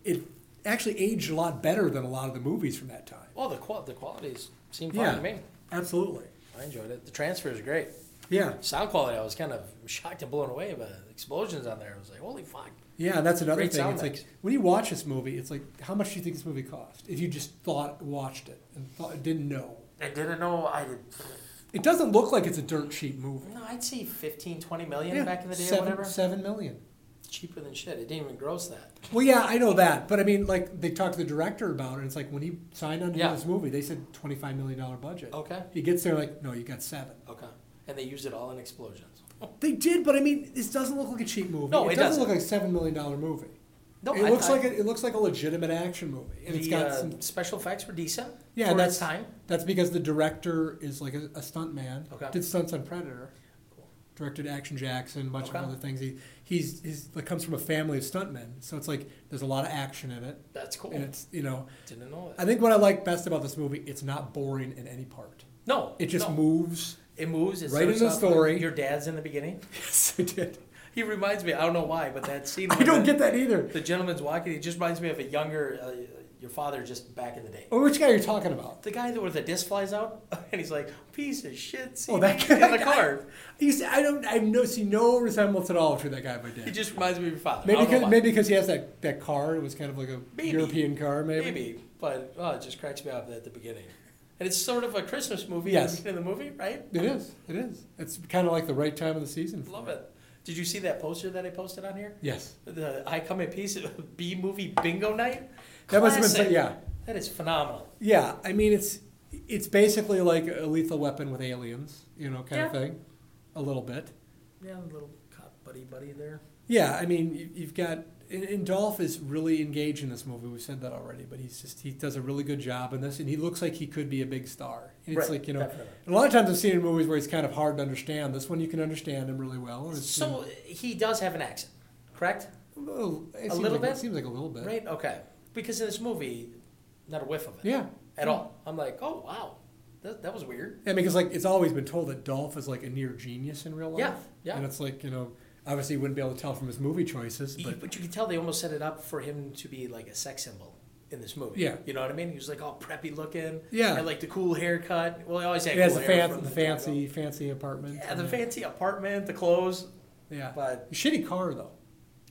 Speaker 2: it actually aged a lot better than a lot of the movies from that time.
Speaker 3: Well, the qual- the qualities seem fine to me.
Speaker 2: absolutely.
Speaker 3: I enjoyed it. The transfer is great.
Speaker 2: Yeah,
Speaker 3: Sound quality, I was kind of shocked and blown away by the explosions on there. I was like, holy fuck.
Speaker 2: Yeah, and that's another
Speaker 3: Great
Speaker 2: thing.
Speaker 3: sound
Speaker 2: It's
Speaker 3: mix.
Speaker 2: like when you watch this movie, it's like how much do you think this movie cost? If you just thought watched it and thought didn't know,
Speaker 3: I didn't know I
Speaker 2: it doesn't look like it's a dirt cheap movie.
Speaker 3: No, I'd say 15, 20 million back in the day
Speaker 2: seven,
Speaker 3: or whatever.
Speaker 2: seven million.
Speaker 3: Cheaper than shit. It didn't even gross that.
Speaker 2: Well, yeah, I know that, but I mean, like they talked to the director about it. And it's like when he signed on to do
Speaker 3: Yeah. Oh.
Speaker 2: this movie, they said twenty five million dollar budget.
Speaker 3: Okay.
Speaker 2: He gets there like, no, you got seven.
Speaker 3: Okay. And they used it all in explosions.
Speaker 2: They did, but I mean, this doesn't look like a cheap movie.
Speaker 3: No, it
Speaker 2: doesn't,
Speaker 3: doesn't.
Speaker 2: look like a seven million dollar movie.
Speaker 3: No,
Speaker 2: it
Speaker 3: I-
Speaker 2: looks
Speaker 3: I-
Speaker 2: like a, it looks like a legitimate action movie, and
Speaker 3: the
Speaker 2: it's got
Speaker 3: uh,
Speaker 2: some
Speaker 3: special effects were decent.
Speaker 2: Yeah,
Speaker 3: for
Speaker 2: that's
Speaker 3: its time.
Speaker 2: That's because the director is like a, a stunt man.
Speaker 3: Okay.
Speaker 2: Did stunts on Predator. Directed Action Jackson, bunch
Speaker 3: Okay.
Speaker 2: of other things. He he's, he's like comes from a family of stuntmen, so it's like there's a lot of action in it,
Speaker 3: That's cool.
Speaker 2: and it's you know.
Speaker 3: Didn't know that.
Speaker 2: I think what I like best about this movie, it's not boring in any part.
Speaker 3: no,
Speaker 2: It just
Speaker 3: no.
Speaker 2: moves. (laughs)
Speaker 3: It moves. It
Speaker 2: right in
Speaker 3: starts
Speaker 2: the
Speaker 3: off
Speaker 2: story.
Speaker 3: with Your dad's in the beginning.
Speaker 2: Yes, it did.
Speaker 3: He reminds me. I don't know why, but that scene.
Speaker 2: I
Speaker 3: where
Speaker 2: don't
Speaker 3: the-
Speaker 2: get that either.
Speaker 3: The gentleman's walking. He just reminds me of a younger, uh, your father, just back in the day.
Speaker 2: Oh, which guy are you talking about?
Speaker 3: The guy that where the disc flies out, (laughs) and he's like, piece of shit. See
Speaker 2: Oh, that
Speaker 3: in
Speaker 2: guy.
Speaker 3: the
Speaker 2: (laughs)
Speaker 3: car.
Speaker 2: You see, I don't. I no, see no resemblance at all between that guy and my dad.
Speaker 3: He just reminds me of your father. I
Speaker 2: Maybe
Speaker 3: don't know
Speaker 2: because,
Speaker 3: why.
Speaker 2: maybe because he has that, that car. It was kind of like a
Speaker 3: Maybe.
Speaker 2: European car,
Speaker 3: maybe, but oh, it just cracks me up at the beginning. And it's sort of a Christmas movie.
Speaker 2: Yes.
Speaker 3: In the movie, right?
Speaker 2: It is. It is. It's kind of like the right time of the season. for
Speaker 3: Love it. Did you see that poster that I posted on here?
Speaker 2: Yes.
Speaker 3: The I Come in Peace (laughs) B movie bingo night.
Speaker 2: That must have been.
Speaker 3: Classic.
Speaker 2: so- Yeah.
Speaker 3: That is phenomenal.
Speaker 2: Yeah. I mean, it's it's basically like a lethal weapon with aliens, you know, kind of
Speaker 3: Yeah.
Speaker 2: thing, a little bit.
Speaker 3: Yeah, a little cop buddy buddy there.
Speaker 2: Yeah. I mean, you, you've got and, and Dolph is really engaged in this movie. We've said that already, but he's just he does a really good job in this, and he looks like he could be a big star. And it's
Speaker 3: Right,
Speaker 2: like you know,
Speaker 3: definitely.
Speaker 2: a lot of times I've seen in movies where he's kind of hard to understand. This one you can understand him really well. and it's, you know,
Speaker 3: So he does have an accent, correct?
Speaker 2: well, it seems
Speaker 3: little
Speaker 2: like-
Speaker 3: bit?
Speaker 2: It seems like a little bit.
Speaker 3: Right? Okay. Because in this movie, not a whiff of it.
Speaker 2: Yeah.
Speaker 3: At all. I'm like, oh wow, that, that was weird.
Speaker 2: Yeah, because like it's always been told that Dolph is like a near genius in real life.
Speaker 3: Yeah, yeah.
Speaker 2: And it's like you know, obviously you wouldn't be able to tell from his movie choices,
Speaker 3: But,
Speaker 2: but
Speaker 3: but you can tell they almost set it up for him to be like a sex symbol in this movie.
Speaker 2: Yeah.
Speaker 3: You know what I mean? He was like all preppy looking.
Speaker 2: Yeah.
Speaker 3: Had like the cool haircut. Well, he always had.
Speaker 2: it has
Speaker 3: cool
Speaker 2: the,
Speaker 3: hair
Speaker 2: fan,
Speaker 3: from
Speaker 2: the
Speaker 3: get-go.
Speaker 2: fancy Mm-hmm. fancy apartment.
Speaker 3: Yeah, the
Speaker 2: and
Speaker 3: fancy apartment, the clothes.
Speaker 2: yeah.
Speaker 3: but-
Speaker 2: shitty car though.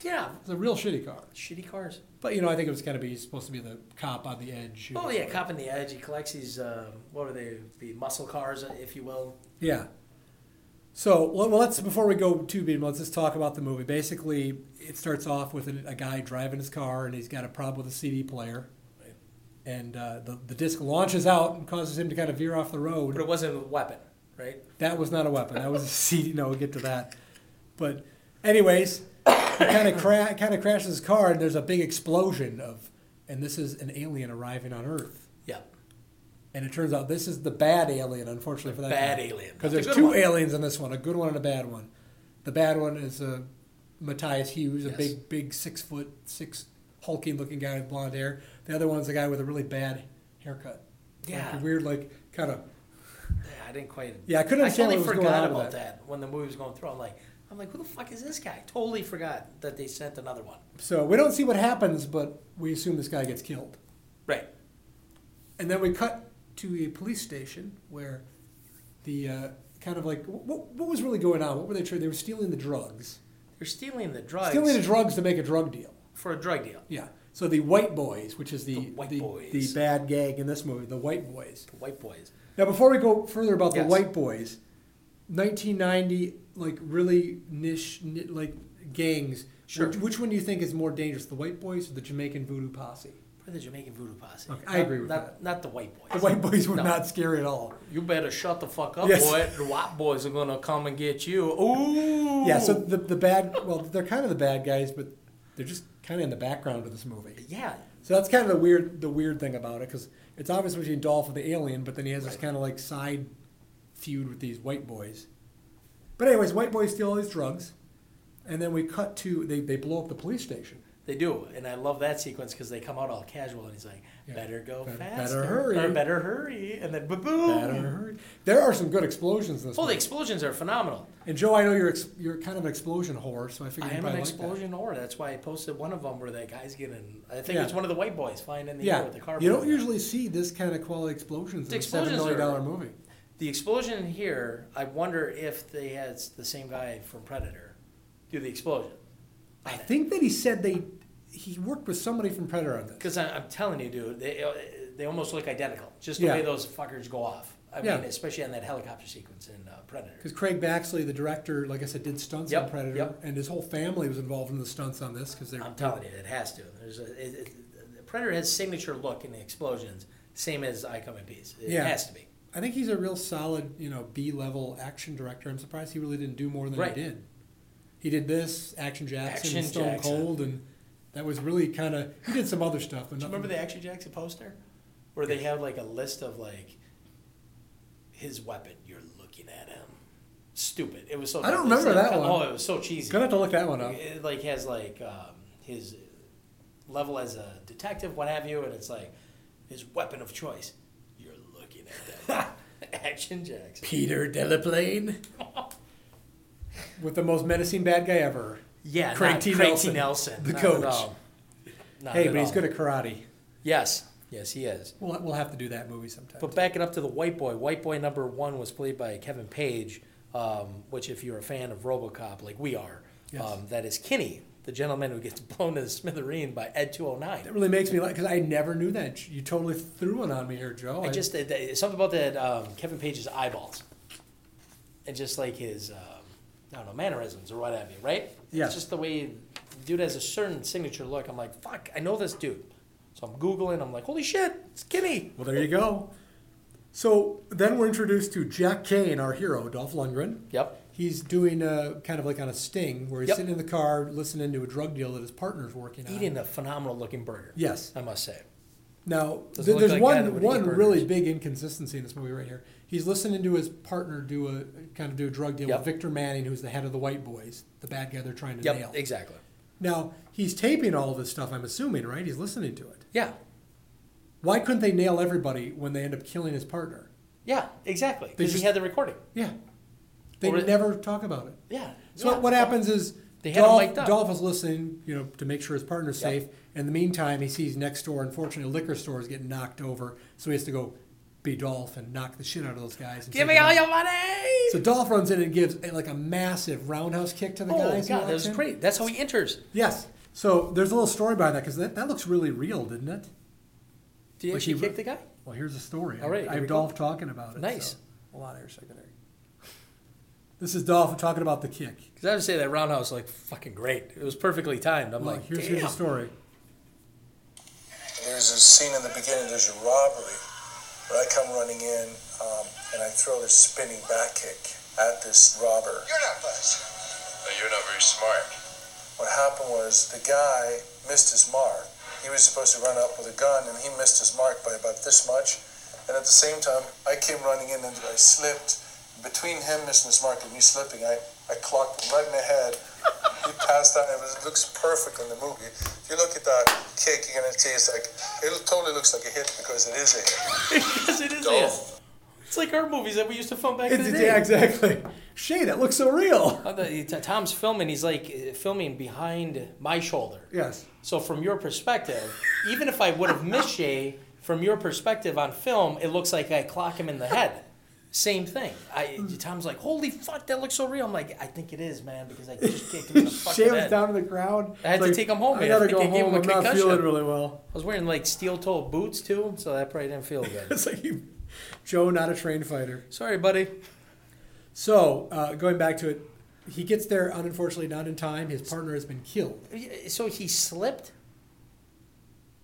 Speaker 3: Yeah,
Speaker 2: It's a real shitty car.
Speaker 3: shitty cars.
Speaker 2: But you know, I think it was kind of be he's supposed to be the cop on the edge. you
Speaker 3: Oh
Speaker 2: know.
Speaker 3: yeah, cop in the edge. He collects these um, what are they? The muscle cars, if you will.
Speaker 2: Yeah. So well, well, let's before we go too deep, let's just talk about the movie. Basically, it starts off with a, a guy driving his car, and he's got a problem with a CD player, and uh, the, the disc launches out and causes him to kind of veer off the road.
Speaker 3: But it wasn't a weapon, right?
Speaker 2: That was not a weapon. That was a (laughs) CD. No, we'll get to that. But, anyways, he kind of cra- kind of crashes his car, and there's a big explosion of, and this is an alien arriving on Earth.
Speaker 3: Yeah.
Speaker 2: And it turns out this is the bad alien, unfortunately for that.
Speaker 3: Bad alien.
Speaker 2: Because
Speaker 3: Not the
Speaker 2: there's
Speaker 3: good
Speaker 2: two
Speaker 3: one.
Speaker 2: aliens in this one, a good one and a bad one. The bad one is uh, Matthias Hughes, a
Speaker 3: Yes.
Speaker 2: big, big six foot six hulking looking guy with blonde hair. The other one's a guy with a really bad haircut. Like
Speaker 3: Yeah.
Speaker 2: a weird, like kind of.
Speaker 3: Yeah, I didn't quite.
Speaker 2: Yeah, I couldn't understand
Speaker 3: I
Speaker 2: what
Speaker 3: totally
Speaker 2: was going
Speaker 3: forgot
Speaker 2: on with
Speaker 3: about that. when the movie was going through. I'm like, I'm like, who the fuck is this guy? Totally forgot that they sent another one.
Speaker 2: So we don't see what happens, but we assume this guy gets killed.
Speaker 3: Right.
Speaker 2: And then we cut to a police station where the uh, kind of like what, what was really going on? What were they trading? They were stealing the drugs,
Speaker 3: They're stealing the drugs
Speaker 2: stealing the drugs to make a drug deal.
Speaker 3: for a drug deal.
Speaker 2: Yeah. So the white boys, which is the
Speaker 3: The white
Speaker 2: the,
Speaker 3: boys.
Speaker 2: the bad gang in this movie, the white boys.
Speaker 3: The white boys.
Speaker 2: Now, before we go further about the
Speaker 3: Yes.
Speaker 2: white boys, 1990 like really niche ni- like gangs.
Speaker 3: Sure.
Speaker 2: Which, which one do you think is more dangerous, the white boys or the Jamaican voodoo posse?
Speaker 3: For the Jamaican voodoo posse.
Speaker 2: Okay, I
Speaker 3: Not-
Speaker 2: agree with
Speaker 3: not,
Speaker 2: that.
Speaker 3: Not the white boys.
Speaker 2: The white boys were
Speaker 3: No.
Speaker 2: not scary at all.
Speaker 3: You better shut the fuck up,
Speaker 2: Yes.
Speaker 3: boy. The white boys are gonna come and get you. Ooh.
Speaker 2: Yeah, so the the bad well, they're kind of the bad guys, but they're just kind of in the background of this movie.
Speaker 3: yeah,
Speaker 2: So that's kind of the weird the weird thing about it because it's obviously between Dolph and the alien, but then he has this kind of like side feud with these white boys. But anyways, white boys steal all these drugs, and then we cut to they, they blow up the police station.
Speaker 3: they do, and I love that sequence because they come out all casual, and he's like,
Speaker 2: Yeah.
Speaker 3: "Better go
Speaker 2: Better- better
Speaker 3: faster,
Speaker 2: hurry.
Speaker 3: or better hurry," and then boom.
Speaker 2: Better. There are some good explosions in this.
Speaker 3: Well, the
Speaker 2: movie.
Speaker 3: explosions are phenomenal.
Speaker 2: and Joe, I know you're ex- you're kind of an explosion whore, so I figured
Speaker 3: I
Speaker 2: you
Speaker 3: am
Speaker 2: probably
Speaker 3: an
Speaker 2: like that.
Speaker 3: explosion or that's why I posted one of them where that guy's getting. I think
Speaker 2: Yeah.
Speaker 3: it's one of the white boys flying in the air
Speaker 2: Yeah,
Speaker 3: with the car.
Speaker 2: you don't
Speaker 3: blowing up.
Speaker 2: usually see this kind of quality explosions in
Speaker 3: The
Speaker 2: a seven
Speaker 3: explosions
Speaker 2: million dollar
Speaker 3: are-
Speaker 2: movie.
Speaker 3: The explosion here, I wonder if they had the same guy from Predator do the explosion.
Speaker 2: I think that he said they he worked with somebody from Predator on this.
Speaker 3: Because I'm telling you, dude, they, uh, they almost look identical. Just the
Speaker 2: Yeah.
Speaker 3: way those fuckers go off. I
Speaker 2: Yeah.
Speaker 3: mean, especially on that helicopter sequence in uh, Predator.
Speaker 2: Because Craig Baxley, the director, like I said, did stunts on
Speaker 3: Yep,
Speaker 2: Predator,
Speaker 3: yep. Um,
Speaker 2: and his whole family was involved in the stunts on this because they're
Speaker 3: I'm telling you, it has to. There's a, it, it, Predator has signature look in the explosions, same as I Come in Peace. It
Speaker 2: Yeah.
Speaker 3: has to be.
Speaker 2: I think he's a real solid, you know, B level action director. I'm surprised he really didn't do more than
Speaker 3: Right.
Speaker 2: he did. He did this, Action Jackson,
Speaker 3: Action
Speaker 2: Stone
Speaker 3: Jackson.
Speaker 2: Cold, and that was really kind of. He did some other stuff, but
Speaker 3: Do you
Speaker 2: nothing.
Speaker 3: remember the Action Jackson poster? Where they have like a list of like his weapon, you're looking at him. Stupid. It was so
Speaker 2: I don't
Speaker 3: it's
Speaker 2: remember
Speaker 3: like-
Speaker 2: that one.
Speaker 3: Oh, it was so cheesy.
Speaker 2: Gonna have to look
Speaker 3: (laughs)
Speaker 2: that one up.
Speaker 3: It like has like um, his level as a detective, what have you, and it's like his weapon of choice. You're looking at (laughs) that. Action Jackson.
Speaker 2: Peter Delaplane. With the most menacing bad guy ever.
Speaker 3: Yeah,
Speaker 2: Craig
Speaker 3: not
Speaker 2: T.
Speaker 3: Craig
Speaker 2: Nelson,
Speaker 3: T. Nelson.
Speaker 2: the
Speaker 3: Not
Speaker 2: coach.
Speaker 3: At all. Not
Speaker 2: hey,
Speaker 3: at
Speaker 2: but he's
Speaker 3: all.
Speaker 2: good at karate.
Speaker 3: Yes, yes, he is.
Speaker 2: We'll, we'll have to do that movie sometime.
Speaker 3: But back it up to the white boy. White boy number one was played by Kevin Page, um, which, if you're a fan of RoboCop, like we are,
Speaker 2: Yes.
Speaker 3: um, that is Kinney, the gentleman who gets (laughs) blown to the smithereen by Ed 209.
Speaker 2: That really makes me like because I never knew that. You totally threw one on me here, Joe.
Speaker 3: I just uh, that- something about that um, Kevin Page's eyeballs, and just like his um, I don't know mannerisms or what have you, right?
Speaker 2: Yeah.
Speaker 3: It's just the way dude has a certain signature look. I'm like, fuck, I know this dude. So I'm googling. I'm like, holy shit, it's Kinney.
Speaker 2: well, there you go. So then we're introduced to Jack Kane, our hero, Dolph Lundgren.
Speaker 3: Yep.
Speaker 2: He's doing a kind of like on a sting where he's
Speaker 3: Yep.
Speaker 2: sitting in the car listening to a drug deal that his partner's working on.
Speaker 3: Eating a phenomenal looking burger.
Speaker 2: Yes.
Speaker 3: I must say.
Speaker 2: Now
Speaker 3: Doesn't
Speaker 2: th-
Speaker 3: look
Speaker 2: there's
Speaker 3: like that that
Speaker 2: one
Speaker 3: would
Speaker 2: one
Speaker 3: eat burgers.
Speaker 2: really big inconsistency in this movie right here. He's listening to his partner do a kind of do a drug deal
Speaker 3: Yep.
Speaker 2: with Victor Manning, who's the head of the White Boys, the bad guy they're trying to
Speaker 3: Yep,
Speaker 2: nail.
Speaker 3: exactly.
Speaker 2: Now he's taping all of this stuff. I'm assuming, right? He's listening to it.
Speaker 3: Yeah,
Speaker 2: Why couldn't they nail everybody when they end up killing his partner?
Speaker 3: yeah, exactly.
Speaker 2: They
Speaker 3: Because he
Speaker 2: just-
Speaker 3: had the recording.
Speaker 2: Yeah. They
Speaker 3: Or-
Speaker 2: never talk about it.
Speaker 3: Yeah.
Speaker 2: So
Speaker 3: yeah.
Speaker 2: what happens is
Speaker 3: They had him
Speaker 2: Dolph,
Speaker 3: mic'd up.
Speaker 2: Dolph is listening, you know, to make sure his partner's
Speaker 3: Yep.
Speaker 2: safe. In the meantime, he sees next door, unfortunately, a liquor store is getting knocked over, so he has to go be Dolph and knock the shit out of those guys. and
Speaker 3: Give
Speaker 2: take
Speaker 3: me
Speaker 2: them
Speaker 3: all
Speaker 2: out.
Speaker 3: your money.
Speaker 2: So Dolph runs in and gives a, like a massive roundhouse kick to the
Speaker 3: oh
Speaker 2: guys. who
Speaker 3: god, that
Speaker 2: walks
Speaker 3: was
Speaker 2: in.
Speaker 3: great. That's how he enters.
Speaker 2: Yes. So there's a little story behind that because that, that looks really real, didn't it?
Speaker 3: Do you
Speaker 2: Like
Speaker 3: actually
Speaker 2: he-
Speaker 3: kick the guy?
Speaker 2: Well, here's the story.
Speaker 3: All right,
Speaker 2: I
Speaker 3: here
Speaker 2: have
Speaker 3: we go.
Speaker 2: Dolph talking about it.
Speaker 3: Nice.
Speaker 2: so- Hold on here, a second. here. This is Dolph talking about the kick.
Speaker 3: Because I would say that roundhouse like fucking great. It was perfectly timed. I'm (laughs)
Speaker 2: Look,
Speaker 3: like,
Speaker 2: here's,
Speaker 3: damn.
Speaker 2: here's the story.
Speaker 5: All there's a scene in the beginning, there's a robbery, where I come running in um, and I throw this spinning back kick at this robber.
Speaker 6: You're not Buzz. No, you're not very smart.
Speaker 5: What happened was the guy missed his mark. He was supposed to run up with a gun, and he missed his mark by about this much. And at the same time, I came running in and I slipped. Between him missing his mark and me slipping, I, I clocked him right in the head. He passed out. It, was, it looks perfect in the movie. If you look at that kick, you're gonna see it's like it totally looks like a hit because it is a hit.
Speaker 3: Because it is it. It's like our movies that we used to film back in the day.
Speaker 2: yeah, exactly. Shay, that looks so real.
Speaker 3: Uh, the- T- Tom's filming. He's like uh, filming behind my shoulder.
Speaker 2: Yes.
Speaker 3: So from your perspective, even if I would have missed Shay, from your perspective on film, it looks like I clock him in the head. Same thing. I Tom's like, holy fuck, that looks so real. I'm like, I think it is, man, because I just kicked him in the fucking
Speaker 2: (laughs) Shay was
Speaker 3: head.
Speaker 2: down to the ground.
Speaker 3: I had to
Speaker 2: Like,
Speaker 3: take him home,
Speaker 2: I
Speaker 3: man. I
Speaker 2: gotta
Speaker 3: think
Speaker 2: go
Speaker 3: I gave him
Speaker 2: home.
Speaker 3: a
Speaker 2: I'm not
Speaker 3: concussion.
Speaker 2: feeling really well. (laughs)
Speaker 3: I was wearing like steel-toed boots too, so that probably didn't feel
Speaker 2: (laughs)
Speaker 3: good.
Speaker 2: It's like you, Joe, not a trained fighter.
Speaker 3: Sorry, buddy.
Speaker 2: So uh, going back to it, he gets there unfortunately not in time. His partner has been killed.
Speaker 3: So he slipped.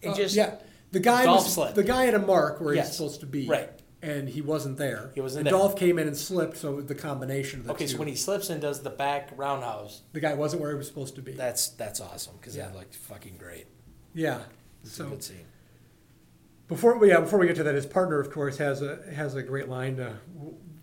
Speaker 3: And just
Speaker 2: Uh, yeah, the guy
Speaker 3: Dolph
Speaker 2: was
Speaker 3: slipped.
Speaker 2: the guy had a mark where
Speaker 3: Yes.
Speaker 2: he's supposed to be.
Speaker 3: Right.
Speaker 2: And he wasn't there.
Speaker 3: He wasn't
Speaker 2: and
Speaker 3: there.
Speaker 2: Dolph came in and slipped, so it was the combination of the
Speaker 3: Okay,
Speaker 2: two.
Speaker 3: so when he slips and does the back roundhouse,
Speaker 2: the guy wasn't where he was supposed to be.
Speaker 3: that's that's awesome because
Speaker 2: Yeah.
Speaker 3: that looked fucking great.
Speaker 2: yeah.
Speaker 3: It's a
Speaker 2: So
Speaker 3: good scene. (laughs)
Speaker 2: before yeah, before we get to that, his partner of course has a has a great line. To,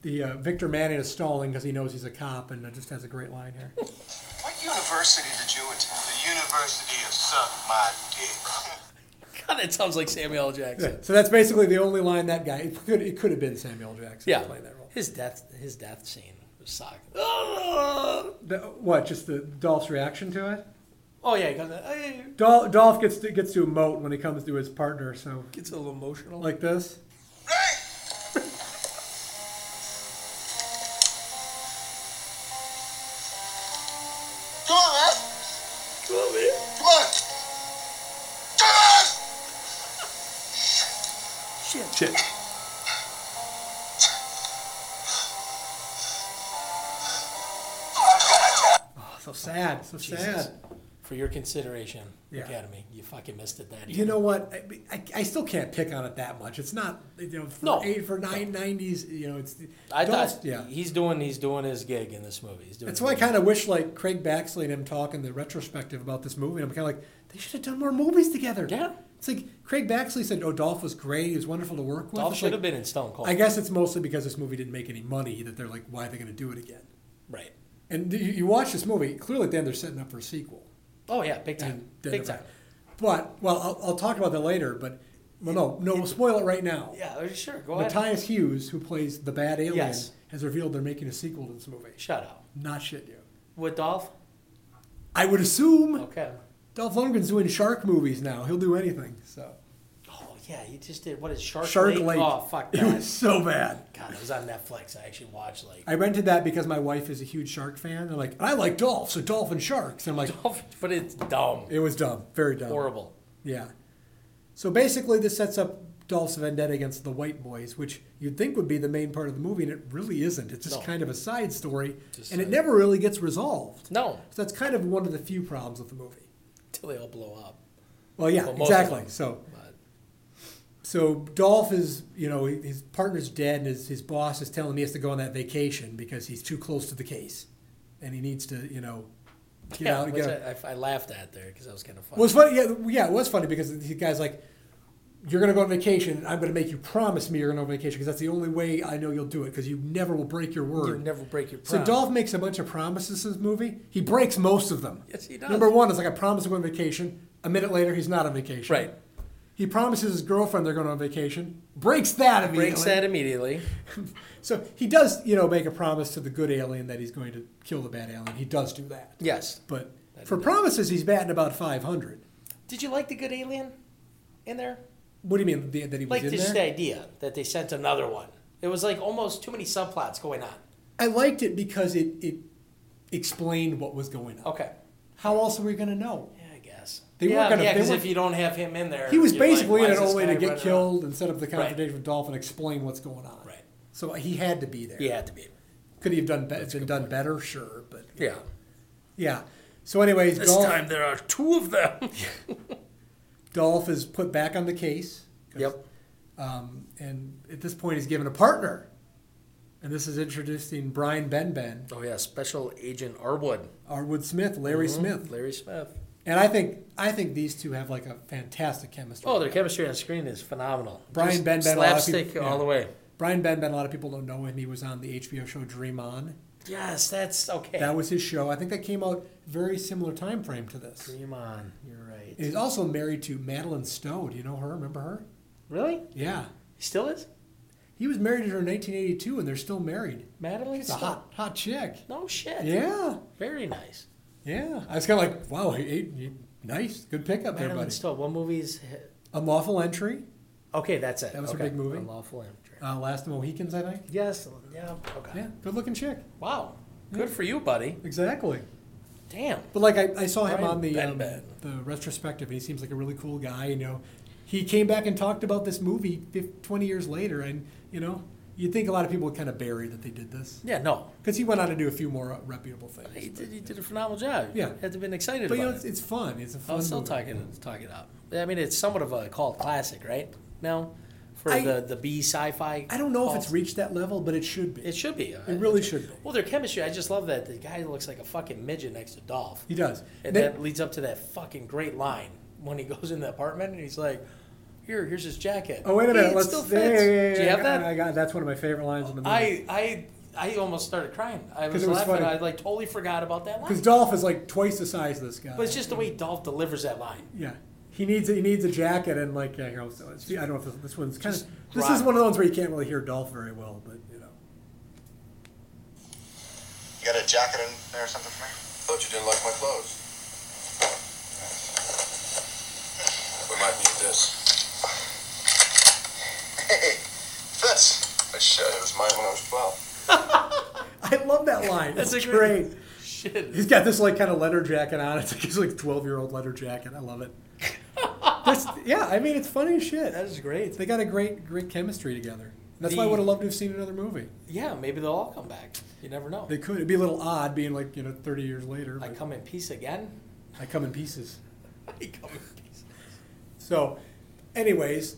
Speaker 2: the uh, Victor Manning is stalling because he knows he's a cop, and it just has a great line here.
Speaker 6: What university did you attend? The University of Suck My Dick. (laughs)
Speaker 3: God, that sounds like Samuel L.
Speaker 2: Yeah,
Speaker 3: Jackson.
Speaker 2: so that's basically the only line that guy. It could, it could have been Samuel Jackson
Speaker 3: Yeah,
Speaker 2: playing that role.
Speaker 3: his death his death scene was (laughs) Oh, sock.
Speaker 2: The- what? Just the Dolph's reaction to it.
Speaker 3: Oh yeah, he goes, "Hey,"
Speaker 2: Dol, Dolph gets to, gets to emote when he comes to his partner. So
Speaker 3: gets a little emotional.
Speaker 2: like this.
Speaker 6: Right? Come on, man.
Speaker 3: Come on, man.
Speaker 6: Come on. Come on.
Speaker 3: Shit.
Speaker 2: Oh, so sad. So
Speaker 3: Jesus.
Speaker 2: sad.
Speaker 3: For your consideration,
Speaker 2: Yeah.
Speaker 3: Academy, you fucking missed it that
Speaker 2: You
Speaker 3: year.
Speaker 2: know what? I, I, I still can't pick on it that much. It's not you know for
Speaker 3: No.
Speaker 2: eight for nine nineties. You know it's.
Speaker 3: I
Speaker 2: Dolph's-
Speaker 3: thought
Speaker 2: yeah.
Speaker 3: he's doing he's doing his gig in this movie. He's doing
Speaker 2: That's
Speaker 3: his
Speaker 2: why I
Speaker 3: gig.
Speaker 2: kind of wish like Craig Baxley and him talking the retrospective about this movie. I'm kind of like they should have done more movies together.
Speaker 3: Yeah.
Speaker 2: It's like Craig Baxley said, "Oh, Dolph was great. He was wonderful to work with."
Speaker 3: Dolph
Speaker 2: It's
Speaker 3: should
Speaker 2: like,
Speaker 3: have been in Stone Cold.
Speaker 2: I guess it's mostly because this movie didn't make any money that they're like, why are they going to do it again?
Speaker 3: right.
Speaker 2: And you, you watch this movie, clearly at the end they're setting up for a sequel.
Speaker 3: Oh yeah, big time,
Speaker 2: And then
Speaker 3: big
Speaker 2: if-
Speaker 3: time.
Speaker 2: But, well, I'll, I'll talk about that later, but well, no, no, we'll spoil it right now.
Speaker 3: Yeah, sure. Go ahead.
Speaker 2: Matthias Hughes, who plays the bad alien,
Speaker 3: Yes.
Speaker 2: has revealed they're making a sequel to this movie.
Speaker 3: Shut up.
Speaker 2: Not shit you.
Speaker 3: With Dolph?
Speaker 2: I would assume
Speaker 3: Okay.
Speaker 2: Dolph Lundgren's doing shark movies now. He'll do anything. So
Speaker 3: Oh yeah, he just did what is Shark,
Speaker 2: Shark
Speaker 3: Lake?
Speaker 2: Lake.
Speaker 3: Oh (laughs) fuck
Speaker 2: It
Speaker 3: that.
Speaker 2: was so bad.
Speaker 3: God, it was on Netflix. I actually watched like (laughs)
Speaker 2: I rented that because my wife is a huge shark fan. They're like, I like Dolph, so Dolph and Sharks. And I'm like,
Speaker 3: Dolph, but it's dumb.
Speaker 2: it was dumb. Very dumb.
Speaker 3: Horrible.
Speaker 2: Yeah. So basically, this sets up Dolph's vendetta against the White Boys, which you'd think would be the main part of the movie, and it really isn't. It's just
Speaker 3: No.
Speaker 2: kind of a side story,
Speaker 3: Just
Speaker 2: and it
Speaker 3: side.
Speaker 2: never really gets resolved.
Speaker 3: No.
Speaker 2: So that's kind of one of the few problems with the movie.
Speaker 3: Until they all blow up.
Speaker 2: Well, yeah,
Speaker 3: Well, most of
Speaker 2: exactly.
Speaker 3: them.
Speaker 2: So,
Speaker 3: But
Speaker 2: so Dolph is, you know, his partner's dead, and his, his boss is telling him he has to go on that vacation because he's too close to the case, and he needs to, you know, get
Speaker 3: yeah,
Speaker 2: out.
Speaker 3: which
Speaker 2: Get out.
Speaker 3: I, I, I laughed at there because that was kind of funny.
Speaker 2: Well, it's funny. Yeah, yeah, it was funny because the guy's like, "You're gonna go on vacation, and I'm gonna make you promise me you're gonna go on vacation because that's the only way I know you'll do it because you never will break your word."
Speaker 3: you never break your
Speaker 2: so
Speaker 3: promise.
Speaker 2: Dolph makes a bunch of promises in this movie. He breaks most of them.
Speaker 3: Yes, he does.
Speaker 2: Number one is like, "I promise to go on vacation." A minute later, he's not on vacation.
Speaker 3: Right.
Speaker 2: He promises his girlfriend they're going on vacation. Breaks that immediately.
Speaker 3: breaks that immediately.
Speaker 2: So he does, you know, make a promise to the good alien that he's going to kill the bad alien. He does do that.
Speaker 3: Yes.
Speaker 2: But for promises, he's batting about 500.
Speaker 3: Did you like the good alien in there?
Speaker 2: What do you mean the- that he was
Speaker 3: Like
Speaker 2: in
Speaker 3: just
Speaker 2: there?
Speaker 3: the idea that they sent another one. It was like almost too many subplots going on.
Speaker 2: I liked it because it, it explained what was going on.
Speaker 3: Okay.
Speaker 2: How else were we going to know?
Speaker 3: Yeah, I guess.
Speaker 2: They
Speaker 3: yeah,
Speaker 2: weren't gonna-
Speaker 3: yeah,
Speaker 2: they
Speaker 3: because
Speaker 2: weren't-
Speaker 3: if you don't have him in there,
Speaker 2: He was
Speaker 3: you're like,
Speaker 2: basically
Speaker 3: why
Speaker 2: in
Speaker 3: is
Speaker 2: an
Speaker 3: this
Speaker 2: only
Speaker 3: guy
Speaker 2: to get
Speaker 3: running
Speaker 2: killed and set up the
Speaker 3: Right.
Speaker 2: confrontation with Dolph and explain what's going on.
Speaker 3: Right.
Speaker 2: So he had to be there.
Speaker 3: around? He had to be.
Speaker 2: Could he have done be- been done better? Sure, but
Speaker 3: Yeah.
Speaker 2: yeah. So anyways,
Speaker 3: This
Speaker 2: Dolph, (laughs)
Speaker 3: time there are two of them.
Speaker 2: Dolph is put back on the case.
Speaker 3: Yep.
Speaker 2: Um, and at this point, he's given a partner. And this is introducing Brian Benben,
Speaker 3: Oh yeah, Special Agent Arwood,
Speaker 2: Arwood Smith, Larry Smith.
Speaker 3: Larry Smith.
Speaker 2: And I think I think these two have like a fantastic chemistry.
Speaker 3: Oh, their chemistry on screen is phenomenal. Just
Speaker 2: Brian Benben, a lot of people-
Speaker 3: slapstick all
Speaker 2: yeah.
Speaker 3: the way.
Speaker 2: Brian Benben, a lot of people don't know him. He was on the HBO show Dream On.
Speaker 3: Yes, that's okay.
Speaker 2: That was his show. I think that came out very similar time frame to this. And
Speaker 3: Dream on. You're right.
Speaker 2: He's also married to Madeline Stowe. Do you know her? Remember her?
Speaker 3: really?
Speaker 2: Yeah.
Speaker 3: He still is?
Speaker 2: He was married to her in 1982, and they're still married.
Speaker 3: Madeline?
Speaker 2: She's a
Speaker 3: still-
Speaker 2: hot, hot chick.
Speaker 3: No shit.
Speaker 2: Yeah,
Speaker 3: Very nice.
Speaker 2: yeah. I was kind of like, wow, he, he- he- nice, good pickup there,
Speaker 3: Madeline
Speaker 2: buddy.
Speaker 3: Stowe. What movies?
Speaker 2: Unlawful Entry,
Speaker 3: Okay, that's it.
Speaker 2: That was her
Speaker 3: okay.
Speaker 2: big movie?
Speaker 3: Unlawful Entry.
Speaker 2: uh, Last of the Mohicans, I think.
Speaker 3: Yes. Yeah. Okay.
Speaker 2: Yeah, good looking chick.
Speaker 3: Wow. Good for you, buddy.
Speaker 2: Exactly.
Speaker 3: Damn.
Speaker 2: But like, I, I saw him
Speaker 3: Brian
Speaker 2: on the um,
Speaker 3: Benben.
Speaker 2: the retrospective, and he seems like a really cool guy. You know, he came back and talked about this movie 50, 20 years later, and you know, you'd think a lot of people would kind of bury that they did this
Speaker 3: Yeah. No.
Speaker 2: because he went on to do a few more uh, reputable things.
Speaker 3: He did. He did a phenomenal job.
Speaker 2: Yeah.
Speaker 3: Had to have been excited
Speaker 2: But you
Speaker 3: about
Speaker 2: know,
Speaker 3: it.
Speaker 2: it's, it's fun. It's a fun.
Speaker 3: I'll still
Speaker 2: movie.
Speaker 3: talk it, talk it up. I mean, it's somewhat of a cult classic, right? Now, for
Speaker 2: I-
Speaker 3: the the B sci-fi.
Speaker 2: I don't know if
Speaker 3: cult.
Speaker 2: it's reached that level, but it should be.
Speaker 3: It should be. It
Speaker 2: really should be.
Speaker 3: Well, their chemistry. I just love that the guy looks like a fucking midget next to Dolph.
Speaker 2: he does.
Speaker 3: And
Speaker 2: Then-
Speaker 3: that leads up to that fucking great line when he goes in the apartment and he's like, "Here, here's his jacket."
Speaker 2: oh wait a
Speaker 3: Hey,
Speaker 2: minute.
Speaker 3: it
Speaker 2: Let's.
Speaker 3: still fits.
Speaker 2: yeah, yeah, yeah, yeah,
Speaker 3: Do you have
Speaker 2: I
Speaker 3: that?
Speaker 2: got- I got that's one of my favorite lines in the movie.
Speaker 3: I I I almost started crying. I
Speaker 2: 'Cause
Speaker 3: was,
Speaker 2: it was
Speaker 3: laughing.
Speaker 2: funny.
Speaker 3: I like totally forgot about that
Speaker 2: Because
Speaker 3: line.
Speaker 2: Dolph is like twice the size of this guy.
Speaker 3: But it's just the way Dolph delivers that line.
Speaker 2: Yeah. He needs he needs a jacket and like yeah, here I'll, it's- I don't know if this, this one's kind of
Speaker 3: Just
Speaker 2: this
Speaker 3: rock.
Speaker 2: is one of the ones where you can't really hear Dolph very well, but you know.
Speaker 6: You got a jacket in there or something for me?
Speaker 5: Thought you didn't like my clothes. We might need this.
Speaker 6: Hey, this.
Speaker 5: I shit, it was mine when I was 12.
Speaker 2: I love that line.
Speaker 3: That's
Speaker 2: it's
Speaker 3: a
Speaker 2: great.
Speaker 3: great- Shit.
Speaker 2: He's got this like kind of leather jacket on. It's like his like twelve year old leather jacket.
Speaker 3: (laughs)
Speaker 2: I love it. That's, yeah, I mean it's funny as shit.
Speaker 3: That is great.
Speaker 2: They got a great great chemistry together. That's why I
Speaker 3: The-
Speaker 2: would have loved to have seen another movie.
Speaker 3: Yeah, maybe they'll all come back. You never know.
Speaker 2: They could. It'd be a little odd being like you know thirty years later.
Speaker 3: I
Speaker 2: But
Speaker 3: come in peace again.
Speaker 2: I come in pieces.
Speaker 3: I come in peace.
Speaker 2: So, anyways,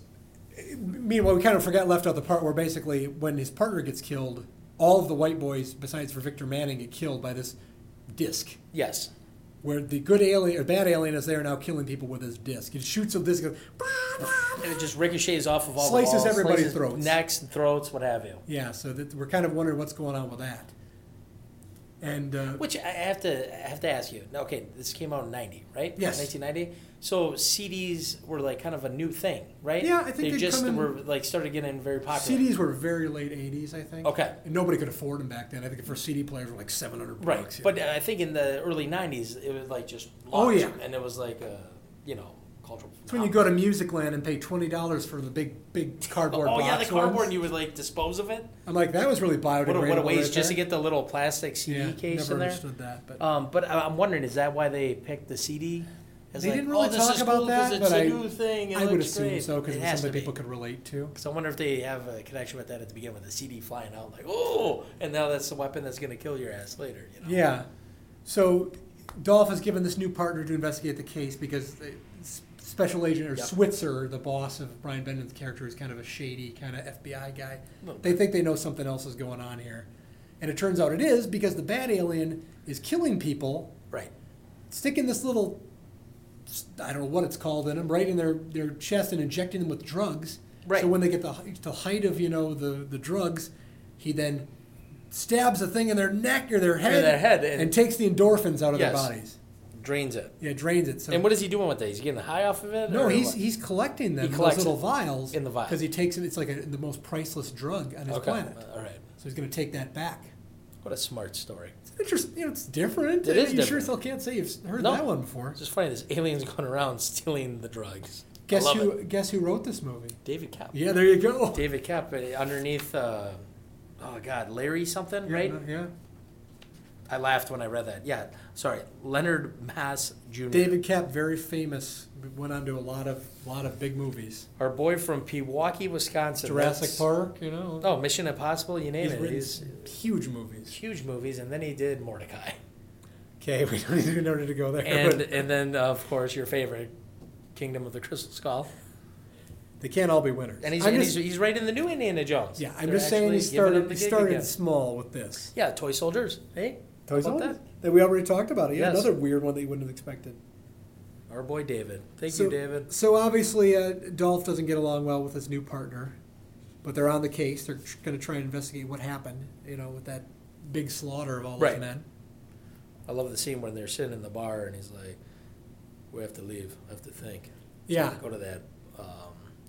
Speaker 2: meanwhile, we kind of forgot left out the part where basically when his partner gets killed, all of the white boys, besides for Victor Manning, get killed by this disc.
Speaker 3: Yes.
Speaker 2: Where the good alien or bad alien is there now killing people with his disc. It shoots a disc. goes,
Speaker 3: And it just ricochets off of all
Speaker 2: Slices
Speaker 3: the walls,
Speaker 2: everybody's
Speaker 3: slices
Speaker 2: throats.
Speaker 3: necks, throats, what have you.
Speaker 2: Yeah, so that we're kind of wondering what's going on with that. And uh,
Speaker 3: Which I have to I have to ask you. Now, Okay, this came out in '90, right?
Speaker 2: Yes.
Speaker 3: 1990. So CDs were like kind of a new thing, right?
Speaker 2: Yeah, I think
Speaker 3: they
Speaker 2: they'd
Speaker 3: just
Speaker 2: come in-
Speaker 3: were like started getting very popular.
Speaker 2: CDs were very late '80s, I think.
Speaker 3: Okay.
Speaker 2: And nobody could afford them back then. I think the first CD players were like 700
Speaker 3: Right,
Speaker 2: bucks. you
Speaker 3: but
Speaker 2: know.
Speaker 3: I think in the early '90s, it was like just
Speaker 2: Oh,
Speaker 3: launched,
Speaker 2: yeah.
Speaker 3: and it was like a you know cultural.
Speaker 2: It's when you go to Musicland and pay twenty dollars for the big, big cardboard
Speaker 3: oh
Speaker 2: box.
Speaker 3: yeah, the
Speaker 2: ones.
Speaker 3: cardboard, and you would like dispose of it.
Speaker 2: I'm like, that was really biodegradable.
Speaker 3: What a, what a
Speaker 2: right
Speaker 3: waste just to
Speaker 2: there.
Speaker 3: get the little plastic CD
Speaker 2: yeah,
Speaker 3: case
Speaker 2: never
Speaker 3: in there.
Speaker 2: understood that, but
Speaker 3: Um, but I- I'm wondering, is that why they picked the CD? As
Speaker 2: they
Speaker 3: like,
Speaker 2: didn't really
Speaker 3: oh, this
Speaker 2: talk
Speaker 3: is
Speaker 2: about
Speaker 3: cool 'cause
Speaker 2: that.
Speaker 3: It's
Speaker 2: but
Speaker 3: a
Speaker 2: I-
Speaker 3: new thing. It
Speaker 2: I would
Speaker 3: looks
Speaker 2: assume
Speaker 3: great.
Speaker 2: so because
Speaker 3: it
Speaker 2: it
Speaker 3: has
Speaker 2: was something
Speaker 3: to
Speaker 2: people
Speaker 3: be.
Speaker 2: could relate to.
Speaker 3: So I wonder if they have a connection with that at the beginning with the CD flying out, like oh, and now that's the weapon that's going to kill your ass later. You know?
Speaker 2: Yeah, so Dolph has given this new partner to investigate the case because the s- Special Agent or
Speaker 3: Yep.
Speaker 2: Switzer, the boss of Brian Benden's character, is kind of a shady kind of FBI guy.
Speaker 3: Little
Speaker 2: They think they know something else is going on here, and it turns out it is because the bad alien is killing people
Speaker 3: Right.
Speaker 2: sticking this little I don't know what it's called in them, right in their, their chest and injecting them with drugs.
Speaker 3: Right.
Speaker 2: So when they get the, hei- the height of, you know, the, the drugs, he then stabs a thing in their neck or their head,
Speaker 3: their head and-
Speaker 2: takes the endorphins out of
Speaker 3: Yes.
Speaker 2: their bodies.
Speaker 3: Drains it.
Speaker 2: Yeah, drains it. So
Speaker 3: And what is he doing with that? He's getting high off of it.
Speaker 2: no,
Speaker 3: or
Speaker 2: he's
Speaker 3: what?
Speaker 2: he's collecting them
Speaker 3: He
Speaker 2: in
Speaker 3: collects
Speaker 2: those little
Speaker 3: it
Speaker 2: vials
Speaker 3: in the vial.
Speaker 2: because he takes it. It's like a, the most priceless drug on his
Speaker 3: okay.
Speaker 2: planet.
Speaker 3: All right.
Speaker 2: So he's going to take that back.
Speaker 3: What a smart story.
Speaker 2: It's just, you know, it's different.
Speaker 3: It is
Speaker 2: you sure
Speaker 3: different.
Speaker 2: as hell can't say you've heard
Speaker 3: No.
Speaker 2: that one before.
Speaker 3: It's just funny. This alien's (laughs) going around stealing the drugs. I
Speaker 2: Guess
Speaker 3: love
Speaker 2: who?
Speaker 3: it.
Speaker 2: Guess who wrote this movie?
Speaker 3: David Cap.
Speaker 2: Yeah, there you go.
Speaker 3: David Cap uh, underneath. Uh, oh God, Larry something, (laughs) right?
Speaker 2: Yeah.
Speaker 3: I laughed when I read that. Yeah, sorry, Leonard Mass Jr.
Speaker 2: David Cap, very famous, went on to a lot of lot of big movies.
Speaker 3: our boy from Pewaukee, Wisconsin.
Speaker 2: Jurassic
Speaker 3: That's-
Speaker 2: Park, you know.
Speaker 3: Oh, Mission Impossible. You name
Speaker 2: he's
Speaker 3: it.
Speaker 2: written
Speaker 3: He's
Speaker 2: huge movies.
Speaker 3: huge movies, and then he did
Speaker 2: (laughs)
Speaker 3: Mordecai,
Speaker 2: Okay, we don't even know to go there.
Speaker 3: and
Speaker 2: but
Speaker 3: and then of course your favorite, Kingdom of the Crystal Skull.
Speaker 2: They can't all be winners.
Speaker 3: And he's,
Speaker 2: I'm
Speaker 3: and
Speaker 2: just-
Speaker 3: he's, he's right in the new Indiana Jones.
Speaker 2: yeah, I'm
Speaker 3: They're
Speaker 2: just saying
Speaker 3: actually
Speaker 2: he
Speaker 3: giving him
Speaker 2: started
Speaker 3: the
Speaker 2: he
Speaker 3: gig
Speaker 2: started
Speaker 3: again.
Speaker 2: small with this.
Speaker 3: Yeah, toy soldiers. Hey,
Speaker 2: Toy
Speaker 3: about
Speaker 2: Soldiers that we already talked about. It. Yeah,
Speaker 3: Yes.
Speaker 2: another weird one that you wouldn't have expected.
Speaker 3: our boy David. Thank
Speaker 2: so,
Speaker 3: you, David.
Speaker 2: So obviously, uh, Dolph doesn't get along well with his new partner, but they're on the case. They're going to try and investigate what happened. You know, with that big slaughter of all
Speaker 3: Right.
Speaker 2: those men.
Speaker 3: I love the scene when they're sitting in the bar and he's like, "We have to leave. I have to think.
Speaker 2: Yeah,
Speaker 3: Go to that um,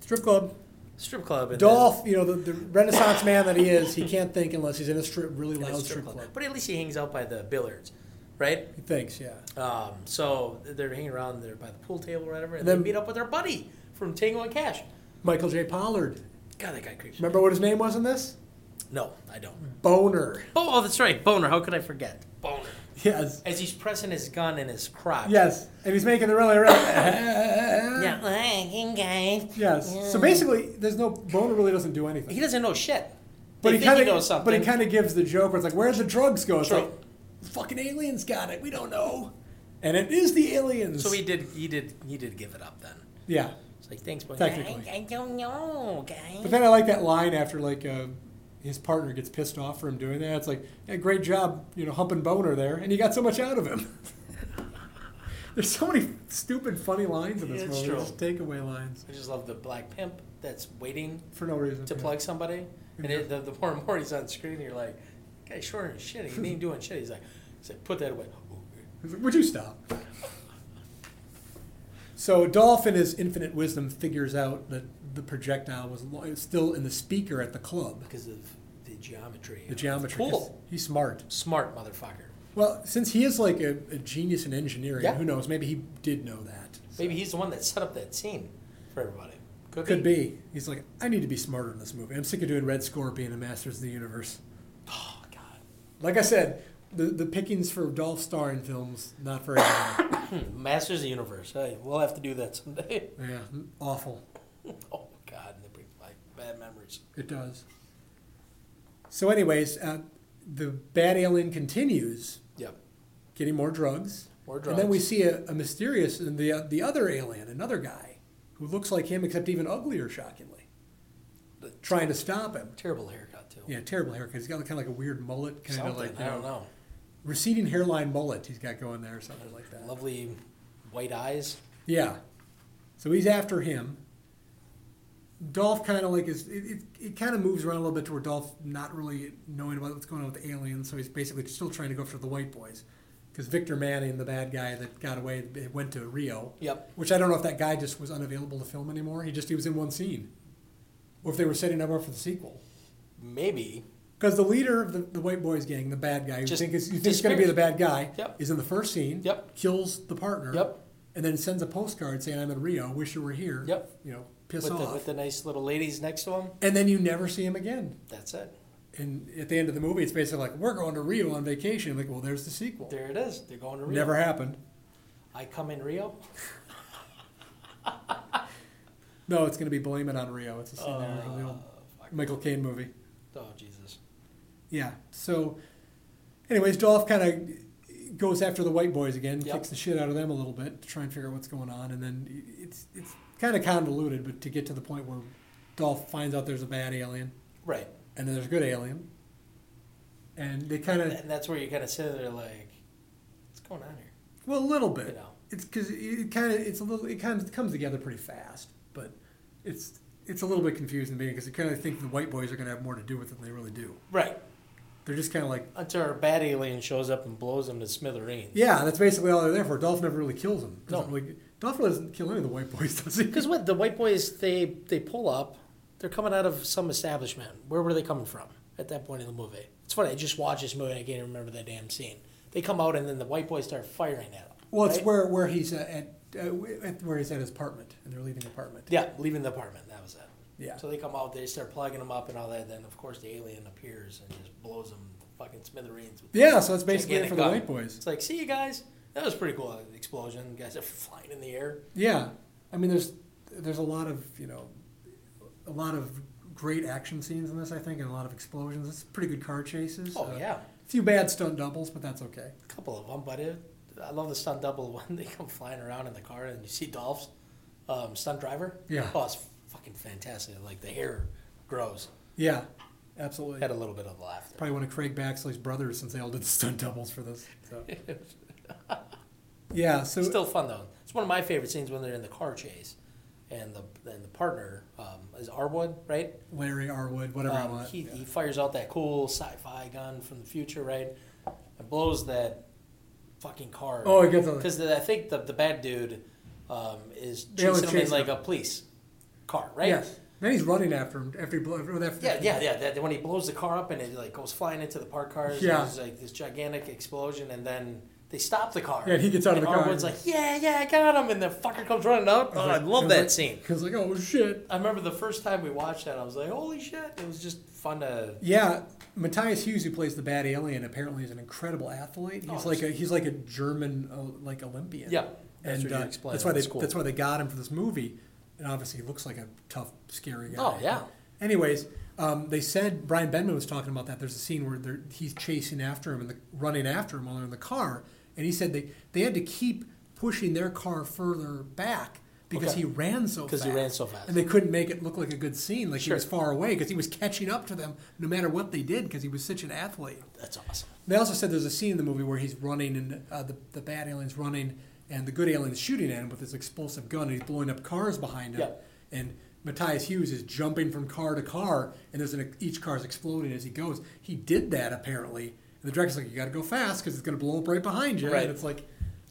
Speaker 2: strip club.
Speaker 3: strip club." And
Speaker 2: Dolph, you know, the, the Renaissance man that he is, he can't think unless he's in a strip, really
Speaker 3: then- and
Speaker 2: loud
Speaker 3: a
Speaker 2: strip, club.
Speaker 3: But at least he hangs out by the billiards, right?
Speaker 2: He thinks, yeah.
Speaker 3: Um, so they're hanging around there by the pool table or whatever, and
Speaker 2: And then-
Speaker 3: they meet up with their buddy from Tango and Cash.
Speaker 2: Michael J. Pollard.
Speaker 3: God, that guy creeps. me.
Speaker 2: Remember what his name was in this?
Speaker 3: No, I don't.
Speaker 2: Boner.
Speaker 3: Oh, oh, that's right, Boner. How could I forget? Boner.
Speaker 2: Yes.
Speaker 3: As he's pressing his gun in his crotch.
Speaker 2: Yes. And he's making the really,
Speaker 3: (laughs)
Speaker 2: really.
Speaker 3: Yeah.
Speaker 2: Yes. So basically, there's no Boner really doesn't do anything.
Speaker 3: He doesn't know shit. they
Speaker 2: but he
Speaker 3: think
Speaker 2: kind
Speaker 3: he knows
Speaker 2: of,
Speaker 3: something.
Speaker 2: but he kind of gives the joke where it's like, "Where would the drugs go?" It's
Speaker 3: True.
Speaker 2: like, "Fucking aliens got it. We don't know." And it is the aliens.
Speaker 3: So he did. He did. He did give it up then.
Speaker 2: yeah.
Speaker 3: It's like thanks, but
Speaker 2: Technically.
Speaker 3: I, I don't know, guy.
Speaker 2: But then I like that line after like uh, his partner gets pissed off for him doing that. It's like, yeah, great job, you know, humping boner there, and he got so much out of him. (laughs) There's so many stupid, funny lines in this
Speaker 3: It's
Speaker 2: movie.
Speaker 3: true.
Speaker 2: Just takeaway lines
Speaker 3: I just love the black pimp that's waiting
Speaker 2: for no reason.
Speaker 3: to
Speaker 2: yeah.
Speaker 3: plug somebody, and it, the, the more and more he's on screen, you're like, guy's short as shit. He ain't doing shit. He's like, he's like, put that away.
Speaker 2: He's like, Would you stop? So Dolph, in his infinite wisdom, figures out that the projectile was lo- still in the speaker at the club.
Speaker 3: Because of the geometry.
Speaker 2: The geometry.
Speaker 3: Cool.
Speaker 2: He's smart.
Speaker 3: Smart motherfucker.
Speaker 2: Well, since he is like a, a genius in engineering,
Speaker 3: Yeah.
Speaker 2: who knows? Maybe he did know that.
Speaker 3: Maybe he's the one that set up that scene for everybody. Could,
Speaker 2: Could be. He's like, I need to be smarter in this movie. I'm sick of doing Red Scorpion and Masters of the Universe.
Speaker 3: Oh, God.
Speaker 2: Like I said, the, the pickings for Dolph Star in films, not very good.
Speaker 3: Masters of the Universe. Hey, we'll have to do that someday. (laughs)
Speaker 2: (coughs) yeah, awful.
Speaker 3: oh, God. That brings back bad memories.
Speaker 2: It does. So, anyways, uh, the bad alien continues
Speaker 3: Yep.
Speaker 2: getting more drugs.
Speaker 3: More
Speaker 2: And then we
Speaker 3: drugs.
Speaker 2: see a, a mysterious, and the, uh, the other alien, another guy, who looks like him except even uglier, shockingly,
Speaker 3: But-
Speaker 2: trying to stop him.
Speaker 3: Terrible haircut, too.
Speaker 2: Yeah, terrible haircut. He's got kind of like a weird mullet, kind
Speaker 3: Something.
Speaker 2: of like you
Speaker 3: I don't know.
Speaker 2: receding hairline mullet he's got going there or something like that.
Speaker 3: Lovely white eyes.
Speaker 2: Yeah. So he's after him. Dolph kind of like is it, it, it kind of moves around a little bit to where Dolph not really knowing about what's going on with the aliens, so he's basically still trying to go after the white boys. Because Victor Manning, the bad guy that got away, went to Rio.
Speaker 3: Yep.
Speaker 2: Which I don't know if that guy just was unavailable to film anymore. He just he was in one scene, or if they were setting him up for the sequel.
Speaker 3: Maybe.
Speaker 2: Because the leader of the, the white boys gang, the bad guy, who you
Speaker 3: Just
Speaker 2: think is you think is going to be the bad guy,
Speaker 3: Yep.
Speaker 2: is in the first scene.
Speaker 3: Yep.
Speaker 2: Kills the partner.
Speaker 3: Yep.
Speaker 2: And then sends a postcard saying, "I'm in Rio. Wish you were here."
Speaker 3: Yep.
Speaker 2: You know, piss
Speaker 3: With the,
Speaker 2: off.
Speaker 3: with the nice little ladies next to him.
Speaker 2: and then you never see him again.
Speaker 3: That's it.
Speaker 2: And at the end of the movie, it's basically like, "We're going to Rio on vacation." like, well, there's the sequel.
Speaker 3: There it is. They're going to Rio.
Speaker 2: Never happened.
Speaker 3: I come in Rio.
Speaker 2: No, it's going to be Blame It on Rio. It's
Speaker 3: Uh,
Speaker 2: a scene there from the old Michael Caine movie.
Speaker 3: Oh, Jesus.
Speaker 2: Yeah. So, anyways, Dolph kind of goes after the white boys again,
Speaker 3: Yep.
Speaker 2: kicks the shit out of them a little bit to try and figure out what's going on, and then it's it's kind of convoluted, but to get to the point where Dolph finds out there's a bad alien
Speaker 3: Right.
Speaker 2: and then there's a good alien, and they kind of
Speaker 3: And that's where you kind of sit there like, what's going on here?
Speaker 2: well a little bit.
Speaker 3: You know.
Speaker 2: It's because it kind of it's a little it kind of comes together pretty fast, but it's it's a little bit confusing because you kind of think the white boys are going to have more to do with it than they really do.
Speaker 3: Right.
Speaker 2: They're just kind of like
Speaker 3: Until our bad alien shows up and blows him to smithereens.
Speaker 2: Yeah, that's basically all they're there for. Dolph never really kills him.
Speaker 3: No.
Speaker 2: Really, Dolph really doesn't kill any of the white boys, (laughs) does he?
Speaker 3: Because what? The white boys, they, they pull up. They're coming out of some establishment. Where were they coming from at that point in the movie? It's funny. I just watched this movie and I can't even remember that damn scene. They come out and then the white boys start firing at them.
Speaker 2: Well, it's
Speaker 3: right?
Speaker 2: where, where he's uh, at, uh, w- at where he's at his apartment, and they're leaving the apartment.
Speaker 3: Yeah, leaving the apartment. That was it.
Speaker 2: Yeah.
Speaker 3: So they come out, they start plugging them up and all that. Then, of course, the alien appears and just blows them fucking smithereens. With
Speaker 2: Yeah, so that's basically
Speaker 3: gigantic
Speaker 2: it for the
Speaker 3: gun.
Speaker 2: white boys.
Speaker 3: It's like, see you guys. That was pretty cool. uh, Explosion. Guys are (laughs) flying in the air.
Speaker 2: Yeah, I mean, there's there's a lot of you know, a lot of great action scenes in this, I think, and a lot of explosions. It's pretty good car chases.
Speaker 3: Oh, yeah.
Speaker 2: A few bad stunt doubles, but that's okay.
Speaker 3: A (laughs) couple of them, but it, I love the stunt double when they come flying around in the car and you see Dolph's um, stunt driver.
Speaker 2: Yeah.
Speaker 3: Oh, it's fucking fantastic. Like the hair grows.
Speaker 2: Yeah, absolutely.
Speaker 3: Had a little bit of laughter.
Speaker 2: Probably one of Craig Baxley's brothers since they all did stunt doubles for this.
Speaker 3: (laughs)
Speaker 2: So. yeah, so
Speaker 3: Still fun though. It's one of my favorite scenes when they're in the car chase, and the and the partner um, is Arwood, right?
Speaker 2: Larry Arwood, whatever I
Speaker 3: Um,
Speaker 2: want.
Speaker 3: he, he fires out that cool sci-fi gun from the future, right? And blows that fucking car.
Speaker 2: Oh, it gets on the-
Speaker 3: because I think the, the bad dude um, is
Speaker 2: They always
Speaker 3: chasing him in
Speaker 2: chase
Speaker 3: like a
Speaker 2: him.
Speaker 3: police car, right?
Speaker 2: Yes. Then he's running after him after he blow, after
Speaker 3: Yeah, yeah, yeah. That, when he blows the car up and it like goes flying into the parked cars,
Speaker 2: Yeah.
Speaker 3: yeah. there's like this gigantic explosion, and then they stop the car.
Speaker 2: Yeah, and he gets out of
Speaker 3: and
Speaker 2: the car.
Speaker 3: Arwood's like, "Yeah, yeah, I got him," and the fucker comes running up. Oh, I love that scene.
Speaker 2: He was like, oh shit.
Speaker 3: I remember the first time we watched that, I was like, "Holy shit!" It was just fun to.
Speaker 2: Yeah, Matthias Hughes, who plays the bad alien, apparently is an incredible athlete. He's
Speaker 3: Oh,
Speaker 2: like a he's like a German uh, like Olympian.
Speaker 3: Yeah, that's
Speaker 2: and
Speaker 3: what you
Speaker 2: uh,
Speaker 3: explained
Speaker 2: that's why
Speaker 3: in
Speaker 2: they
Speaker 3: school.
Speaker 2: that's why they got him for this movie. And obviously, he looks like a tough, scary guy.
Speaker 3: Oh, yeah.
Speaker 2: Anyways, um, they said Brian Benman was talking about that. There's a scene where they're, he's chasing after him and the, running after him while they're in the car, and he said they they had to keep pushing their car further back because
Speaker 3: Okay.
Speaker 2: he ran so
Speaker 3: 'Cause
Speaker 2: fast.
Speaker 3: he ran so fast.
Speaker 2: and they couldn't make it look like a good scene, like he
Speaker 3: Sure.
Speaker 2: was far away because he was catching up to them no matter what they did because he was such an athlete.
Speaker 3: That's awesome.
Speaker 2: They also said there's a scene in the movie where he's running and uh, the, the bad alien's running and the good alien's shooting at him with his explosive gun and he's blowing up cars behind him.
Speaker 3: Yeah.
Speaker 2: And Matthias Hughes is jumping from car to car and there's an, each car's exploding as he goes. He did that apparently. And the director's like, you got to go fast because it's going to blow up right behind you.
Speaker 3: Right. Hmm.
Speaker 2: And it's like,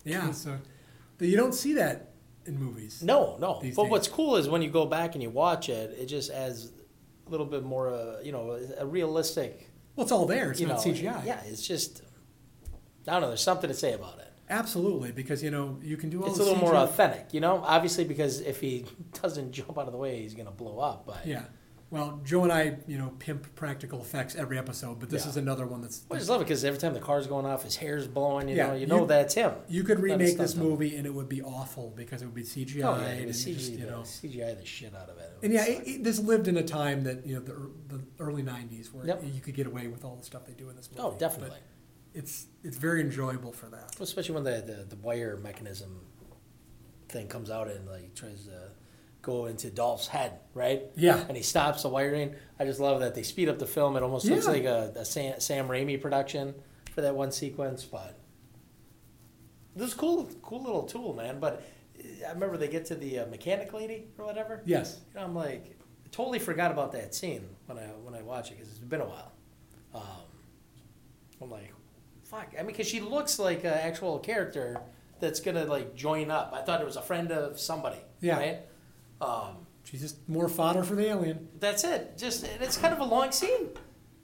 Speaker 2: yeah. So but you don't see that in movies.
Speaker 3: No, no.
Speaker 2: these
Speaker 3: But
Speaker 2: days.
Speaker 3: what's cool is when you go back and you watch it, it just adds a little bit more, uh, you know, a realistic.
Speaker 2: Well, it's all there. It's
Speaker 3: you
Speaker 2: not
Speaker 3: know,
Speaker 2: CGI.
Speaker 3: Yeah, it's just. I don't know. There's something to say about it.
Speaker 2: Absolutely. Because, you know, you can do all
Speaker 3: it's a
Speaker 2: the
Speaker 3: little more
Speaker 2: CGI.
Speaker 3: authentic, you know. Obviously, because if he (laughs) doesn't jump out of the way, he's gonna blow up. But
Speaker 2: Yeah. Well, Joe and I, you know, pimp practical effects every episode, but this
Speaker 3: Yeah.
Speaker 2: is another one that's.
Speaker 3: I just love it because every time the car's going off, his hair's blowing. You
Speaker 2: Yeah,
Speaker 3: know, you
Speaker 2: you-
Speaker 3: know that's him.
Speaker 2: You could
Speaker 3: Not a
Speaker 2: remake this
Speaker 3: stunt double.
Speaker 2: movie and it would be awful because it would be CGI
Speaker 3: Oh, yeah,
Speaker 2: and
Speaker 3: and
Speaker 2: it
Speaker 3: CGI,
Speaker 2: just, you know.
Speaker 3: CGI the shit out of it.
Speaker 2: And yeah,
Speaker 3: It's-
Speaker 2: it, it, this lived in a time that you know the, ear- the early '90s where
Speaker 3: Yep.
Speaker 2: you could get away with all the stuff they do in this movie.
Speaker 3: oh,
Speaker 2: but
Speaker 3: definitely.
Speaker 2: it's it's very enjoyable for that.
Speaker 3: Well, especially when the, the, the wire mechanism thing comes out and like tries to go into Dolph's head, right?
Speaker 2: Yeah.
Speaker 3: And he stops the wiring. I just love that they speed up the film. It almost looks
Speaker 2: Yeah.
Speaker 3: like a, a Sam, Sam Raimi production for that one sequence, but this is cool, cool little tool, man. But I remember they get to the uh, mechanic lady or whatever.
Speaker 2: Yes.
Speaker 3: You know, I'm like totally forgot about that scene when I when I watch it because it's been a while. Um, I'm like, fuck. I mean, because she looks like an actual character that's gonna like join up. I thought it was a friend of somebody.
Speaker 2: Yeah.
Speaker 3: Right? Um,
Speaker 2: She's just more fodder for the alien.
Speaker 3: That's it. Just and it's kind of a long scene.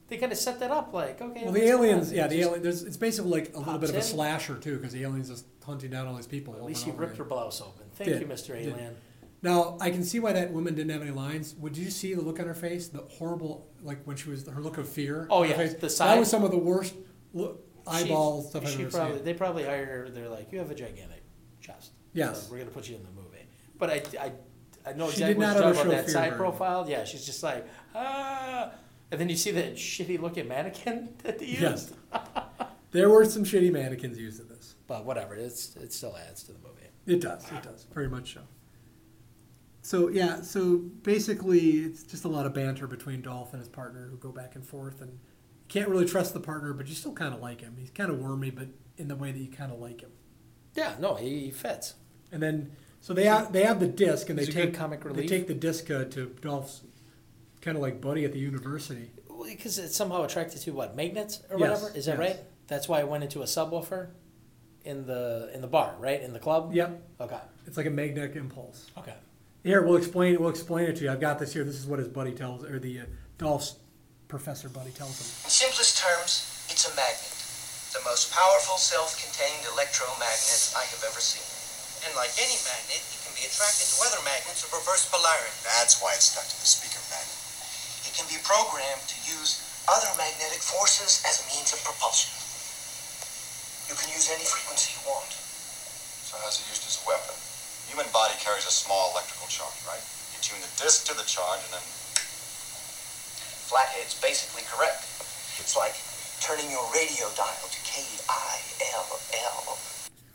Speaker 3: They kind of set that up like okay.
Speaker 2: Well,
Speaker 3: what's
Speaker 2: the
Speaker 3: going on?
Speaker 2: aliens, yeah,
Speaker 3: It
Speaker 2: the
Speaker 3: just-
Speaker 2: alien. There's it's basically like a little bit of a
Speaker 3: pops in.
Speaker 2: slasher too because the alien's just hunting down all these people.
Speaker 3: At least you ripped her blouse open. Thank
Speaker 2: Did,
Speaker 3: you, Mr.
Speaker 2: did.
Speaker 3: Alien.
Speaker 2: Now I can see why that woman didn't have any lines. Would you see the look on her face? The horrible, like when she was her look of fear.
Speaker 3: Oh,
Speaker 2: on her
Speaker 3: yeah,
Speaker 2: face?
Speaker 3: the side.
Speaker 2: That was some of the worst look, eyeball
Speaker 3: She-
Speaker 2: stuff I've
Speaker 3: she
Speaker 2: ever
Speaker 3: probably, (laughs)
Speaker 2: seen.
Speaker 3: They probably hired her. They're like, you have a gigantic chest.
Speaker 2: Yes.
Speaker 3: So we're gonna put you in the movie. But I, I, I know
Speaker 2: She
Speaker 3: exactly
Speaker 2: did
Speaker 3: what
Speaker 2: not
Speaker 3: you're
Speaker 2: ever
Speaker 3: talking
Speaker 2: show
Speaker 3: about. That
Speaker 2: fear
Speaker 3: side
Speaker 2: very
Speaker 3: profile. Yeah, she's just like ah, and then you see that shitty looking mannequin (laughs) that they used.
Speaker 2: Yes. (laughs) There were some shitty mannequins used in this.
Speaker 3: But whatever, it's it still adds to the movie.
Speaker 2: It does. It does. Very much so. So yeah. So basically, it's just a lot of banter between Dolph and his partner, who go back and forth, and you can't really trust the partner, but you still kind of like him. He's kind of wormy, but in the way that you kind of like him.
Speaker 3: Yeah, no, he, he fits.
Speaker 2: And then, so they have, they have the disc, and they
Speaker 3: He's a good
Speaker 2: take
Speaker 3: comic
Speaker 2: They
Speaker 3: relief.
Speaker 2: take the disc uh, to Dolph's kind of like buddy at the university.
Speaker 3: because it's somehow attracted to what magnets or
Speaker 2: Yes,
Speaker 3: whatever. Is that
Speaker 2: yes.
Speaker 3: right? That's why I went into a subwoofer in the in the bar, right in the club.
Speaker 2: Yep,
Speaker 3: Okay.
Speaker 2: it's like a magnetic impulse.
Speaker 3: Okay.
Speaker 2: Here, we'll explain. We'll explain it to you. I've got this here. This is what his buddy tells, or the uh, Dolph's professor buddy tells him.
Speaker 7: In simplest terms, it's a magnet. The most powerful self-contained electromagnet I have ever seen. And like any magnet, it can be attracted to other magnets of reverse polarity.
Speaker 6: That's why it's stuck to the speaker magnet.
Speaker 7: It can be programmed to use other magnetic forces as a means of propulsion. You can use any frequency you want.
Speaker 6: So how's it used as a weapon? Human body carries a small electrical charge, right? You tune the disc to the charge and then
Speaker 7: Flathead's basically correct. It's like turning your radio dial to KILL.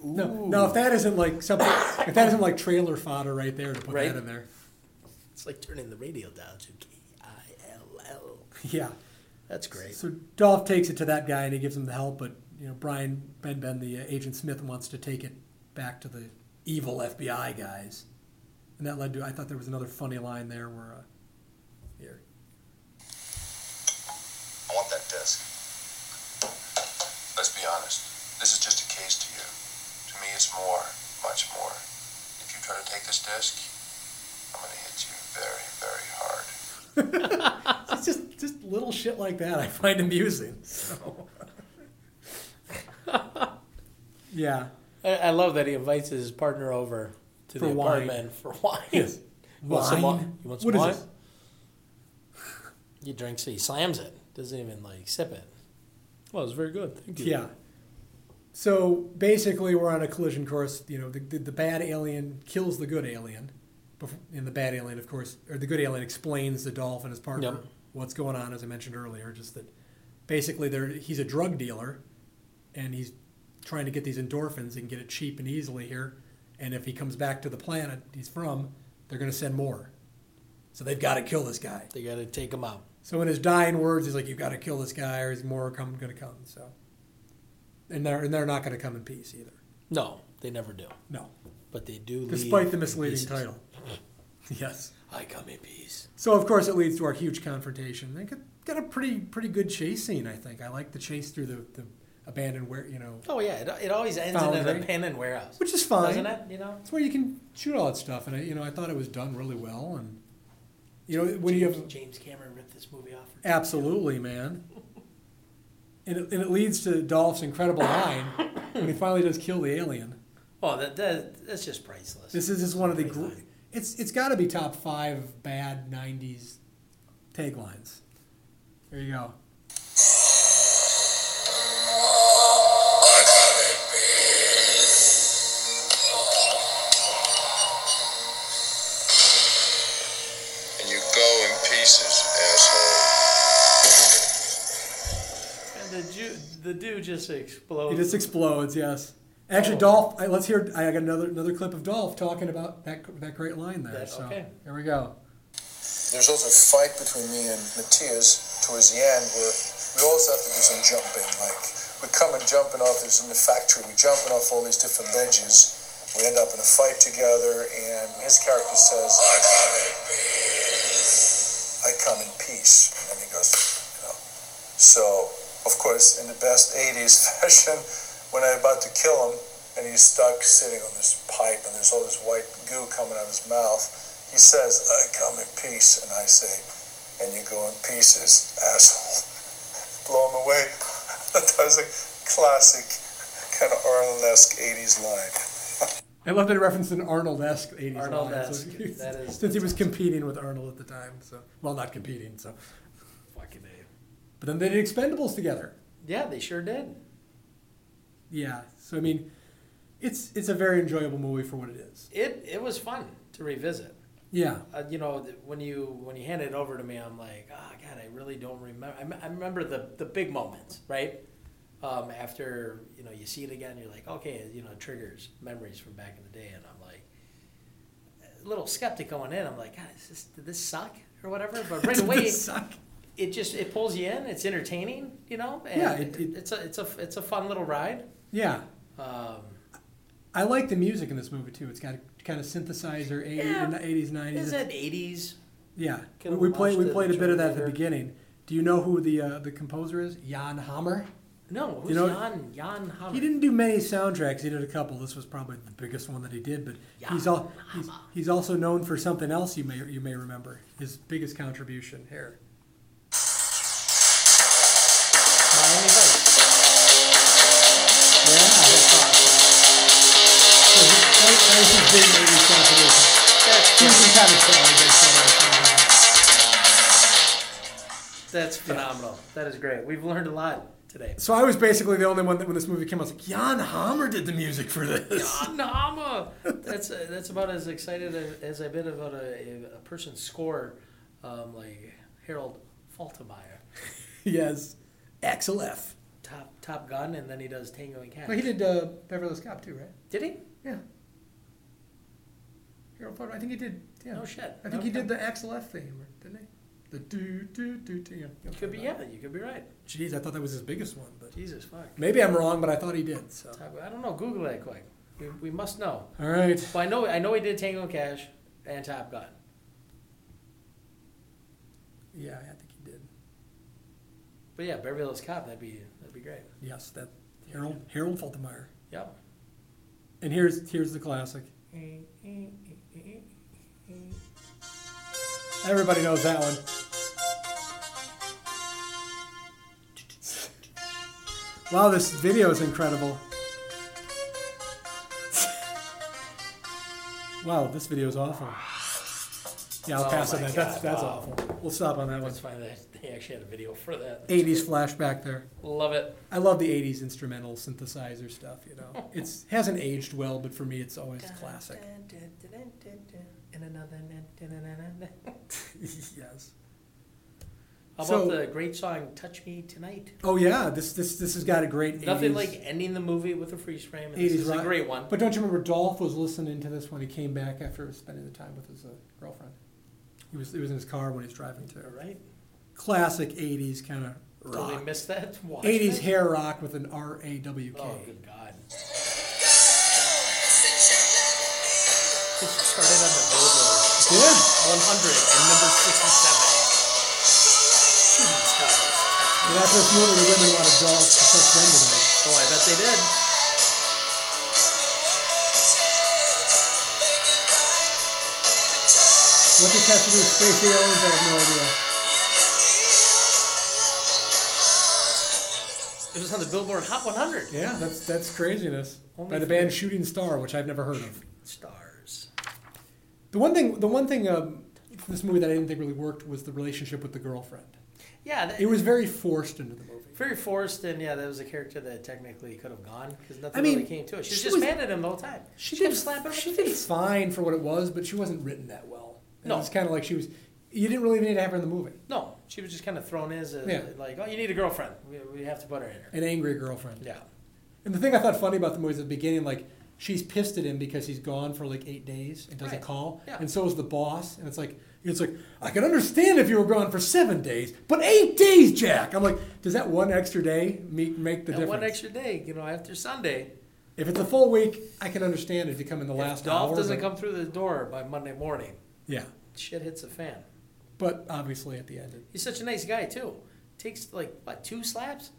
Speaker 2: No, no. If that isn't like something, if that isn't like trailer fodder right there to put
Speaker 3: Right?
Speaker 2: that in there. (laughs)
Speaker 3: It's like turning the radio down to K I L L.
Speaker 2: Yeah.
Speaker 3: That's great.
Speaker 2: So Dolph takes it to that guy and he gives him the help, but you know Brian Ben Ben the uh, agent Smith wants to take it back to the evil FBI guys, and that led to I thought there was another funny line there where uh, here (laughs)
Speaker 6: I want that disc. Let's be honest. This is just a case to you. To me, it's more, much more. If you try to take this disc, I'm going to hit you very, very hard.
Speaker 2: it's just just little shit like that I find amusing. So. (laughs) yeah,
Speaker 3: I, I love that he invites his partner over to
Speaker 2: For
Speaker 3: the
Speaker 2: wine.
Speaker 3: apartment for (laughs) wine.
Speaker 2: Yes.
Speaker 3: You want some
Speaker 2: Wine?
Speaker 3: wine? You want some
Speaker 2: What is
Speaker 3: wine?
Speaker 2: this?
Speaker 3: He drinks it. He slams it. Doesn't even like sip it. Well, it's very good. Thank you.
Speaker 2: yeah. So basically, we're on a collision course. You know, the, the, the bad alien kills the good alien, bef- and the bad alien, of course, or the good alien explains to Dolph and his partner
Speaker 3: Yep.
Speaker 2: what's going on, as I mentioned earlier. Just that basically, they're, he's a drug dealer, and he's trying to get these endorphins and get it cheap and easily here. And if he comes back to the planet he's from, they're going to send more. So they've got to kill this guy.
Speaker 3: They got to take him out.
Speaker 2: So in his dying words, he's like, "You've got to kill this guy, or he's more come going to come." So, and they're and they're not going to come in peace either.
Speaker 3: No, they never do.
Speaker 2: No,
Speaker 3: But they do.
Speaker 2: despite
Speaker 3: leave
Speaker 2: the
Speaker 3: in
Speaker 2: misleading
Speaker 3: pieces.
Speaker 2: title. (laughs) Yes.
Speaker 3: I come in peace.
Speaker 2: So of course it leads to our huge confrontation. They got, got a pretty pretty good chase scene. I think I like the chase through the, the abandoned where you know
Speaker 3: Oh yeah, it, it always ends in an
Speaker 2: Foundry.
Speaker 3: abandoned warehouse,
Speaker 2: Which is fine.
Speaker 3: doesn't it? You know,
Speaker 2: it's where you can shoot all that stuff. And I, you know I thought it was done really well. And you know when you have
Speaker 3: James Cameron ripped this movie off.
Speaker 2: Absolutely, man. And it, and it leads to Dolph's incredible line when he finally does kill the alien.
Speaker 3: Oh, that, that that's just priceless.
Speaker 2: This is just one of the
Speaker 3: Great
Speaker 2: gr-
Speaker 3: line.
Speaker 2: it's it's got to be top five bad '90s taglines. There you go.
Speaker 6: And you go in pieces, asshole.
Speaker 3: And the Jew, the dude just explodes.
Speaker 2: It just explodes. Yes.
Speaker 3: Oh.
Speaker 2: Actually, Dolph. I, let's hear. I got another another clip of Dolph talking about that that great line there.
Speaker 3: That-
Speaker 2: so
Speaker 3: okay.
Speaker 2: here we go.
Speaker 5: There's also a fight between me and Matthias towards the end where we also have to do some jumping. Like we're coming jumping off this in the factory, we're jumping off all these different ledges. We end up in a fight together, and his character says, "I come in peace." I come in peace, and he goes, you know. So, of course, in the best '80s (laughs) fashion, when I'm about to kill him, and he's stuck sitting on this pipe, and there's all this white goo coming out of his mouth. He says, I come in peace, and I say, and you go in pieces, asshole. Blow him away. (laughs) that was a classic, kind of Arnold-esque 80s line.
Speaker 2: I love that it referenced an Arnold-esque '80s (laughs)
Speaker 3: Arnold-esque,
Speaker 2: line, so-
Speaker 3: that is-
Speaker 2: since he was competing with Arnold at the time. So well, not competing. So
Speaker 3: Fucking A.
Speaker 2: But then they did Expendables together.
Speaker 3: Yeah, they sure did.
Speaker 2: Yeah. So I mean, it's it's a very enjoyable movie for what it is.
Speaker 3: It it was fun to revisit.
Speaker 2: (laughs) Yeah.
Speaker 3: Uh, you know, th- when you when you hand it over to me, I'm like, ah, God, I really don't remember. I, me- I remember the the big moments, right? Um, after you know you see it again, you're like, okay, you know, it triggers memories from back in the day, and I'm like, a little skeptic going in. I'm like, God, is this, did this suck or whatever? But
Speaker 2: (laughs)
Speaker 3: right away,
Speaker 2: This suck.
Speaker 3: it just it pulls you in. It's entertaining, you know. And
Speaker 2: Yeah, it- it-
Speaker 3: it's a it's a it's a fun little ride.
Speaker 2: Yeah.
Speaker 3: Um,
Speaker 2: I like the music in this movie too. It's got a kind of synthesizer, 80,
Speaker 3: Yeah.
Speaker 2: 80s, 90s.
Speaker 3: is it '80s?
Speaker 2: Yeah.
Speaker 3: Can
Speaker 2: We, we
Speaker 3: we
Speaker 2: played
Speaker 3: watch
Speaker 2: we
Speaker 3: the
Speaker 2: played a bit of that at the
Speaker 3: trailer?
Speaker 2: beginning. Do you know who the uh, the composer is? Jan Hammer.
Speaker 3: No, who's
Speaker 2: know-
Speaker 3: Jan Jan Hammer?
Speaker 2: He didn't do many soundtracks. He did a couple. This was probably the biggest one that he did. But he's all he's, he's also known for something else. You may you may remember his biggest contribution here.
Speaker 3: Miami Vice.
Speaker 2: Yeah. So he- that- that was his big 80s contribution. He can kind of tell, I guess, that I-
Speaker 3: That's phenomenal. That is great. We've learned a lot today.
Speaker 2: So I was basically the only one that when this movie came out, I was like, Jan Hammer did the music for this. (laughs)
Speaker 3: Jan Hammer. That's uh, that's about as excited as, as I've been about a, a person's score, um, like Harold Faltermeyer.
Speaker 2: Yes. Axel F.
Speaker 3: Top Top Gun, and then he does Tango and Cash.
Speaker 2: No, he did uh, Beverly Hills Cop too, right?
Speaker 3: Did he?
Speaker 2: Yeah. Harold Ford. I think he did. Yeah.
Speaker 3: No shit.
Speaker 2: I think he
Speaker 3: Okay.
Speaker 2: did the Axel F thing, didn't he? The do do do do. Yeah. You'll
Speaker 3: Could be.
Speaker 2: find out.
Speaker 3: Yeah, you could be right.
Speaker 2: Jeez, I thought that was his biggest one, but
Speaker 3: Jesus fuck.
Speaker 2: maybe I'm wrong. But I thought he did. So.
Speaker 3: Top Gun- I don't know. Google that quick. We, we must know.
Speaker 2: All right.
Speaker 3: Well, I know. I know he did Tango and Cash and Top Gun.
Speaker 2: Yeah, I think he did.
Speaker 3: But yeah, Beverly Hills Cop. That'd be that'd be great.
Speaker 2: Yes, that Harold Harold Faltermeyer.
Speaker 3: Yep.
Speaker 2: And here's here's the classic. Everybody knows that one. Wow, this video is incredible. Wow, this video is awful. Yeah, I'll
Speaker 3: Oh
Speaker 2: pass on
Speaker 3: my
Speaker 2: that. That's
Speaker 3: God,
Speaker 2: that's
Speaker 3: wow.
Speaker 2: awful. We'll stop on that one.
Speaker 3: Let's find that. They actually had a video for that.
Speaker 2: 80s flashback there.
Speaker 3: Love it.
Speaker 2: I love the 80s instrumental synthesizer stuff, you
Speaker 3: (laughs)
Speaker 2: know. It's hasn't aged well, but for me it's always classic.
Speaker 3: And another.
Speaker 2: (laughs) yes.
Speaker 3: How
Speaker 2: So-
Speaker 3: about the great song "Touch Me Tonight"?
Speaker 2: Oh yeah, this this this has got a great 80s,
Speaker 3: Nothing like ending the movie with a freeze frame. And this
Speaker 2: 80s
Speaker 3: is a
Speaker 2: rock.
Speaker 3: great one.
Speaker 2: But don't you remember Dolph was listening to this when he came back after spending the time with his uh, girlfriend. He was he was in his car when he was driving
Speaker 3: All
Speaker 2: to.
Speaker 3: right.
Speaker 2: Classic 80s kind of
Speaker 3: Totally
Speaker 2: rock.
Speaker 3: missed that. (laughs) Watch
Speaker 2: 80s
Speaker 3: that.
Speaker 2: hair rock with an R A W K.
Speaker 3: Oh, good God. This started on the Billboard
Speaker 2: Good.
Speaker 3: 100 and number 67. Shooting stars.
Speaker 2: And after this movie, the women wanted Dolph to touch them tonight.
Speaker 3: Oh, I bet they did.
Speaker 2: What this has to do with Spacey Owens,
Speaker 3: It was
Speaker 2: I have no idea.
Speaker 3: on the Billboard Hot 100.
Speaker 2: Yeah, that's that's craziness.
Speaker 3: Only
Speaker 2: By the band Shooting Star, which I've never heard of.
Speaker 3: Stars.
Speaker 2: The one thing, the one thing um, from this movie that I didn't think really worked was the relationship with the girlfriend.
Speaker 3: Yeah, that,
Speaker 2: It was very forced into the movie.
Speaker 3: very forced, and yeah, that was a character that technically could have gone because nothing
Speaker 2: I mean,
Speaker 3: really came to it. She was
Speaker 2: she
Speaker 3: just
Speaker 2: was-
Speaker 3: mad at him the whole time. She, kept slapping him
Speaker 2: She
Speaker 3: in the
Speaker 2: did
Speaker 3: face.
Speaker 2: fine for what it was, but she wasn't written that well. And
Speaker 3: No.
Speaker 2: it's kind of like she was. You didn't really need to have her in the movie.
Speaker 3: No, she was just kind of thrown in as a,
Speaker 2: Yeah.
Speaker 3: like, oh, you need a girlfriend. We, we have to put her in her.
Speaker 2: An angry girlfriend.
Speaker 3: Yeah.
Speaker 2: And the thing I thought funny about the movie is at the beginning, like she's pissed at him because he's gone for like eight days and doesn't
Speaker 3: Right.
Speaker 2: call,
Speaker 3: Yeah.
Speaker 2: and so is the boss. And it's like it's like I can understand if you were gone for seven days, but eight days, Jack. I'm like, does that one extra day make make the
Speaker 3: That
Speaker 2: difference?
Speaker 3: one extra day, you know, after Sunday,
Speaker 2: if it's a full week, I can understand if you come in the last
Speaker 3: Dolph
Speaker 2: hour.
Speaker 3: doesn't
Speaker 2: but-
Speaker 3: come through the door by Monday morning.
Speaker 2: Yeah,
Speaker 3: Shit hits the fan.
Speaker 2: but obviously at the end, it-
Speaker 3: He's such a nice guy too. Takes like what two slaps,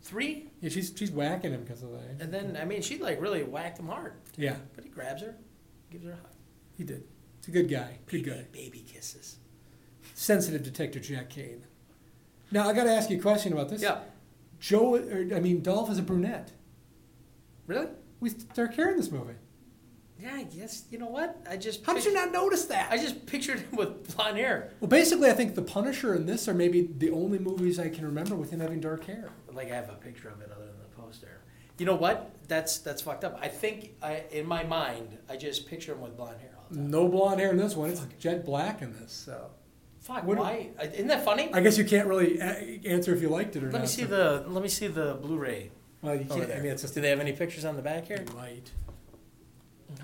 Speaker 3: three,
Speaker 2: yeah, she's she's whacking him because of that.
Speaker 3: and then I mean she like really whacked him hard.
Speaker 2: Yeah,
Speaker 3: But he grabs her, gives her a hug.
Speaker 2: he did. It's a good guy. Good guy.
Speaker 3: Baby kisses.
Speaker 2: Sensitive detective Jack Kane. Now I got to ask you a question about this.
Speaker 3: Yeah.
Speaker 2: Joe, or, I mean Dolph is a brunette.
Speaker 3: Really?
Speaker 2: We start caring this movie.
Speaker 3: Yeah, I guess you know what? I just
Speaker 2: How did you
Speaker 3: pic-
Speaker 2: not notice that?
Speaker 3: I just pictured him with blonde hair,
Speaker 2: well, basically, I think The Punisher and this are maybe the only movies I can remember with him having dark hair.
Speaker 3: like I have a picture of it other than the poster. You know what? That's that's fucked up. I think I in my mind I just picture him with blonde hair all the time.
Speaker 2: No blonde hair in this one. It's jet black in this. So
Speaker 3: Fuck,
Speaker 2: Mm. What-
Speaker 3: why? Isn't that funny?
Speaker 2: I guess you can't really a- answer if you liked it or not.
Speaker 3: Let me see
Speaker 2: so-
Speaker 3: the let me see the Blu-ray.
Speaker 2: Well, you
Speaker 3: over
Speaker 2: can't. I
Speaker 3: there.
Speaker 2: mean, it's just
Speaker 3: Do they have any pictures on the back here?
Speaker 2: light.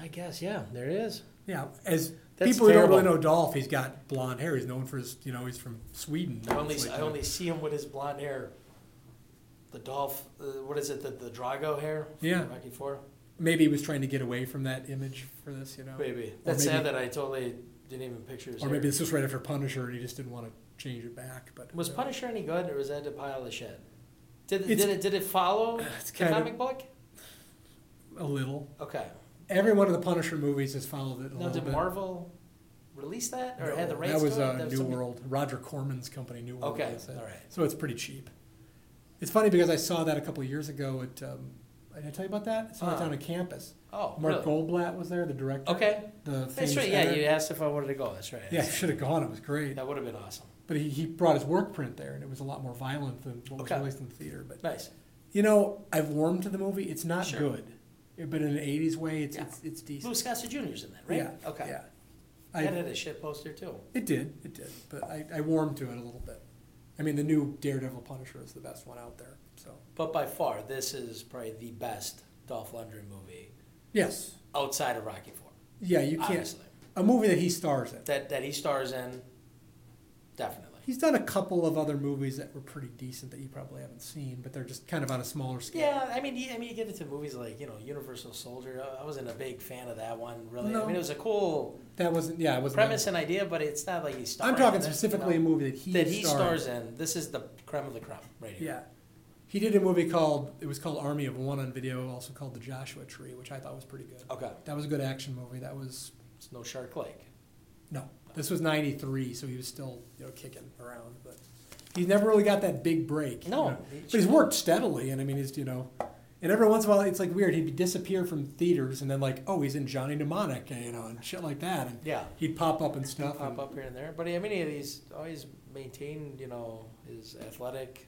Speaker 3: I guess yeah. There it is.
Speaker 2: Yeah, as
Speaker 3: That's
Speaker 2: people who don't really
Speaker 3: terrible.
Speaker 2: know Dolph, he's got blonde hair. He's known for his. You know, he's from Sweden.
Speaker 3: I only
Speaker 2: It's like,
Speaker 3: I only see him with his blonde hair. The Dolph, uh, what is it? The, the Drago hair. from
Speaker 2: Yeah.
Speaker 3: Rocky Four.
Speaker 2: Maybe he was trying to get away from that image for this. You know.
Speaker 3: Maybe.
Speaker 2: Or
Speaker 3: That's
Speaker 2: maybe-
Speaker 3: sad that I totally didn't even picture his
Speaker 2: Or
Speaker 3: hair.
Speaker 2: maybe this was right after Punisher, and he just didn't want to change it back. But uh,
Speaker 3: was Punisher any good, or was that a pile of shit? Did it,
Speaker 2: It's-
Speaker 3: did it did it follow
Speaker 2: it's
Speaker 3: the
Speaker 2: kind of-
Speaker 3: comic book?
Speaker 2: a little.
Speaker 3: Okay.
Speaker 2: Every one of the Punisher movies has followed it a
Speaker 3: Now
Speaker 2: little
Speaker 3: did
Speaker 2: bit.
Speaker 3: Marvel release that, or had the
Speaker 2: No,
Speaker 3: rights
Speaker 2: that was
Speaker 3: to it?
Speaker 2: uh, New
Speaker 3: something-
Speaker 2: World. Roger Corman's company, New World.
Speaker 3: Okay,
Speaker 2: does it.
Speaker 3: all right.
Speaker 2: So it's pretty cheap. It's funny because I saw that a couple of years ago at. Um, did I tell you about that? It's
Speaker 3: Uh-uh.
Speaker 2: down on campus.
Speaker 3: Oh, really?
Speaker 2: Mark Goldblatt was there, the director.
Speaker 3: Okay.
Speaker 2: The
Speaker 3: That's
Speaker 2: famous
Speaker 3: right. Yeah,
Speaker 2: editor.
Speaker 3: you asked if I wanted to go. That's right.
Speaker 2: Yeah, I should have gone. It was great.
Speaker 3: That would have been awesome.
Speaker 2: But he, he brought his work print there, and it was a lot more violent than what was
Speaker 3: Okay.
Speaker 2: released in the theater. But
Speaker 3: Nice.
Speaker 2: you know, I've warmed to the movie. It's not
Speaker 3: Sure.
Speaker 2: good, but in an '80s way, it's
Speaker 3: Yeah.
Speaker 2: it's, it's decent.
Speaker 3: Louis Gossett Jr.'s in that, right?
Speaker 2: Yeah.
Speaker 3: Okay.
Speaker 2: Yeah.
Speaker 3: That
Speaker 2: I,
Speaker 3: had a shit poster too.
Speaker 2: it did. It did. But I, I warmed to it a little bit. I mean, the new Daredevil Punisher is the best one out there. So
Speaker 3: But by far, this is probably the best Dolph Lundgren movie
Speaker 2: yes,
Speaker 3: outside of Rocky Four.
Speaker 2: yeah, you can't
Speaker 3: Obviously,
Speaker 2: a movie that he stars in.
Speaker 3: that that he stars in, definitely.
Speaker 2: He's done a couple of other movies that were pretty decent that you probably haven't seen, but they're just kind of on a smaller scale.
Speaker 3: Yeah, I mean, yeah, I mean, you get into movies like you know Universal Soldier. I- I wasn't a big fan of that one, really. I
Speaker 2: No.
Speaker 3: mean, it was a cool
Speaker 2: that wasn't yeah, it wasn't.
Speaker 3: premise and idea, but it's not like he's starring.
Speaker 2: I'm talking
Speaker 3: in it, you
Speaker 2: specifically
Speaker 3: know,
Speaker 2: a movie that he
Speaker 3: that he
Speaker 2: starred
Speaker 3: stars in. This is the creme of the creme, right here.
Speaker 2: Yeah. He did a movie called it was called Army of One on video, also called The Joshua Tree, which I thought was pretty good.
Speaker 3: Okay.
Speaker 2: That was a good action movie. That was
Speaker 3: It's no Shark Lake.
Speaker 2: no. This was ninety three, so he was still, you know, kicking around, but he's never really got that big break.
Speaker 3: No,
Speaker 2: you know.
Speaker 3: he
Speaker 2: But he's worked steadily and I mean he's you know and every once in a while it's like weird, he'd disappear from theaters and then like, oh, he's in Johnny Mnemonic, you know, and shit like that. And
Speaker 3: Yeah.
Speaker 2: he'd pop up and stuff.
Speaker 3: Pop
Speaker 2: and-
Speaker 3: up here and there, but I mean, he's always maintained, you know, his athletic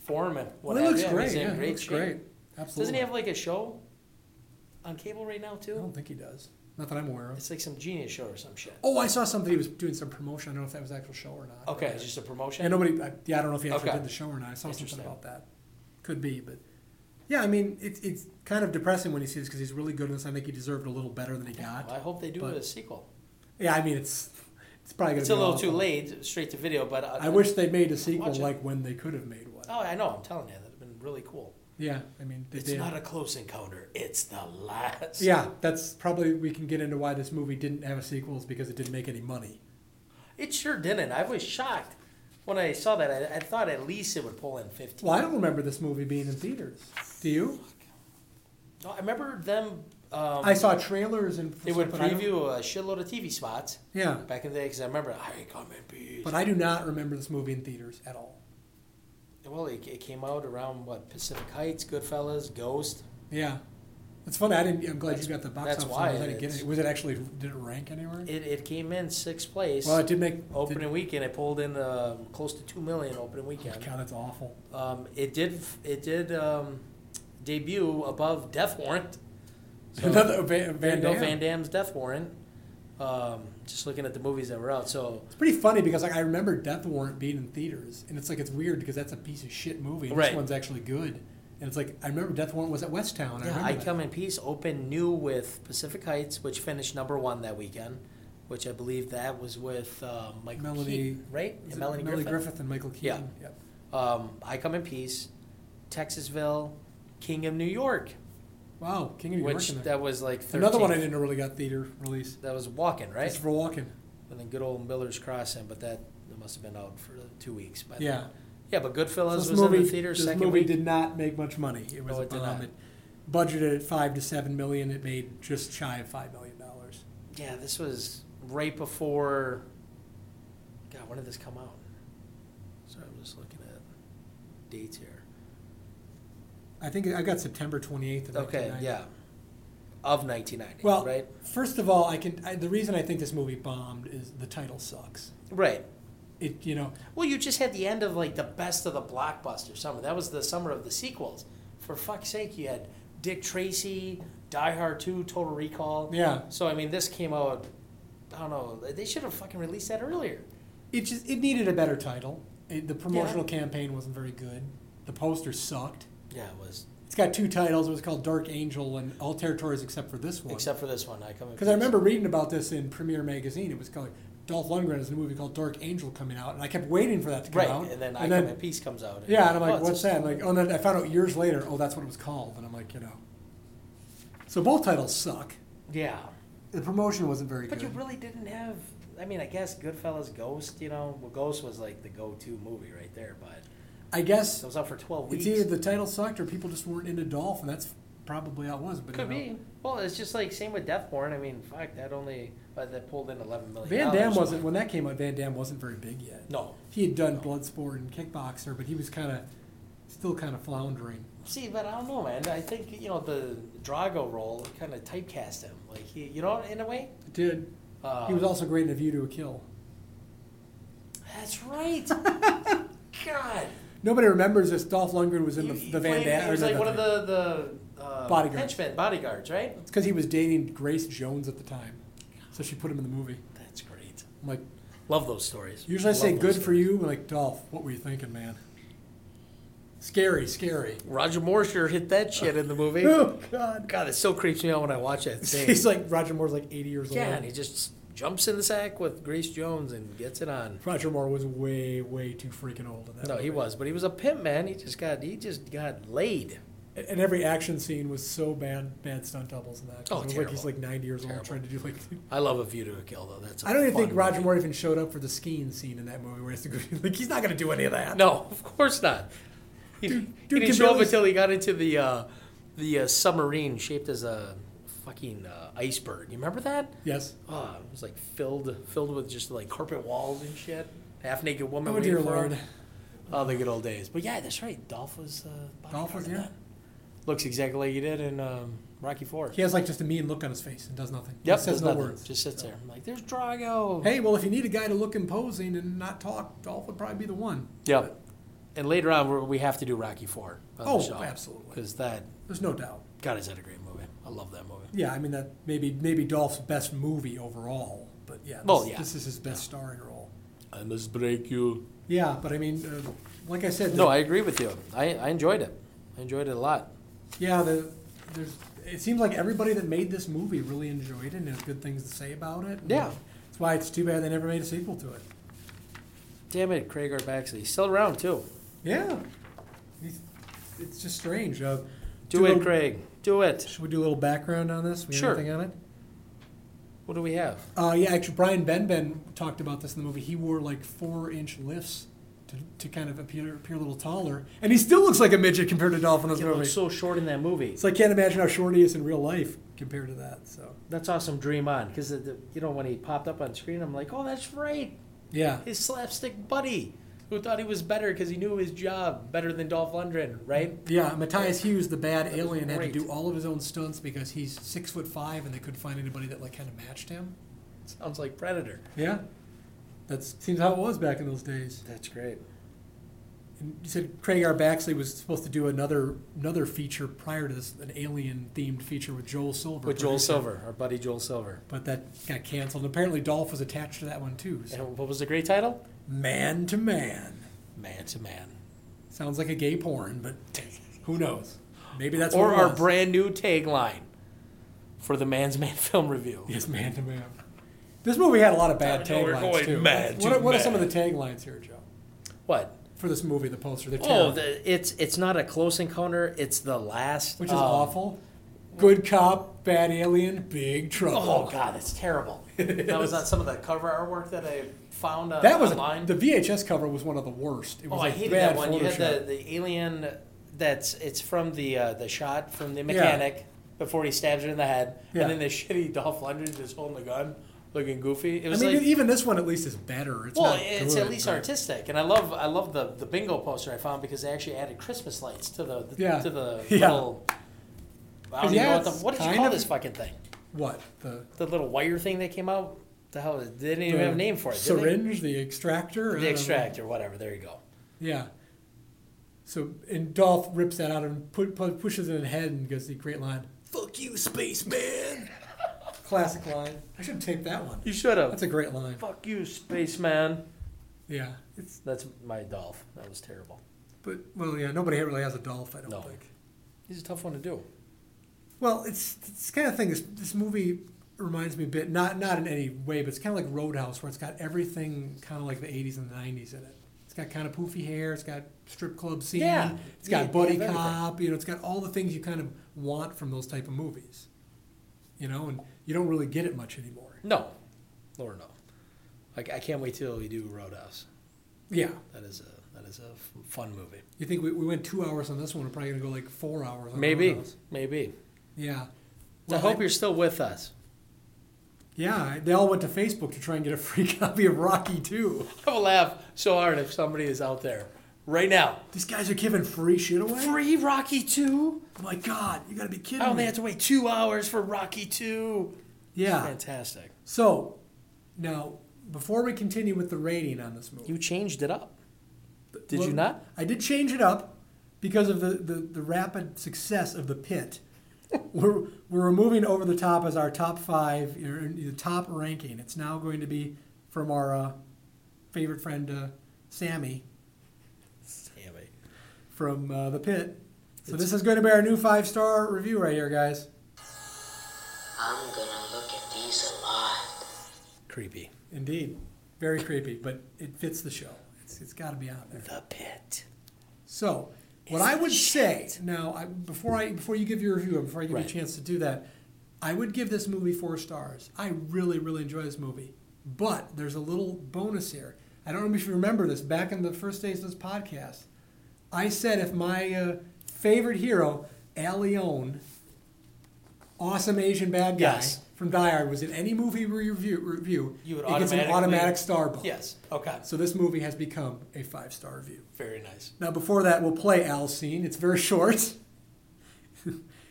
Speaker 3: form and what
Speaker 2: Well, he
Speaker 3: have
Speaker 2: looks
Speaker 3: you. I mean,
Speaker 2: great,
Speaker 3: he's in
Speaker 2: yeah, he looks
Speaker 3: shape.
Speaker 2: great. Absolutely.
Speaker 3: Doesn't he have like a show on cable right now
Speaker 2: I don't
Speaker 3: too?
Speaker 2: think he does. Not that I'm aware of.
Speaker 3: It's like some genius show or some shit.
Speaker 2: Oh, I saw something. He was doing some promotion. I don't know if that was actual show or not.
Speaker 3: Okay, it's just a promotion.
Speaker 2: Yeah, nobody. I, yeah, I don't know if he actually
Speaker 3: Okay.
Speaker 2: did the show or not. I saw something
Speaker 3: Interesting.
Speaker 2: about that. Could be, but yeah, I mean, it's it's kind of depressing when you see this because he's really good in this. I think he deserved a little better than he got.
Speaker 3: Well, I hope they do
Speaker 2: But-
Speaker 3: a sequel.
Speaker 2: Yeah, I mean, it's it's probably gonna
Speaker 3: It's
Speaker 2: be
Speaker 3: a little
Speaker 2: awful.
Speaker 3: too late, straight to video, but uh,
Speaker 2: I wish they made a sequel
Speaker 3: Watch it.
Speaker 2: like when they could have made one.
Speaker 3: Oh, I know. I'm telling you, that'd have been really cool.
Speaker 2: Yeah, I mean, they
Speaker 3: It's
Speaker 2: did.
Speaker 3: not a close encounter. It's the last.
Speaker 2: yeah, that's probably we can get into why this movie didn't have a sequel is because it didn't make any money.
Speaker 3: It sure didn't. I was shocked when I saw that. I, I thought at least it would pull in 15.
Speaker 2: Well, I don't remember this movie being in theaters. Do you?
Speaker 3: No, I remember them. Um,
Speaker 2: I saw trailers and
Speaker 3: they would
Speaker 2: but I don't-
Speaker 3: preview a shitload of TV spots
Speaker 2: Yeah,
Speaker 3: back in the day because I remember I come in peace.
Speaker 2: But I do not remember this movie in theaters at all.
Speaker 3: well, it, it came out around what Pacific Heights, Goodfellas, Ghost.
Speaker 2: Yeah, it's funny. I didn't. I'm glad you got the box
Speaker 3: That's
Speaker 2: office.
Speaker 3: why
Speaker 2: numbers. I didn't get
Speaker 3: it's-
Speaker 2: it. Was it actually did it rank anywhere?
Speaker 3: It, it came in sixth place.
Speaker 2: well, it did make
Speaker 3: opening
Speaker 2: Did,
Speaker 3: weekend, it pulled in um, close to two million opening weekend.
Speaker 2: God, that's awful.
Speaker 3: Um, it did. It did um, debut above Death Warrant. So
Speaker 2: (laughs) Another Van,
Speaker 3: there you
Speaker 2: Van
Speaker 3: go,
Speaker 2: Damme.
Speaker 3: Van Damme's Death Warrant. Um, just looking at the movies that were out. So
Speaker 2: It's pretty funny because like I remember Death Warrant being in theaters, and it's like it's weird because that's a piece of shit movie. And
Speaker 3: Right.
Speaker 2: This one's actually good, and it's like I remember Death Warrant was at West Town. I
Speaker 3: yeah,
Speaker 2: remember
Speaker 3: I
Speaker 2: that.
Speaker 3: Come in Peace opened new with Pacific Heights, which finished number one that weekend. Which I believe that was with um, Michael
Speaker 2: Melody-
Speaker 3: Keaton, right?
Speaker 2: Is
Speaker 3: And
Speaker 2: it
Speaker 3: Melanie, Griffith.
Speaker 2: and Michael
Speaker 3: Yeah.
Speaker 2: Keaton. Yep.
Speaker 3: Um, I Come in Peace, Texasville, King of New York,
Speaker 2: Wow, King of New
Speaker 3: which
Speaker 2: York. in there.
Speaker 3: that was like 13th.
Speaker 2: Another one I didn't know really got theater release.
Speaker 3: That was walking, right?
Speaker 2: Christopher Walken.
Speaker 3: And then good old Miller's Crossing, but that, that must have been out for two weeks. But
Speaker 2: Yeah.
Speaker 3: yeah, but Goodfellas
Speaker 2: this
Speaker 3: was
Speaker 2: movie,
Speaker 3: in the theater
Speaker 2: this
Speaker 3: second
Speaker 2: movie
Speaker 3: week.
Speaker 2: did not make much money. It was
Speaker 3: No, it did
Speaker 2: um,
Speaker 3: not.
Speaker 2: it budgeted at five to seven million. It made just shy of five million dollars.
Speaker 3: Yeah, this was right before. God, when did this come out? Sorry, I'm just looking at dates here.
Speaker 2: I think I got September twenty eighth.
Speaker 3: Okay, yeah, of 1990.
Speaker 2: Well,
Speaker 3: right,
Speaker 2: first of all, I can. I, the reason I think this movie bombed is the title sucks.
Speaker 3: right.
Speaker 2: It you know
Speaker 3: Well, you just had the end of like the best of the blockbuster summer. That was the summer of the sequels. For fuck's sake, you had Dick Tracy, Die Hard 2, Total Recall.
Speaker 2: yeah
Speaker 3: So I mean, this came out. I don't know. They should have fucking released that earlier.
Speaker 2: it just it needed a better title. It, the promotional campaign wasn't very good. The poster sucked.
Speaker 3: Yeah, it was.
Speaker 2: It's got two titles. It was called Dark Angel and All Territories except for this one.
Speaker 3: Except for this one, I come. in
Speaker 2: Because I
Speaker 3: peace.
Speaker 2: remember reading about this in Premiere Magazine. It was called Dolph Lundgren has a movie called Dark Angel coming out, and I kept waiting for that to come
Speaker 3: Right,
Speaker 2: out.
Speaker 3: and then I come in peace comes out.
Speaker 2: yeah, and I'm
Speaker 3: oh,
Speaker 2: like,
Speaker 3: it's just-
Speaker 2: what's that? And like, oh, and then I found out years later. Oh, that's what it was called. And I'm like, you know. So both titles suck.
Speaker 3: Yeah,
Speaker 2: The promotion wasn't very
Speaker 3: but you
Speaker 2: good.
Speaker 3: really didn't have. I mean, I guess Goodfellas, Ghost. You know, well, Ghost was like the go-to movie right there. But
Speaker 2: I guess
Speaker 3: it was out for twelve weeks.
Speaker 2: it's either the title sucked or people just weren't into Dolph, and that's probably how it was. But
Speaker 3: Could
Speaker 2: you know,
Speaker 3: be. Well, it's just like same with Death Warrant. I mean, fuck, that only uh, that pulled in eleven million.
Speaker 2: Van Damme wasn't when that came out. Van Damme wasn't very big yet.
Speaker 3: No.
Speaker 2: He had done Bloodsport and Kickboxer, but he was kind of still kind of floundering.
Speaker 3: See, but I don't know, man. I think you know the Drago role kind of typecast him. Like he, you know, in a way.
Speaker 2: It did.
Speaker 3: Um,
Speaker 2: He was also great in A View to a Kill.
Speaker 3: That's
Speaker 2: (laughs)
Speaker 3: right. God.
Speaker 2: Nobody remembers this. Dolph Lundgren was in the,
Speaker 3: He-
Speaker 2: the
Speaker 3: he
Speaker 2: Van
Speaker 3: played-
Speaker 2: Damme.
Speaker 3: He was like one of the, the uh,
Speaker 2: Bodyguards.
Speaker 3: henchmen, bodyguards, right?
Speaker 2: Oh, It's because he was dating Grace Jones at the time, so she put him in the movie.
Speaker 3: That's great.
Speaker 2: I'm like,
Speaker 3: Love those stories.
Speaker 2: Usually I
Speaker 3: Love
Speaker 2: say
Speaker 3: those
Speaker 2: good for
Speaker 3: stories.
Speaker 2: you, but like Dolph, what were you thinking, man?
Speaker 3: (laughs)
Speaker 2: Scary, scary.
Speaker 3: Roger Moore sure hit
Speaker 2: Uh,
Speaker 3: that shit in the movie.
Speaker 2: Oh God.
Speaker 3: God, it still creeps me out when I watch that scene.
Speaker 2: (laughs) He's like Roger Moore's like 80 years
Speaker 3: yeah,
Speaker 2: old.
Speaker 3: and he just jumps in the sack with Grace Jones and gets it on.
Speaker 2: Roger Moore was way, way too freaking old. In that
Speaker 3: No,
Speaker 2: movie.
Speaker 3: he was, but he was a pimp, man. He just got he just got laid.
Speaker 2: And every action scene was so bad, bad stunt doubles in that. 'cause
Speaker 3: Oh,
Speaker 2: it was Like he's
Speaker 3: terrible.
Speaker 2: like 90 years
Speaker 3: Terrible.
Speaker 2: old trying to do like.
Speaker 3: I love A View to a Kill though. That's I
Speaker 2: I don't even think Roger Moore even showed up for the skiing scene in that movie where he has to go. Like he's (laughs) not gonna do any of
Speaker 3: (laughs)
Speaker 2: that.
Speaker 3: No, of course not. He,
Speaker 2: Dude-
Speaker 3: he
Speaker 2: dude
Speaker 3: didn't
Speaker 2: can
Speaker 3: show up
Speaker 2: barely-
Speaker 3: until he got into the uh, the uh, submarine shaped as a fucking uh, iceberg. You remember that?
Speaker 2: Yes.
Speaker 3: Oh, it was like filled filled with just like carpet walls and shit. Half naked woman.
Speaker 2: Oh
Speaker 3: waiting
Speaker 2: dear
Speaker 3: for him.
Speaker 2: lord.
Speaker 3: Oh, the good old days. But yeah, that's right. Dolph was. Uh,
Speaker 2: Dolph
Speaker 3: bodyguard
Speaker 2: was
Speaker 3: in
Speaker 2: here?
Speaker 3: that. Looks exactly like he did in um, Rocky Four.
Speaker 2: He has like just a mean look on his face and does nothing.
Speaker 3: Yep,
Speaker 2: He
Speaker 3: does
Speaker 2: says no
Speaker 3: nothing.
Speaker 2: words.
Speaker 3: Just sits there. I'm like, there's Drago.
Speaker 2: Hey, well, if you need a guy to look imposing and not talk, Dolph would probably be the one.
Speaker 3: Yep. And later on, we're, we have to do Rocky Four.
Speaker 2: Oh, absolutely.
Speaker 3: Because that
Speaker 2: There's no doubt.
Speaker 3: God is that a great movie. I love that movie.
Speaker 2: Yeah, I mean that maybe maybe Dolph's best movie overall, but yeah, this,
Speaker 3: Well, yeah.
Speaker 2: this is his best starring role.
Speaker 1: I must break you.
Speaker 2: Yeah, but I mean, uh, like I said,
Speaker 3: No,
Speaker 2: the-
Speaker 3: I agree with you. I, I enjoyed it. I enjoyed it a lot.
Speaker 2: yeah, the, there's. It seems like everybody that made this movie really enjoyed it and has good things to say about it. and
Speaker 3: Yeah.
Speaker 2: that's why it's too bad they never made a sequel to it.
Speaker 3: Damn it, Craig R. Baxley. He's still around too.
Speaker 2: Yeah, It's- it's just strange. Uh,
Speaker 3: Do,
Speaker 2: do a
Speaker 3: it,
Speaker 2: little-
Speaker 3: Craig. Do it.
Speaker 2: Should we do a little background on this? We have
Speaker 3: Sure.
Speaker 2: Anything on it?
Speaker 3: What do we have?
Speaker 2: Uh, yeah, actually, Brian Benben talked about this in the movie. He wore like four inch lifts to, to kind of appear appear a little taller, and he still looks like a midget compared to Dolphin in the
Speaker 3: It
Speaker 2: movie.
Speaker 3: looks so short in that movie.
Speaker 2: so I can't imagine how short he is in real life compared to that. So
Speaker 3: That's awesome. Dream on, because you know when he popped up on screen, I'm like, oh, that's right,
Speaker 2: yeah,
Speaker 3: his slapstick buddy, who thought he was better because he knew his job better than Dolph Lundgren, right?
Speaker 2: yeah. Matthias Hughes, the bad alien, had to
Speaker 3: great.
Speaker 2: do all of his own stunts because he's six foot five, and they couldn't find anybody that like kind of matched him.
Speaker 3: Sounds like Predator.
Speaker 2: Yeah, that seems how it was back in those days.
Speaker 3: That's great.
Speaker 2: And you said Craig R. Baxley was supposed to do another another feature prior to this, an alien themed feature with Joel Silver.
Speaker 3: With Joel
Speaker 2: producer.
Speaker 3: Silver, our buddy Joel Silver.
Speaker 2: but that got canceled. And apparently, Dolph was attached to that one too. So.
Speaker 3: And what was the great title?
Speaker 2: Man to man
Speaker 3: Man to Man.
Speaker 2: sounds like a gay porn, but who knows? Maybe that's
Speaker 3: or
Speaker 2: what it
Speaker 3: our
Speaker 2: was.
Speaker 3: brand new tagline for the Man's Man (laughs) film review.
Speaker 2: Yes, man to man. This movie had a lot of bad
Speaker 1: I know we're
Speaker 2: taglines
Speaker 1: going
Speaker 2: too.
Speaker 1: man
Speaker 2: what
Speaker 1: to
Speaker 2: are, what are some of
Speaker 1: man.
Speaker 2: the taglines here, Joe?
Speaker 3: What?
Speaker 2: For this movie, the poster, they're
Speaker 3: Oh,
Speaker 2: terrible,
Speaker 3: the, it's it's not a close encounter. It's the last,
Speaker 2: which is
Speaker 3: um,
Speaker 2: awful. Good cop, bad alien, big trouble.
Speaker 3: Oh God, that's terrible. that was on some of the cover artwork that I found uh,
Speaker 2: That was
Speaker 3: online.
Speaker 2: the VHS cover was one of the worst. It was
Speaker 3: oh, I
Speaker 2: like
Speaker 3: hated
Speaker 2: bad
Speaker 3: that one. You had
Speaker 2: Photoshop.
Speaker 3: the, the alien that's it's from the uh, the shot from the mechanic before he stabs her in the head,
Speaker 2: Yeah.
Speaker 3: and then the (laughs) shitty Dolph Lundgren just holding the gun, looking goofy. It
Speaker 2: I
Speaker 3: was
Speaker 2: mean,
Speaker 3: like,
Speaker 2: even this one at least is better. It's
Speaker 3: well,
Speaker 2: not
Speaker 3: it's
Speaker 2: good,
Speaker 3: at least
Speaker 2: but-
Speaker 3: artistic, and I love I love the, the bingo poster I found because they actually added Christmas lights to the, the
Speaker 2: Yeah.
Speaker 3: to the
Speaker 2: (laughs) Yeah.
Speaker 3: little. I don't even
Speaker 2: Yeah,
Speaker 3: know what, the,
Speaker 2: it's
Speaker 3: what did you
Speaker 2: kind
Speaker 3: call
Speaker 2: of-
Speaker 3: this fucking thing?
Speaker 2: What the
Speaker 3: The little wire thing that came out. The hell they didn't even have a name for it. did they?
Speaker 2: Syringe, the extractor. I
Speaker 3: the
Speaker 2: don't
Speaker 3: extract or whatever. There you go.
Speaker 2: know. Yeah. So and Dolph rips that out and put, pu- pushes it in the head and goes the great line.
Speaker 4: Fuck you, spaceman.
Speaker 2: Classic line. I should tape that one.
Speaker 3: You should have.
Speaker 2: That's a great line.
Speaker 3: Fuck you, spaceman.
Speaker 2: Yeah. It's
Speaker 3: That's my Dolph. That was terrible.
Speaker 2: but well yeah nobody really has a Dolph I don't
Speaker 3: No.
Speaker 2: think.
Speaker 3: He's a tough one to do.
Speaker 2: Well it's it's kind of thing. This this movie reminds me a bit not not in any way but it's kind of like Roadhouse where it's got everything kind of like the 80s and the 90s in it. It's got kind of poofy hair. It's got strip club scene.
Speaker 3: Yeah.
Speaker 2: It's got
Speaker 3: Yeah,
Speaker 2: buddy
Speaker 3: yeah, everything.
Speaker 2: cop. You know, it's got all the things you kind of want from those type of movies. You know, and you don't really get it much anymore.
Speaker 3: No, Lord no. Like I can't wait till we do Roadhouse.
Speaker 2: Yeah.
Speaker 3: That is a that is a f- fun movie.
Speaker 2: You think we, we went two hours on this one? We're probably gonna go like four hours. on
Speaker 3: Maybe,
Speaker 2: Roadhouse.
Speaker 3: maybe.
Speaker 2: Yeah.
Speaker 3: I hope you're still with us.
Speaker 2: Yeah, I- they all went to Facebook to try and get a free (laughs) copy of Rocky too.
Speaker 3: I will laugh so hard if somebody is out there right now.
Speaker 2: These guys are giving free shit away.
Speaker 3: Free Rocky Two?
Speaker 2: My God, you gotta be kidding
Speaker 3: I
Speaker 2: me.
Speaker 3: only have to wait two hours for Rocky Two.
Speaker 2: yeah.
Speaker 3: Fantastic.
Speaker 2: So, now before we continue with the rating on this movie,
Speaker 3: You changed it up. Did
Speaker 2: Well,
Speaker 3: you not?
Speaker 2: I did change it up because of the, the, the rapid success of
Speaker 3: (laughs)
Speaker 2: the pit. we're, we're removing over the top as our top five, or the top ranking. It's now going to be from our uh, favorite friend uh, Sammy
Speaker 3: Damn it.
Speaker 2: from uh, the pit. So this is going to be our new five star review right here, guys.
Speaker 8: I'm gonna look at these a lot.
Speaker 3: Creepy.
Speaker 2: Indeed, very creepy, but it fits the show. It's, it's got to be out there.
Speaker 3: The pit.
Speaker 2: So, what I would say now, I, before I before you give your review, before I give
Speaker 3: Right.
Speaker 2: you a chance to do that, I would give this movie four stars. I really, really enjoy this movie, but there's a little bonus here. I don't know if you remember this. Back in the first days of this podcast, I said if my uh, favorite hero, Al Leone, awesome Asian bad guy
Speaker 3: Yes.
Speaker 2: from Die Hard, was in any movie we review, review
Speaker 3: You would
Speaker 2: it gets an
Speaker 3: automatically-
Speaker 2: automatic star bump.
Speaker 3: Yes. Okay.
Speaker 2: So this movie has become a five star review.
Speaker 3: Very nice.
Speaker 2: Now, before that, we'll play Al's scene. It's very (laughs) short.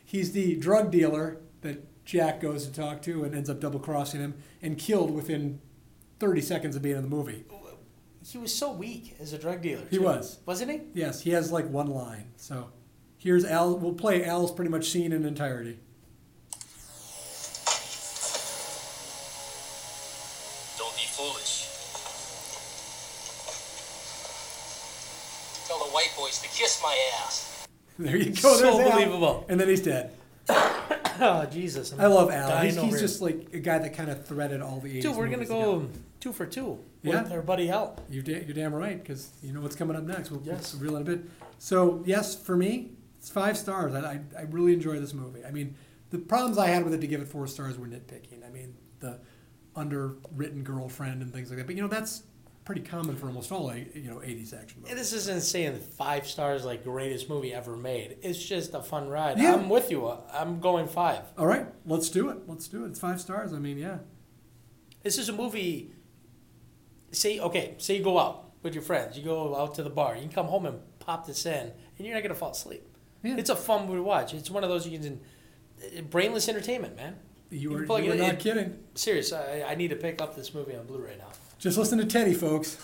Speaker 2: He's the drug dealer that Jack goes to talk to and ends up double crossing him and killed within 30 seconds of being in the movie.
Speaker 3: He was so weak as a drug dealer.
Speaker 2: He
Speaker 3: too.
Speaker 2: was.
Speaker 3: Wasn't he?
Speaker 2: Yes, he has like one line. So here's Al. We'll play Al's pretty much scene in entirety. (laughs)
Speaker 7: Don't be foolish. Tell the white boys to kiss my ass.
Speaker 2: There you go.
Speaker 3: So
Speaker 2: there's Al.
Speaker 3: believable.
Speaker 2: And then he's dead.
Speaker 3: (laughs) Oh Jesus! I'm
Speaker 2: I love Al.
Speaker 3: dying
Speaker 2: He's, he's
Speaker 3: over
Speaker 2: just like a guy that kind of threaded all the 80s.
Speaker 3: here. dude. We're gonna
Speaker 2: movies
Speaker 3: go
Speaker 2: together.
Speaker 3: two for two
Speaker 2: Yeah.
Speaker 3: with our buddy Al.
Speaker 2: You da- you're damn right, because you know what's coming up next. We'll,
Speaker 3: Yes.
Speaker 2: we'll reel in a bit. So, yes, for me, it's five stars. I, I, I really enjoy this movie. I mean, the problems I had with it to give it four stars were nitpicking. I mean, the underwritten girlfriend and things like that. But, you know, that's pretty common for almost all, like, you know, 80s action movies.
Speaker 3: This isn't saying five stars like greatest movie ever made. It's just a fun ride.
Speaker 2: Yeah.
Speaker 3: I'm with you. I'm going five.
Speaker 2: All right, let's do it. Let's do it. It's five stars. I mean, yeah.
Speaker 3: This is a movie. Say okay. Say you go out with your friends. You go out to the bar. You can come home and pop this in, and you're not gonna fall asleep.
Speaker 2: Yeah.
Speaker 3: It's a fun movie to watch. It's one of those you can. uh, Brainless entertainment, man.
Speaker 2: You
Speaker 3: can
Speaker 2: were,
Speaker 3: plug
Speaker 2: you were
Speaker 3: it-
Speaker 2: not
Speaker 3: it-
Speaker 2: kidding.
Speaker 3: Serious. I, I need to pick up this movie on Blu-ray now.
Speaker 2: Just listen to Teddy, folks.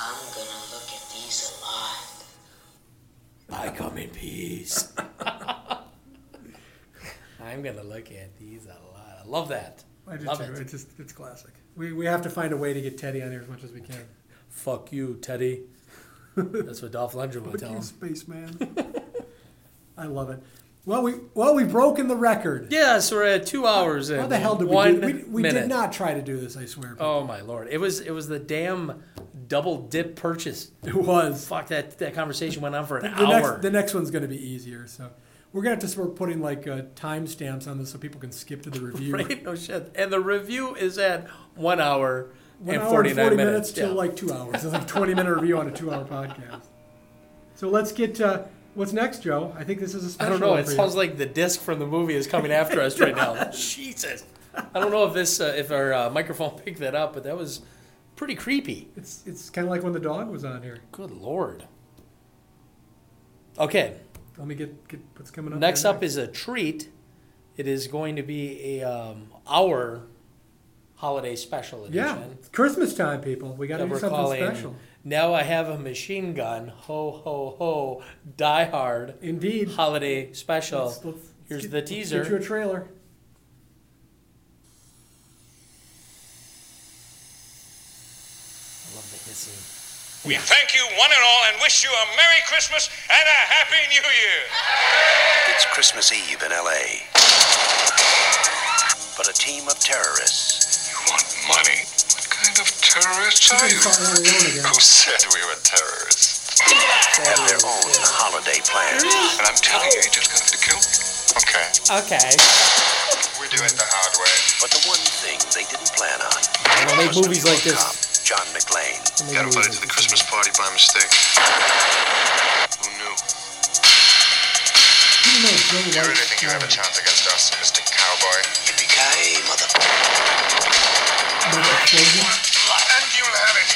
Speaker 8: I'm gonna look at these a lot.
Speaker 3: I come in peace. (laughs) I'm gonna look at these a lot. I love that.
Speaker 2: I do
Speaker 3: love
Speaker 2: too.
Speaker 3: it.
Speaker 2: It's just, it's classic. We, we have to find a way to get Teddy on here as much as we can.
Speaker 3: Fuck you, Teddy. That's what Dolph Lundgren would
Speaker 2: But
Speaker 3: tell
Speaker 2: you
Speaker 3: him.
Speaker 2: spaceman. (laughs) I love it. Well, we well we've broken the record.
Speaker 3: Yes, we're at two hours in.
Speaker 2: How the hell did
Speaker 3: one
Speaker 2: we do We, we
Speaker 3: minute.
Speaker 2: did not try to do this. I swear.
Speaker 3: Oh my lord! It was it was the damn double dip purchase.
Speaker 2: It was
Speaker 3: Fuck that! That conversation went on for an
Speaker 2: the
Speaker 3: hour.
Speaker 2: next, the next one's going to be easier. So we're going to have to start putting like uh, timestamps on this so people can skip to the
Speaker 3: (laughs)
Speaker 2: review.
Speaker 3: right? No shit. And the review is at one hour
Speaker 2: One
Speaker 3: and
Speaker 2: hour
Speaker 3: forty nine
Speaker 2: minutes,
Speaker 3: minutes.
Speaker 2: till like two hours. It's like twenty minute review on a two hour podcast. So let's get uh, what's next, Joe. I think this is a
Speaker 3: I
Speaker 2: special.
Speaker 3: don't know.
Speaker 2: one
Speaker 3: It
Speaker 2: for you.
Speaker 3: sounds like the disc from the movie is coming after us right
Speaker 2: (laughs)
Speaker 3: now. Jesus! I don't know if this uh, if our uh, microphone (laughs) picked that up, but that was pretty creepy.
Speaker 2: it's it's kind of like when the dog was on here.
Speaker 3: Good lord. Okay.
Speaker 2: Let me get get what's coming up.
Speaker 3: Next
Speaker 2: here
Speaker 3: up is a treat. It is going to be a um, our holiday special edition
Speaker 2: Yeah, it's Christmas time, people. We got to
Speaker 3: that
Speaker 2: do
Speaker 3: we're
Speaker 2: something
Speaker 3: calling
Speaker 2: special.
Speaker 3: "Now I Have a Machine Gun." Ho ho ho! Die Hard
Speaker 2: Indeed.
Speaker 3: holiday special.
Speaker 2: Let's- let's- let's
Speaker 3: Here's
Speaker 2: get-
Speaker 3: the
Speaker 2: let's
Speaker 3: teaser.
Speaker 2: Get you a trailer.
Speaker 3: I love the hissing.
Speaker 9: We thank you one and all and wish you a Merry Christmas and a Happy New Year.
Speaker 6: It's Christmas Eve in LA. But a team of terrorists
Speaker 9: You want money? What kind of terrorist are you? Who said we were terrorists?
Speaker 6: have their own holiday plans.
Speaker 9: And I'm telling you, you just gonna have to kill me. Okay,
Speaker 3: Okay.
Speaker 9: we're doing the hard way.
Speaker 6: But the one thing they didn't plan on
Speaker 3: I don't make
Speaker 6: was to
Speaker 3: movies
Speaker 6: kill
Speaker 3: like
Speaker 6: cop
Speaker 3: this.
Speaker 6: John McClane.
Speaker 3: I make
Speaker 9: Got
Speaker 3: movies like
Speaker 9: invited to the
Speaker 3: this.
Speaker 9: Christmas party by mistake. Who knew?
Speaker 2: You know, Joe
Speaker 9: You really
Speaker 2: likes
Speaker 9: think you have a
Speaker 2: trailers.
Speaker 9: chance against us, Mr. Cowboy?
Speaker 6: Yippee-ki-yay, mother.
Speaker 9: And you'll have it.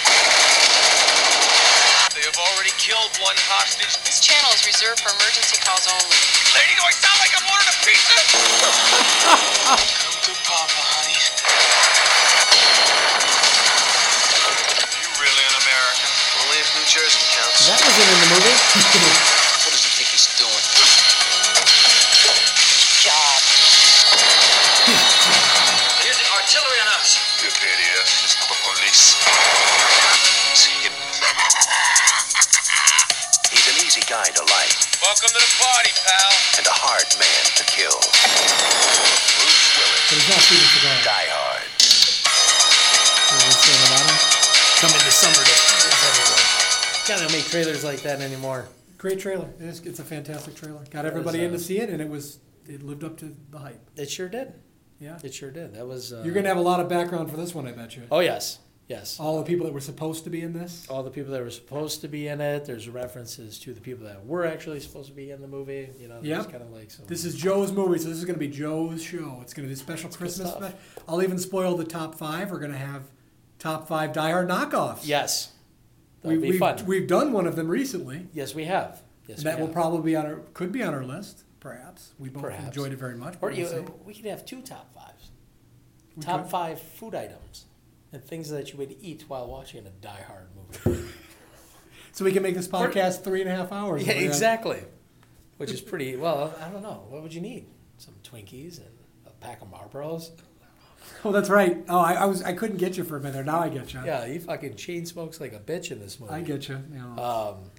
Speaker 7: They have already killed one hostage.
Speaker 10: This channel is reserved for emergency calls only.
Speaker 9: Lady, do I sound like I'm ordering a pizza? Come to Papa, honey. You really an American?
Speaker 6: Only if New Jersey counts.
Speaker 3: That wasn't in the movie.
Speaker 6: What does he think he's doing?
Speaker 7: Job. Here's the artillery on us.
Speaker 9: You idiot. It's not the police.
Speaker 11: hard man to kill. Bruce Willis.
Speaker 2: But he's not Steven Seagal.
Speaker 11: Die Hard.
Speaker 3: Coming this summer to everyone. God, they don't make trailers like that anymore.
Speaker 2: Great trailer. It is, it's a fantastic trailer. Got
Speaker 3: That
Speaker 2: everybody
Speaker 3: is,
Speaker 2: in
Speaker 3: uh,
Speaker 2: to see it, and it was it lived up to the hype.
Speaker 3: It sure did.
Speaker 2: Yeah.
Speaker 3: It sure did. That was. Uh,
Speaker 2: You're gonna Oh. have a lot of background for this one, I bet you.
Speaker 3: Oh yes, yes.
Speaker 2: All the people that were supposed to be in this.
Speaker 3: All the people that were supposed to be in it. There's references to the people that were actually supposed to be in the movie. You know,
Speaker 2: Yeah.
Speaker 3: there's kind of like some.
Speaker 2: This is Joe's movie, so this is going to be Joe's show. It's going to be a special Christmas.
Speaker 3: stuff.
Speaker 2: spe- I'll even spoil the top five. We're going to have top five Die Hard knockoffs.
Speaker 3: Yes.
Speaker 2: we,
Speaker 3: That'll be
Speaker 2: we've,
Speaker 3: fun.
Speaker 2: We've done one of them recently.
Speaker 3: yes, we have. Yes,
Speaker 2: that
Speaker 3: we
Speaker 2: will
Speaker 3: have.
Speaker 2: probably be on our could be on our list, perhaps. We both
Speaker 3: Perhaps.
Speaker 2: enjoyed it very much.
Speaker 3: Or
Speaker 2: but
Speaker 3: you,
Speaker 2: we'll see.
Speaker 3: we could have two top fives.
Speaker 2: We
Speaker 3: top
Speaker 2: could.
Speaker 3: five food items and things that you would eat while watching a Die Hard movie.
Speaker 2: so we can make this podcast three and a half hours.
Speaker 3: yeah,
Speaker 2: We're gonna-
Speaker 3: exactly. Which is pretty well. I don't know. What would you need? Some Twinkies and a pack of Marlboros.
Speaker 2: Oh, that's right. Oh, I, I was I couldn't get you for a minute. Now I get you.
Speaker 3: Yeah, he fucking chain smokes like a bitch in this movie.
Speaker 2: I get you. Yeah.
Speaker 3: Um,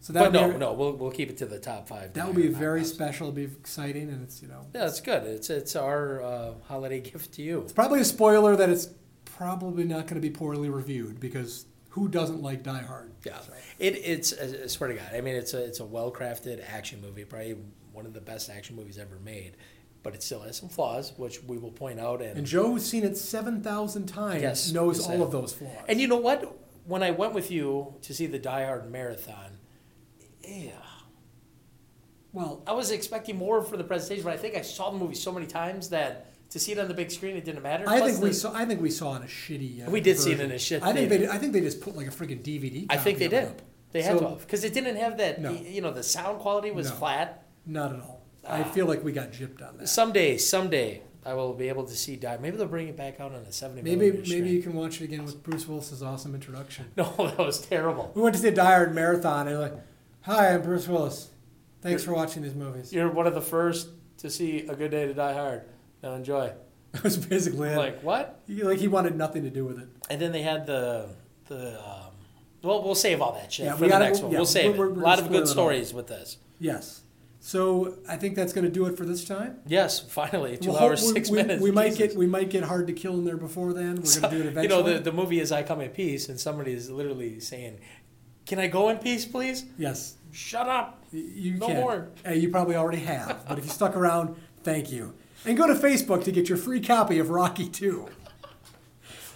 Speaker 2: so that
Speaker 3: but
Speaker 2: would be
Speaker 3: no,
Speaker 2: a-
Speaker 3: no, we'll we'll keep it to the top five.
Speaker 2: that would
Speaker 3: Die
Speaker 2: be
Speaker 3: Hard
Speaker 2: very
Speaker 3: knockoffs.
Speaker 2: special. It'd be exciting, and it's you know
Speaker 3: Yeah, it's good. It's it's our uh, holiday (laughs) gift to you.
Speaker 2: It's probably a spoiler that it's probably not going to be poorly reviewed because who doesn't like Die Hard?
Speaker 3: Yeah, it it's I I swear to God. I mean, it's a it's a well crafted action movie, probably one of the best action movies ever made. But it still has some flaws, which we will point out. And
Speaker 2: And Joe, who's seen it 7,000 times,
Speaker 3: Yes,
Speaker 2: knows
Speaker 3: yes, I
Speaker 2: all of
Speaker 3: have.
Speaker 2: those flaws.
Speaker 3: and you know what? When I went with you to see the Die Hard marathon, yeah,
Speaker 2: well,
Speaker 3: I was expecting more for the presentation, but I think I saw the movie so many times that to see it on the big screen, it didn't matter.
Speaker 2: I
Speaker 3: Plus
Speaker 2: think we
Speaker 3: the-
Speaker 2: saw. I think we saw in a shitty. Uh,
Speaker 3: We did see it
Speaker 2: version.
Speaker 3: in a shit
Speaker 2: I think they.
Speaker 3: theater.
Speaker 2: I think they just put like a freaking DVD.
Speaker 3: I think
Speaker 2: copy
Speaker 3: they
Speaker 2: of it
Speaker 3: did.
Speaker 2: up.
Speaker 3: They had
Speaker 2: So,
Speaker 3: to have because it didn't have that.
Speaker 2: No.
Speaker 3: You know, the sound quality was
Speaker 2: No.
Speaker 3: flat.
Speaker 2: Not at all. I
Speaker 3: Ah.
Speaker 2: feel like we got gypped on that.
Speaker 3: Someday, someday, I will be able to see Die. Maybe they'll bring it back out on a seventy.
Speaker 2: Maybe
Speaker 3: millimeter
Speaker 2: maybe you
Speaker 3: screen.
Speaker 2: can watch it again with Bruce Willis's awesome introduction.
Speaker 3: (laughs) No, that was terrible.
Speaker 2: We went to see a Die Hard marathon and like, hi, I'm Bruce Willis. Thanks for watching these movies. (laughs)
Speaker 3: You're one of the first to see A Good Day to Die Hard. Now enjoy.
Speaker 2: That was basically it.
Speaker 3: Like what?
Speaker 2: He- like he wanted nothing to do with it.
Speaker 3: And then they had the the. Um, well, we'll save all that shit
Speaker 2: Yeah,
Speaker 3: for
Speaker 2: we
Speaker 3: the
Speaker 2: gotta-
Speaker 3: next one.
Speaker 2: yeah,
Speaker 3: we'll save
Speaker 2: we're-
Speaker 3: it.
Speaker 2: we're
Speaker 3: A lot of
Speaker 2: gonna spoil it all.
Speaker 3: good stories with this.
Speaker 2: Yes. So I think that's going to do it for this time.
Speaker 3: Yes, (laughs) finally, two
Speaker 2: We'll hope-
Speaker 3: hours,
Speaker 2: we-
Speaker 3: six
Speaker 2: we,
Speaker 3: minutes.
Speaker 2: We might
Speaker 3: Jesus.
Speaker 2: get we might get hard to kill in there before then. We're going to do
Speaker 3: (laughs)
Speaker 2: it
Speaker 3: you
Speaker 2: eventually.
Speaker 3: know, the, the movie is I Come in Peace, and somebody is literally saying, Can I go in peace, please?
Speaker 2: yes,
Speaker 3: Shut up.
Speaker 2: Y- you
Speaker 3: No
Speaker 2: can.
Speaker 3: more.
Speaker 2: Hey, you probably already have, but if you stuck around, thank you. And go to Facebook to get your free copy of Rocky Two.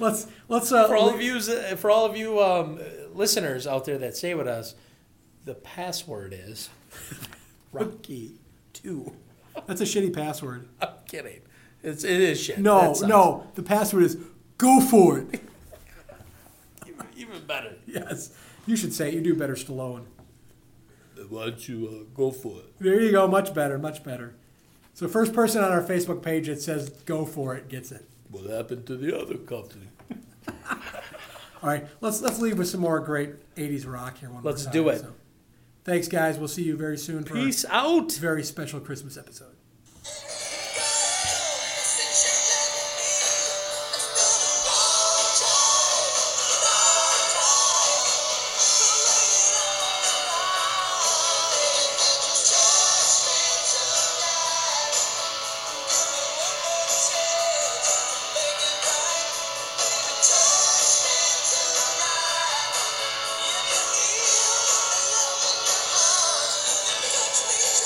Speaker 2: Let's let's uh,
Speaker 3: for all of you, for all of you um, listeners out there that stay with us, the password is (laughs) Rocky (laughs) Two.
Speaker 2: That's a shitty password.
Speaker 3: I'm kidding. It's it is shit. uh,
Speaker 2: No,
Speaker 3: That sucks.
Speaker 2: no, the password is go for it. (laughs)
Speaker 3: Even better.
Speaker 2: yes, you should say it. You do better, Stallone.
Speaker 3: Why don't you uh, go for it?
Speaker 2: There you go. Much better. Much better. So first person on our Facebook page that says "Go for it" gets it.
Speaker 3: What happened to the other company?
Speaker 2: All right, let's let's leave with some more great '80s rock here. One more
Speaker 3: Let's
Speaker 2: time,
Speaker 3: do it.
Speaker 2: so. Thanks, guys. We'll see you very soon for
Speaker 3: Peace out.
Speaker 2: a very special Christmas episode.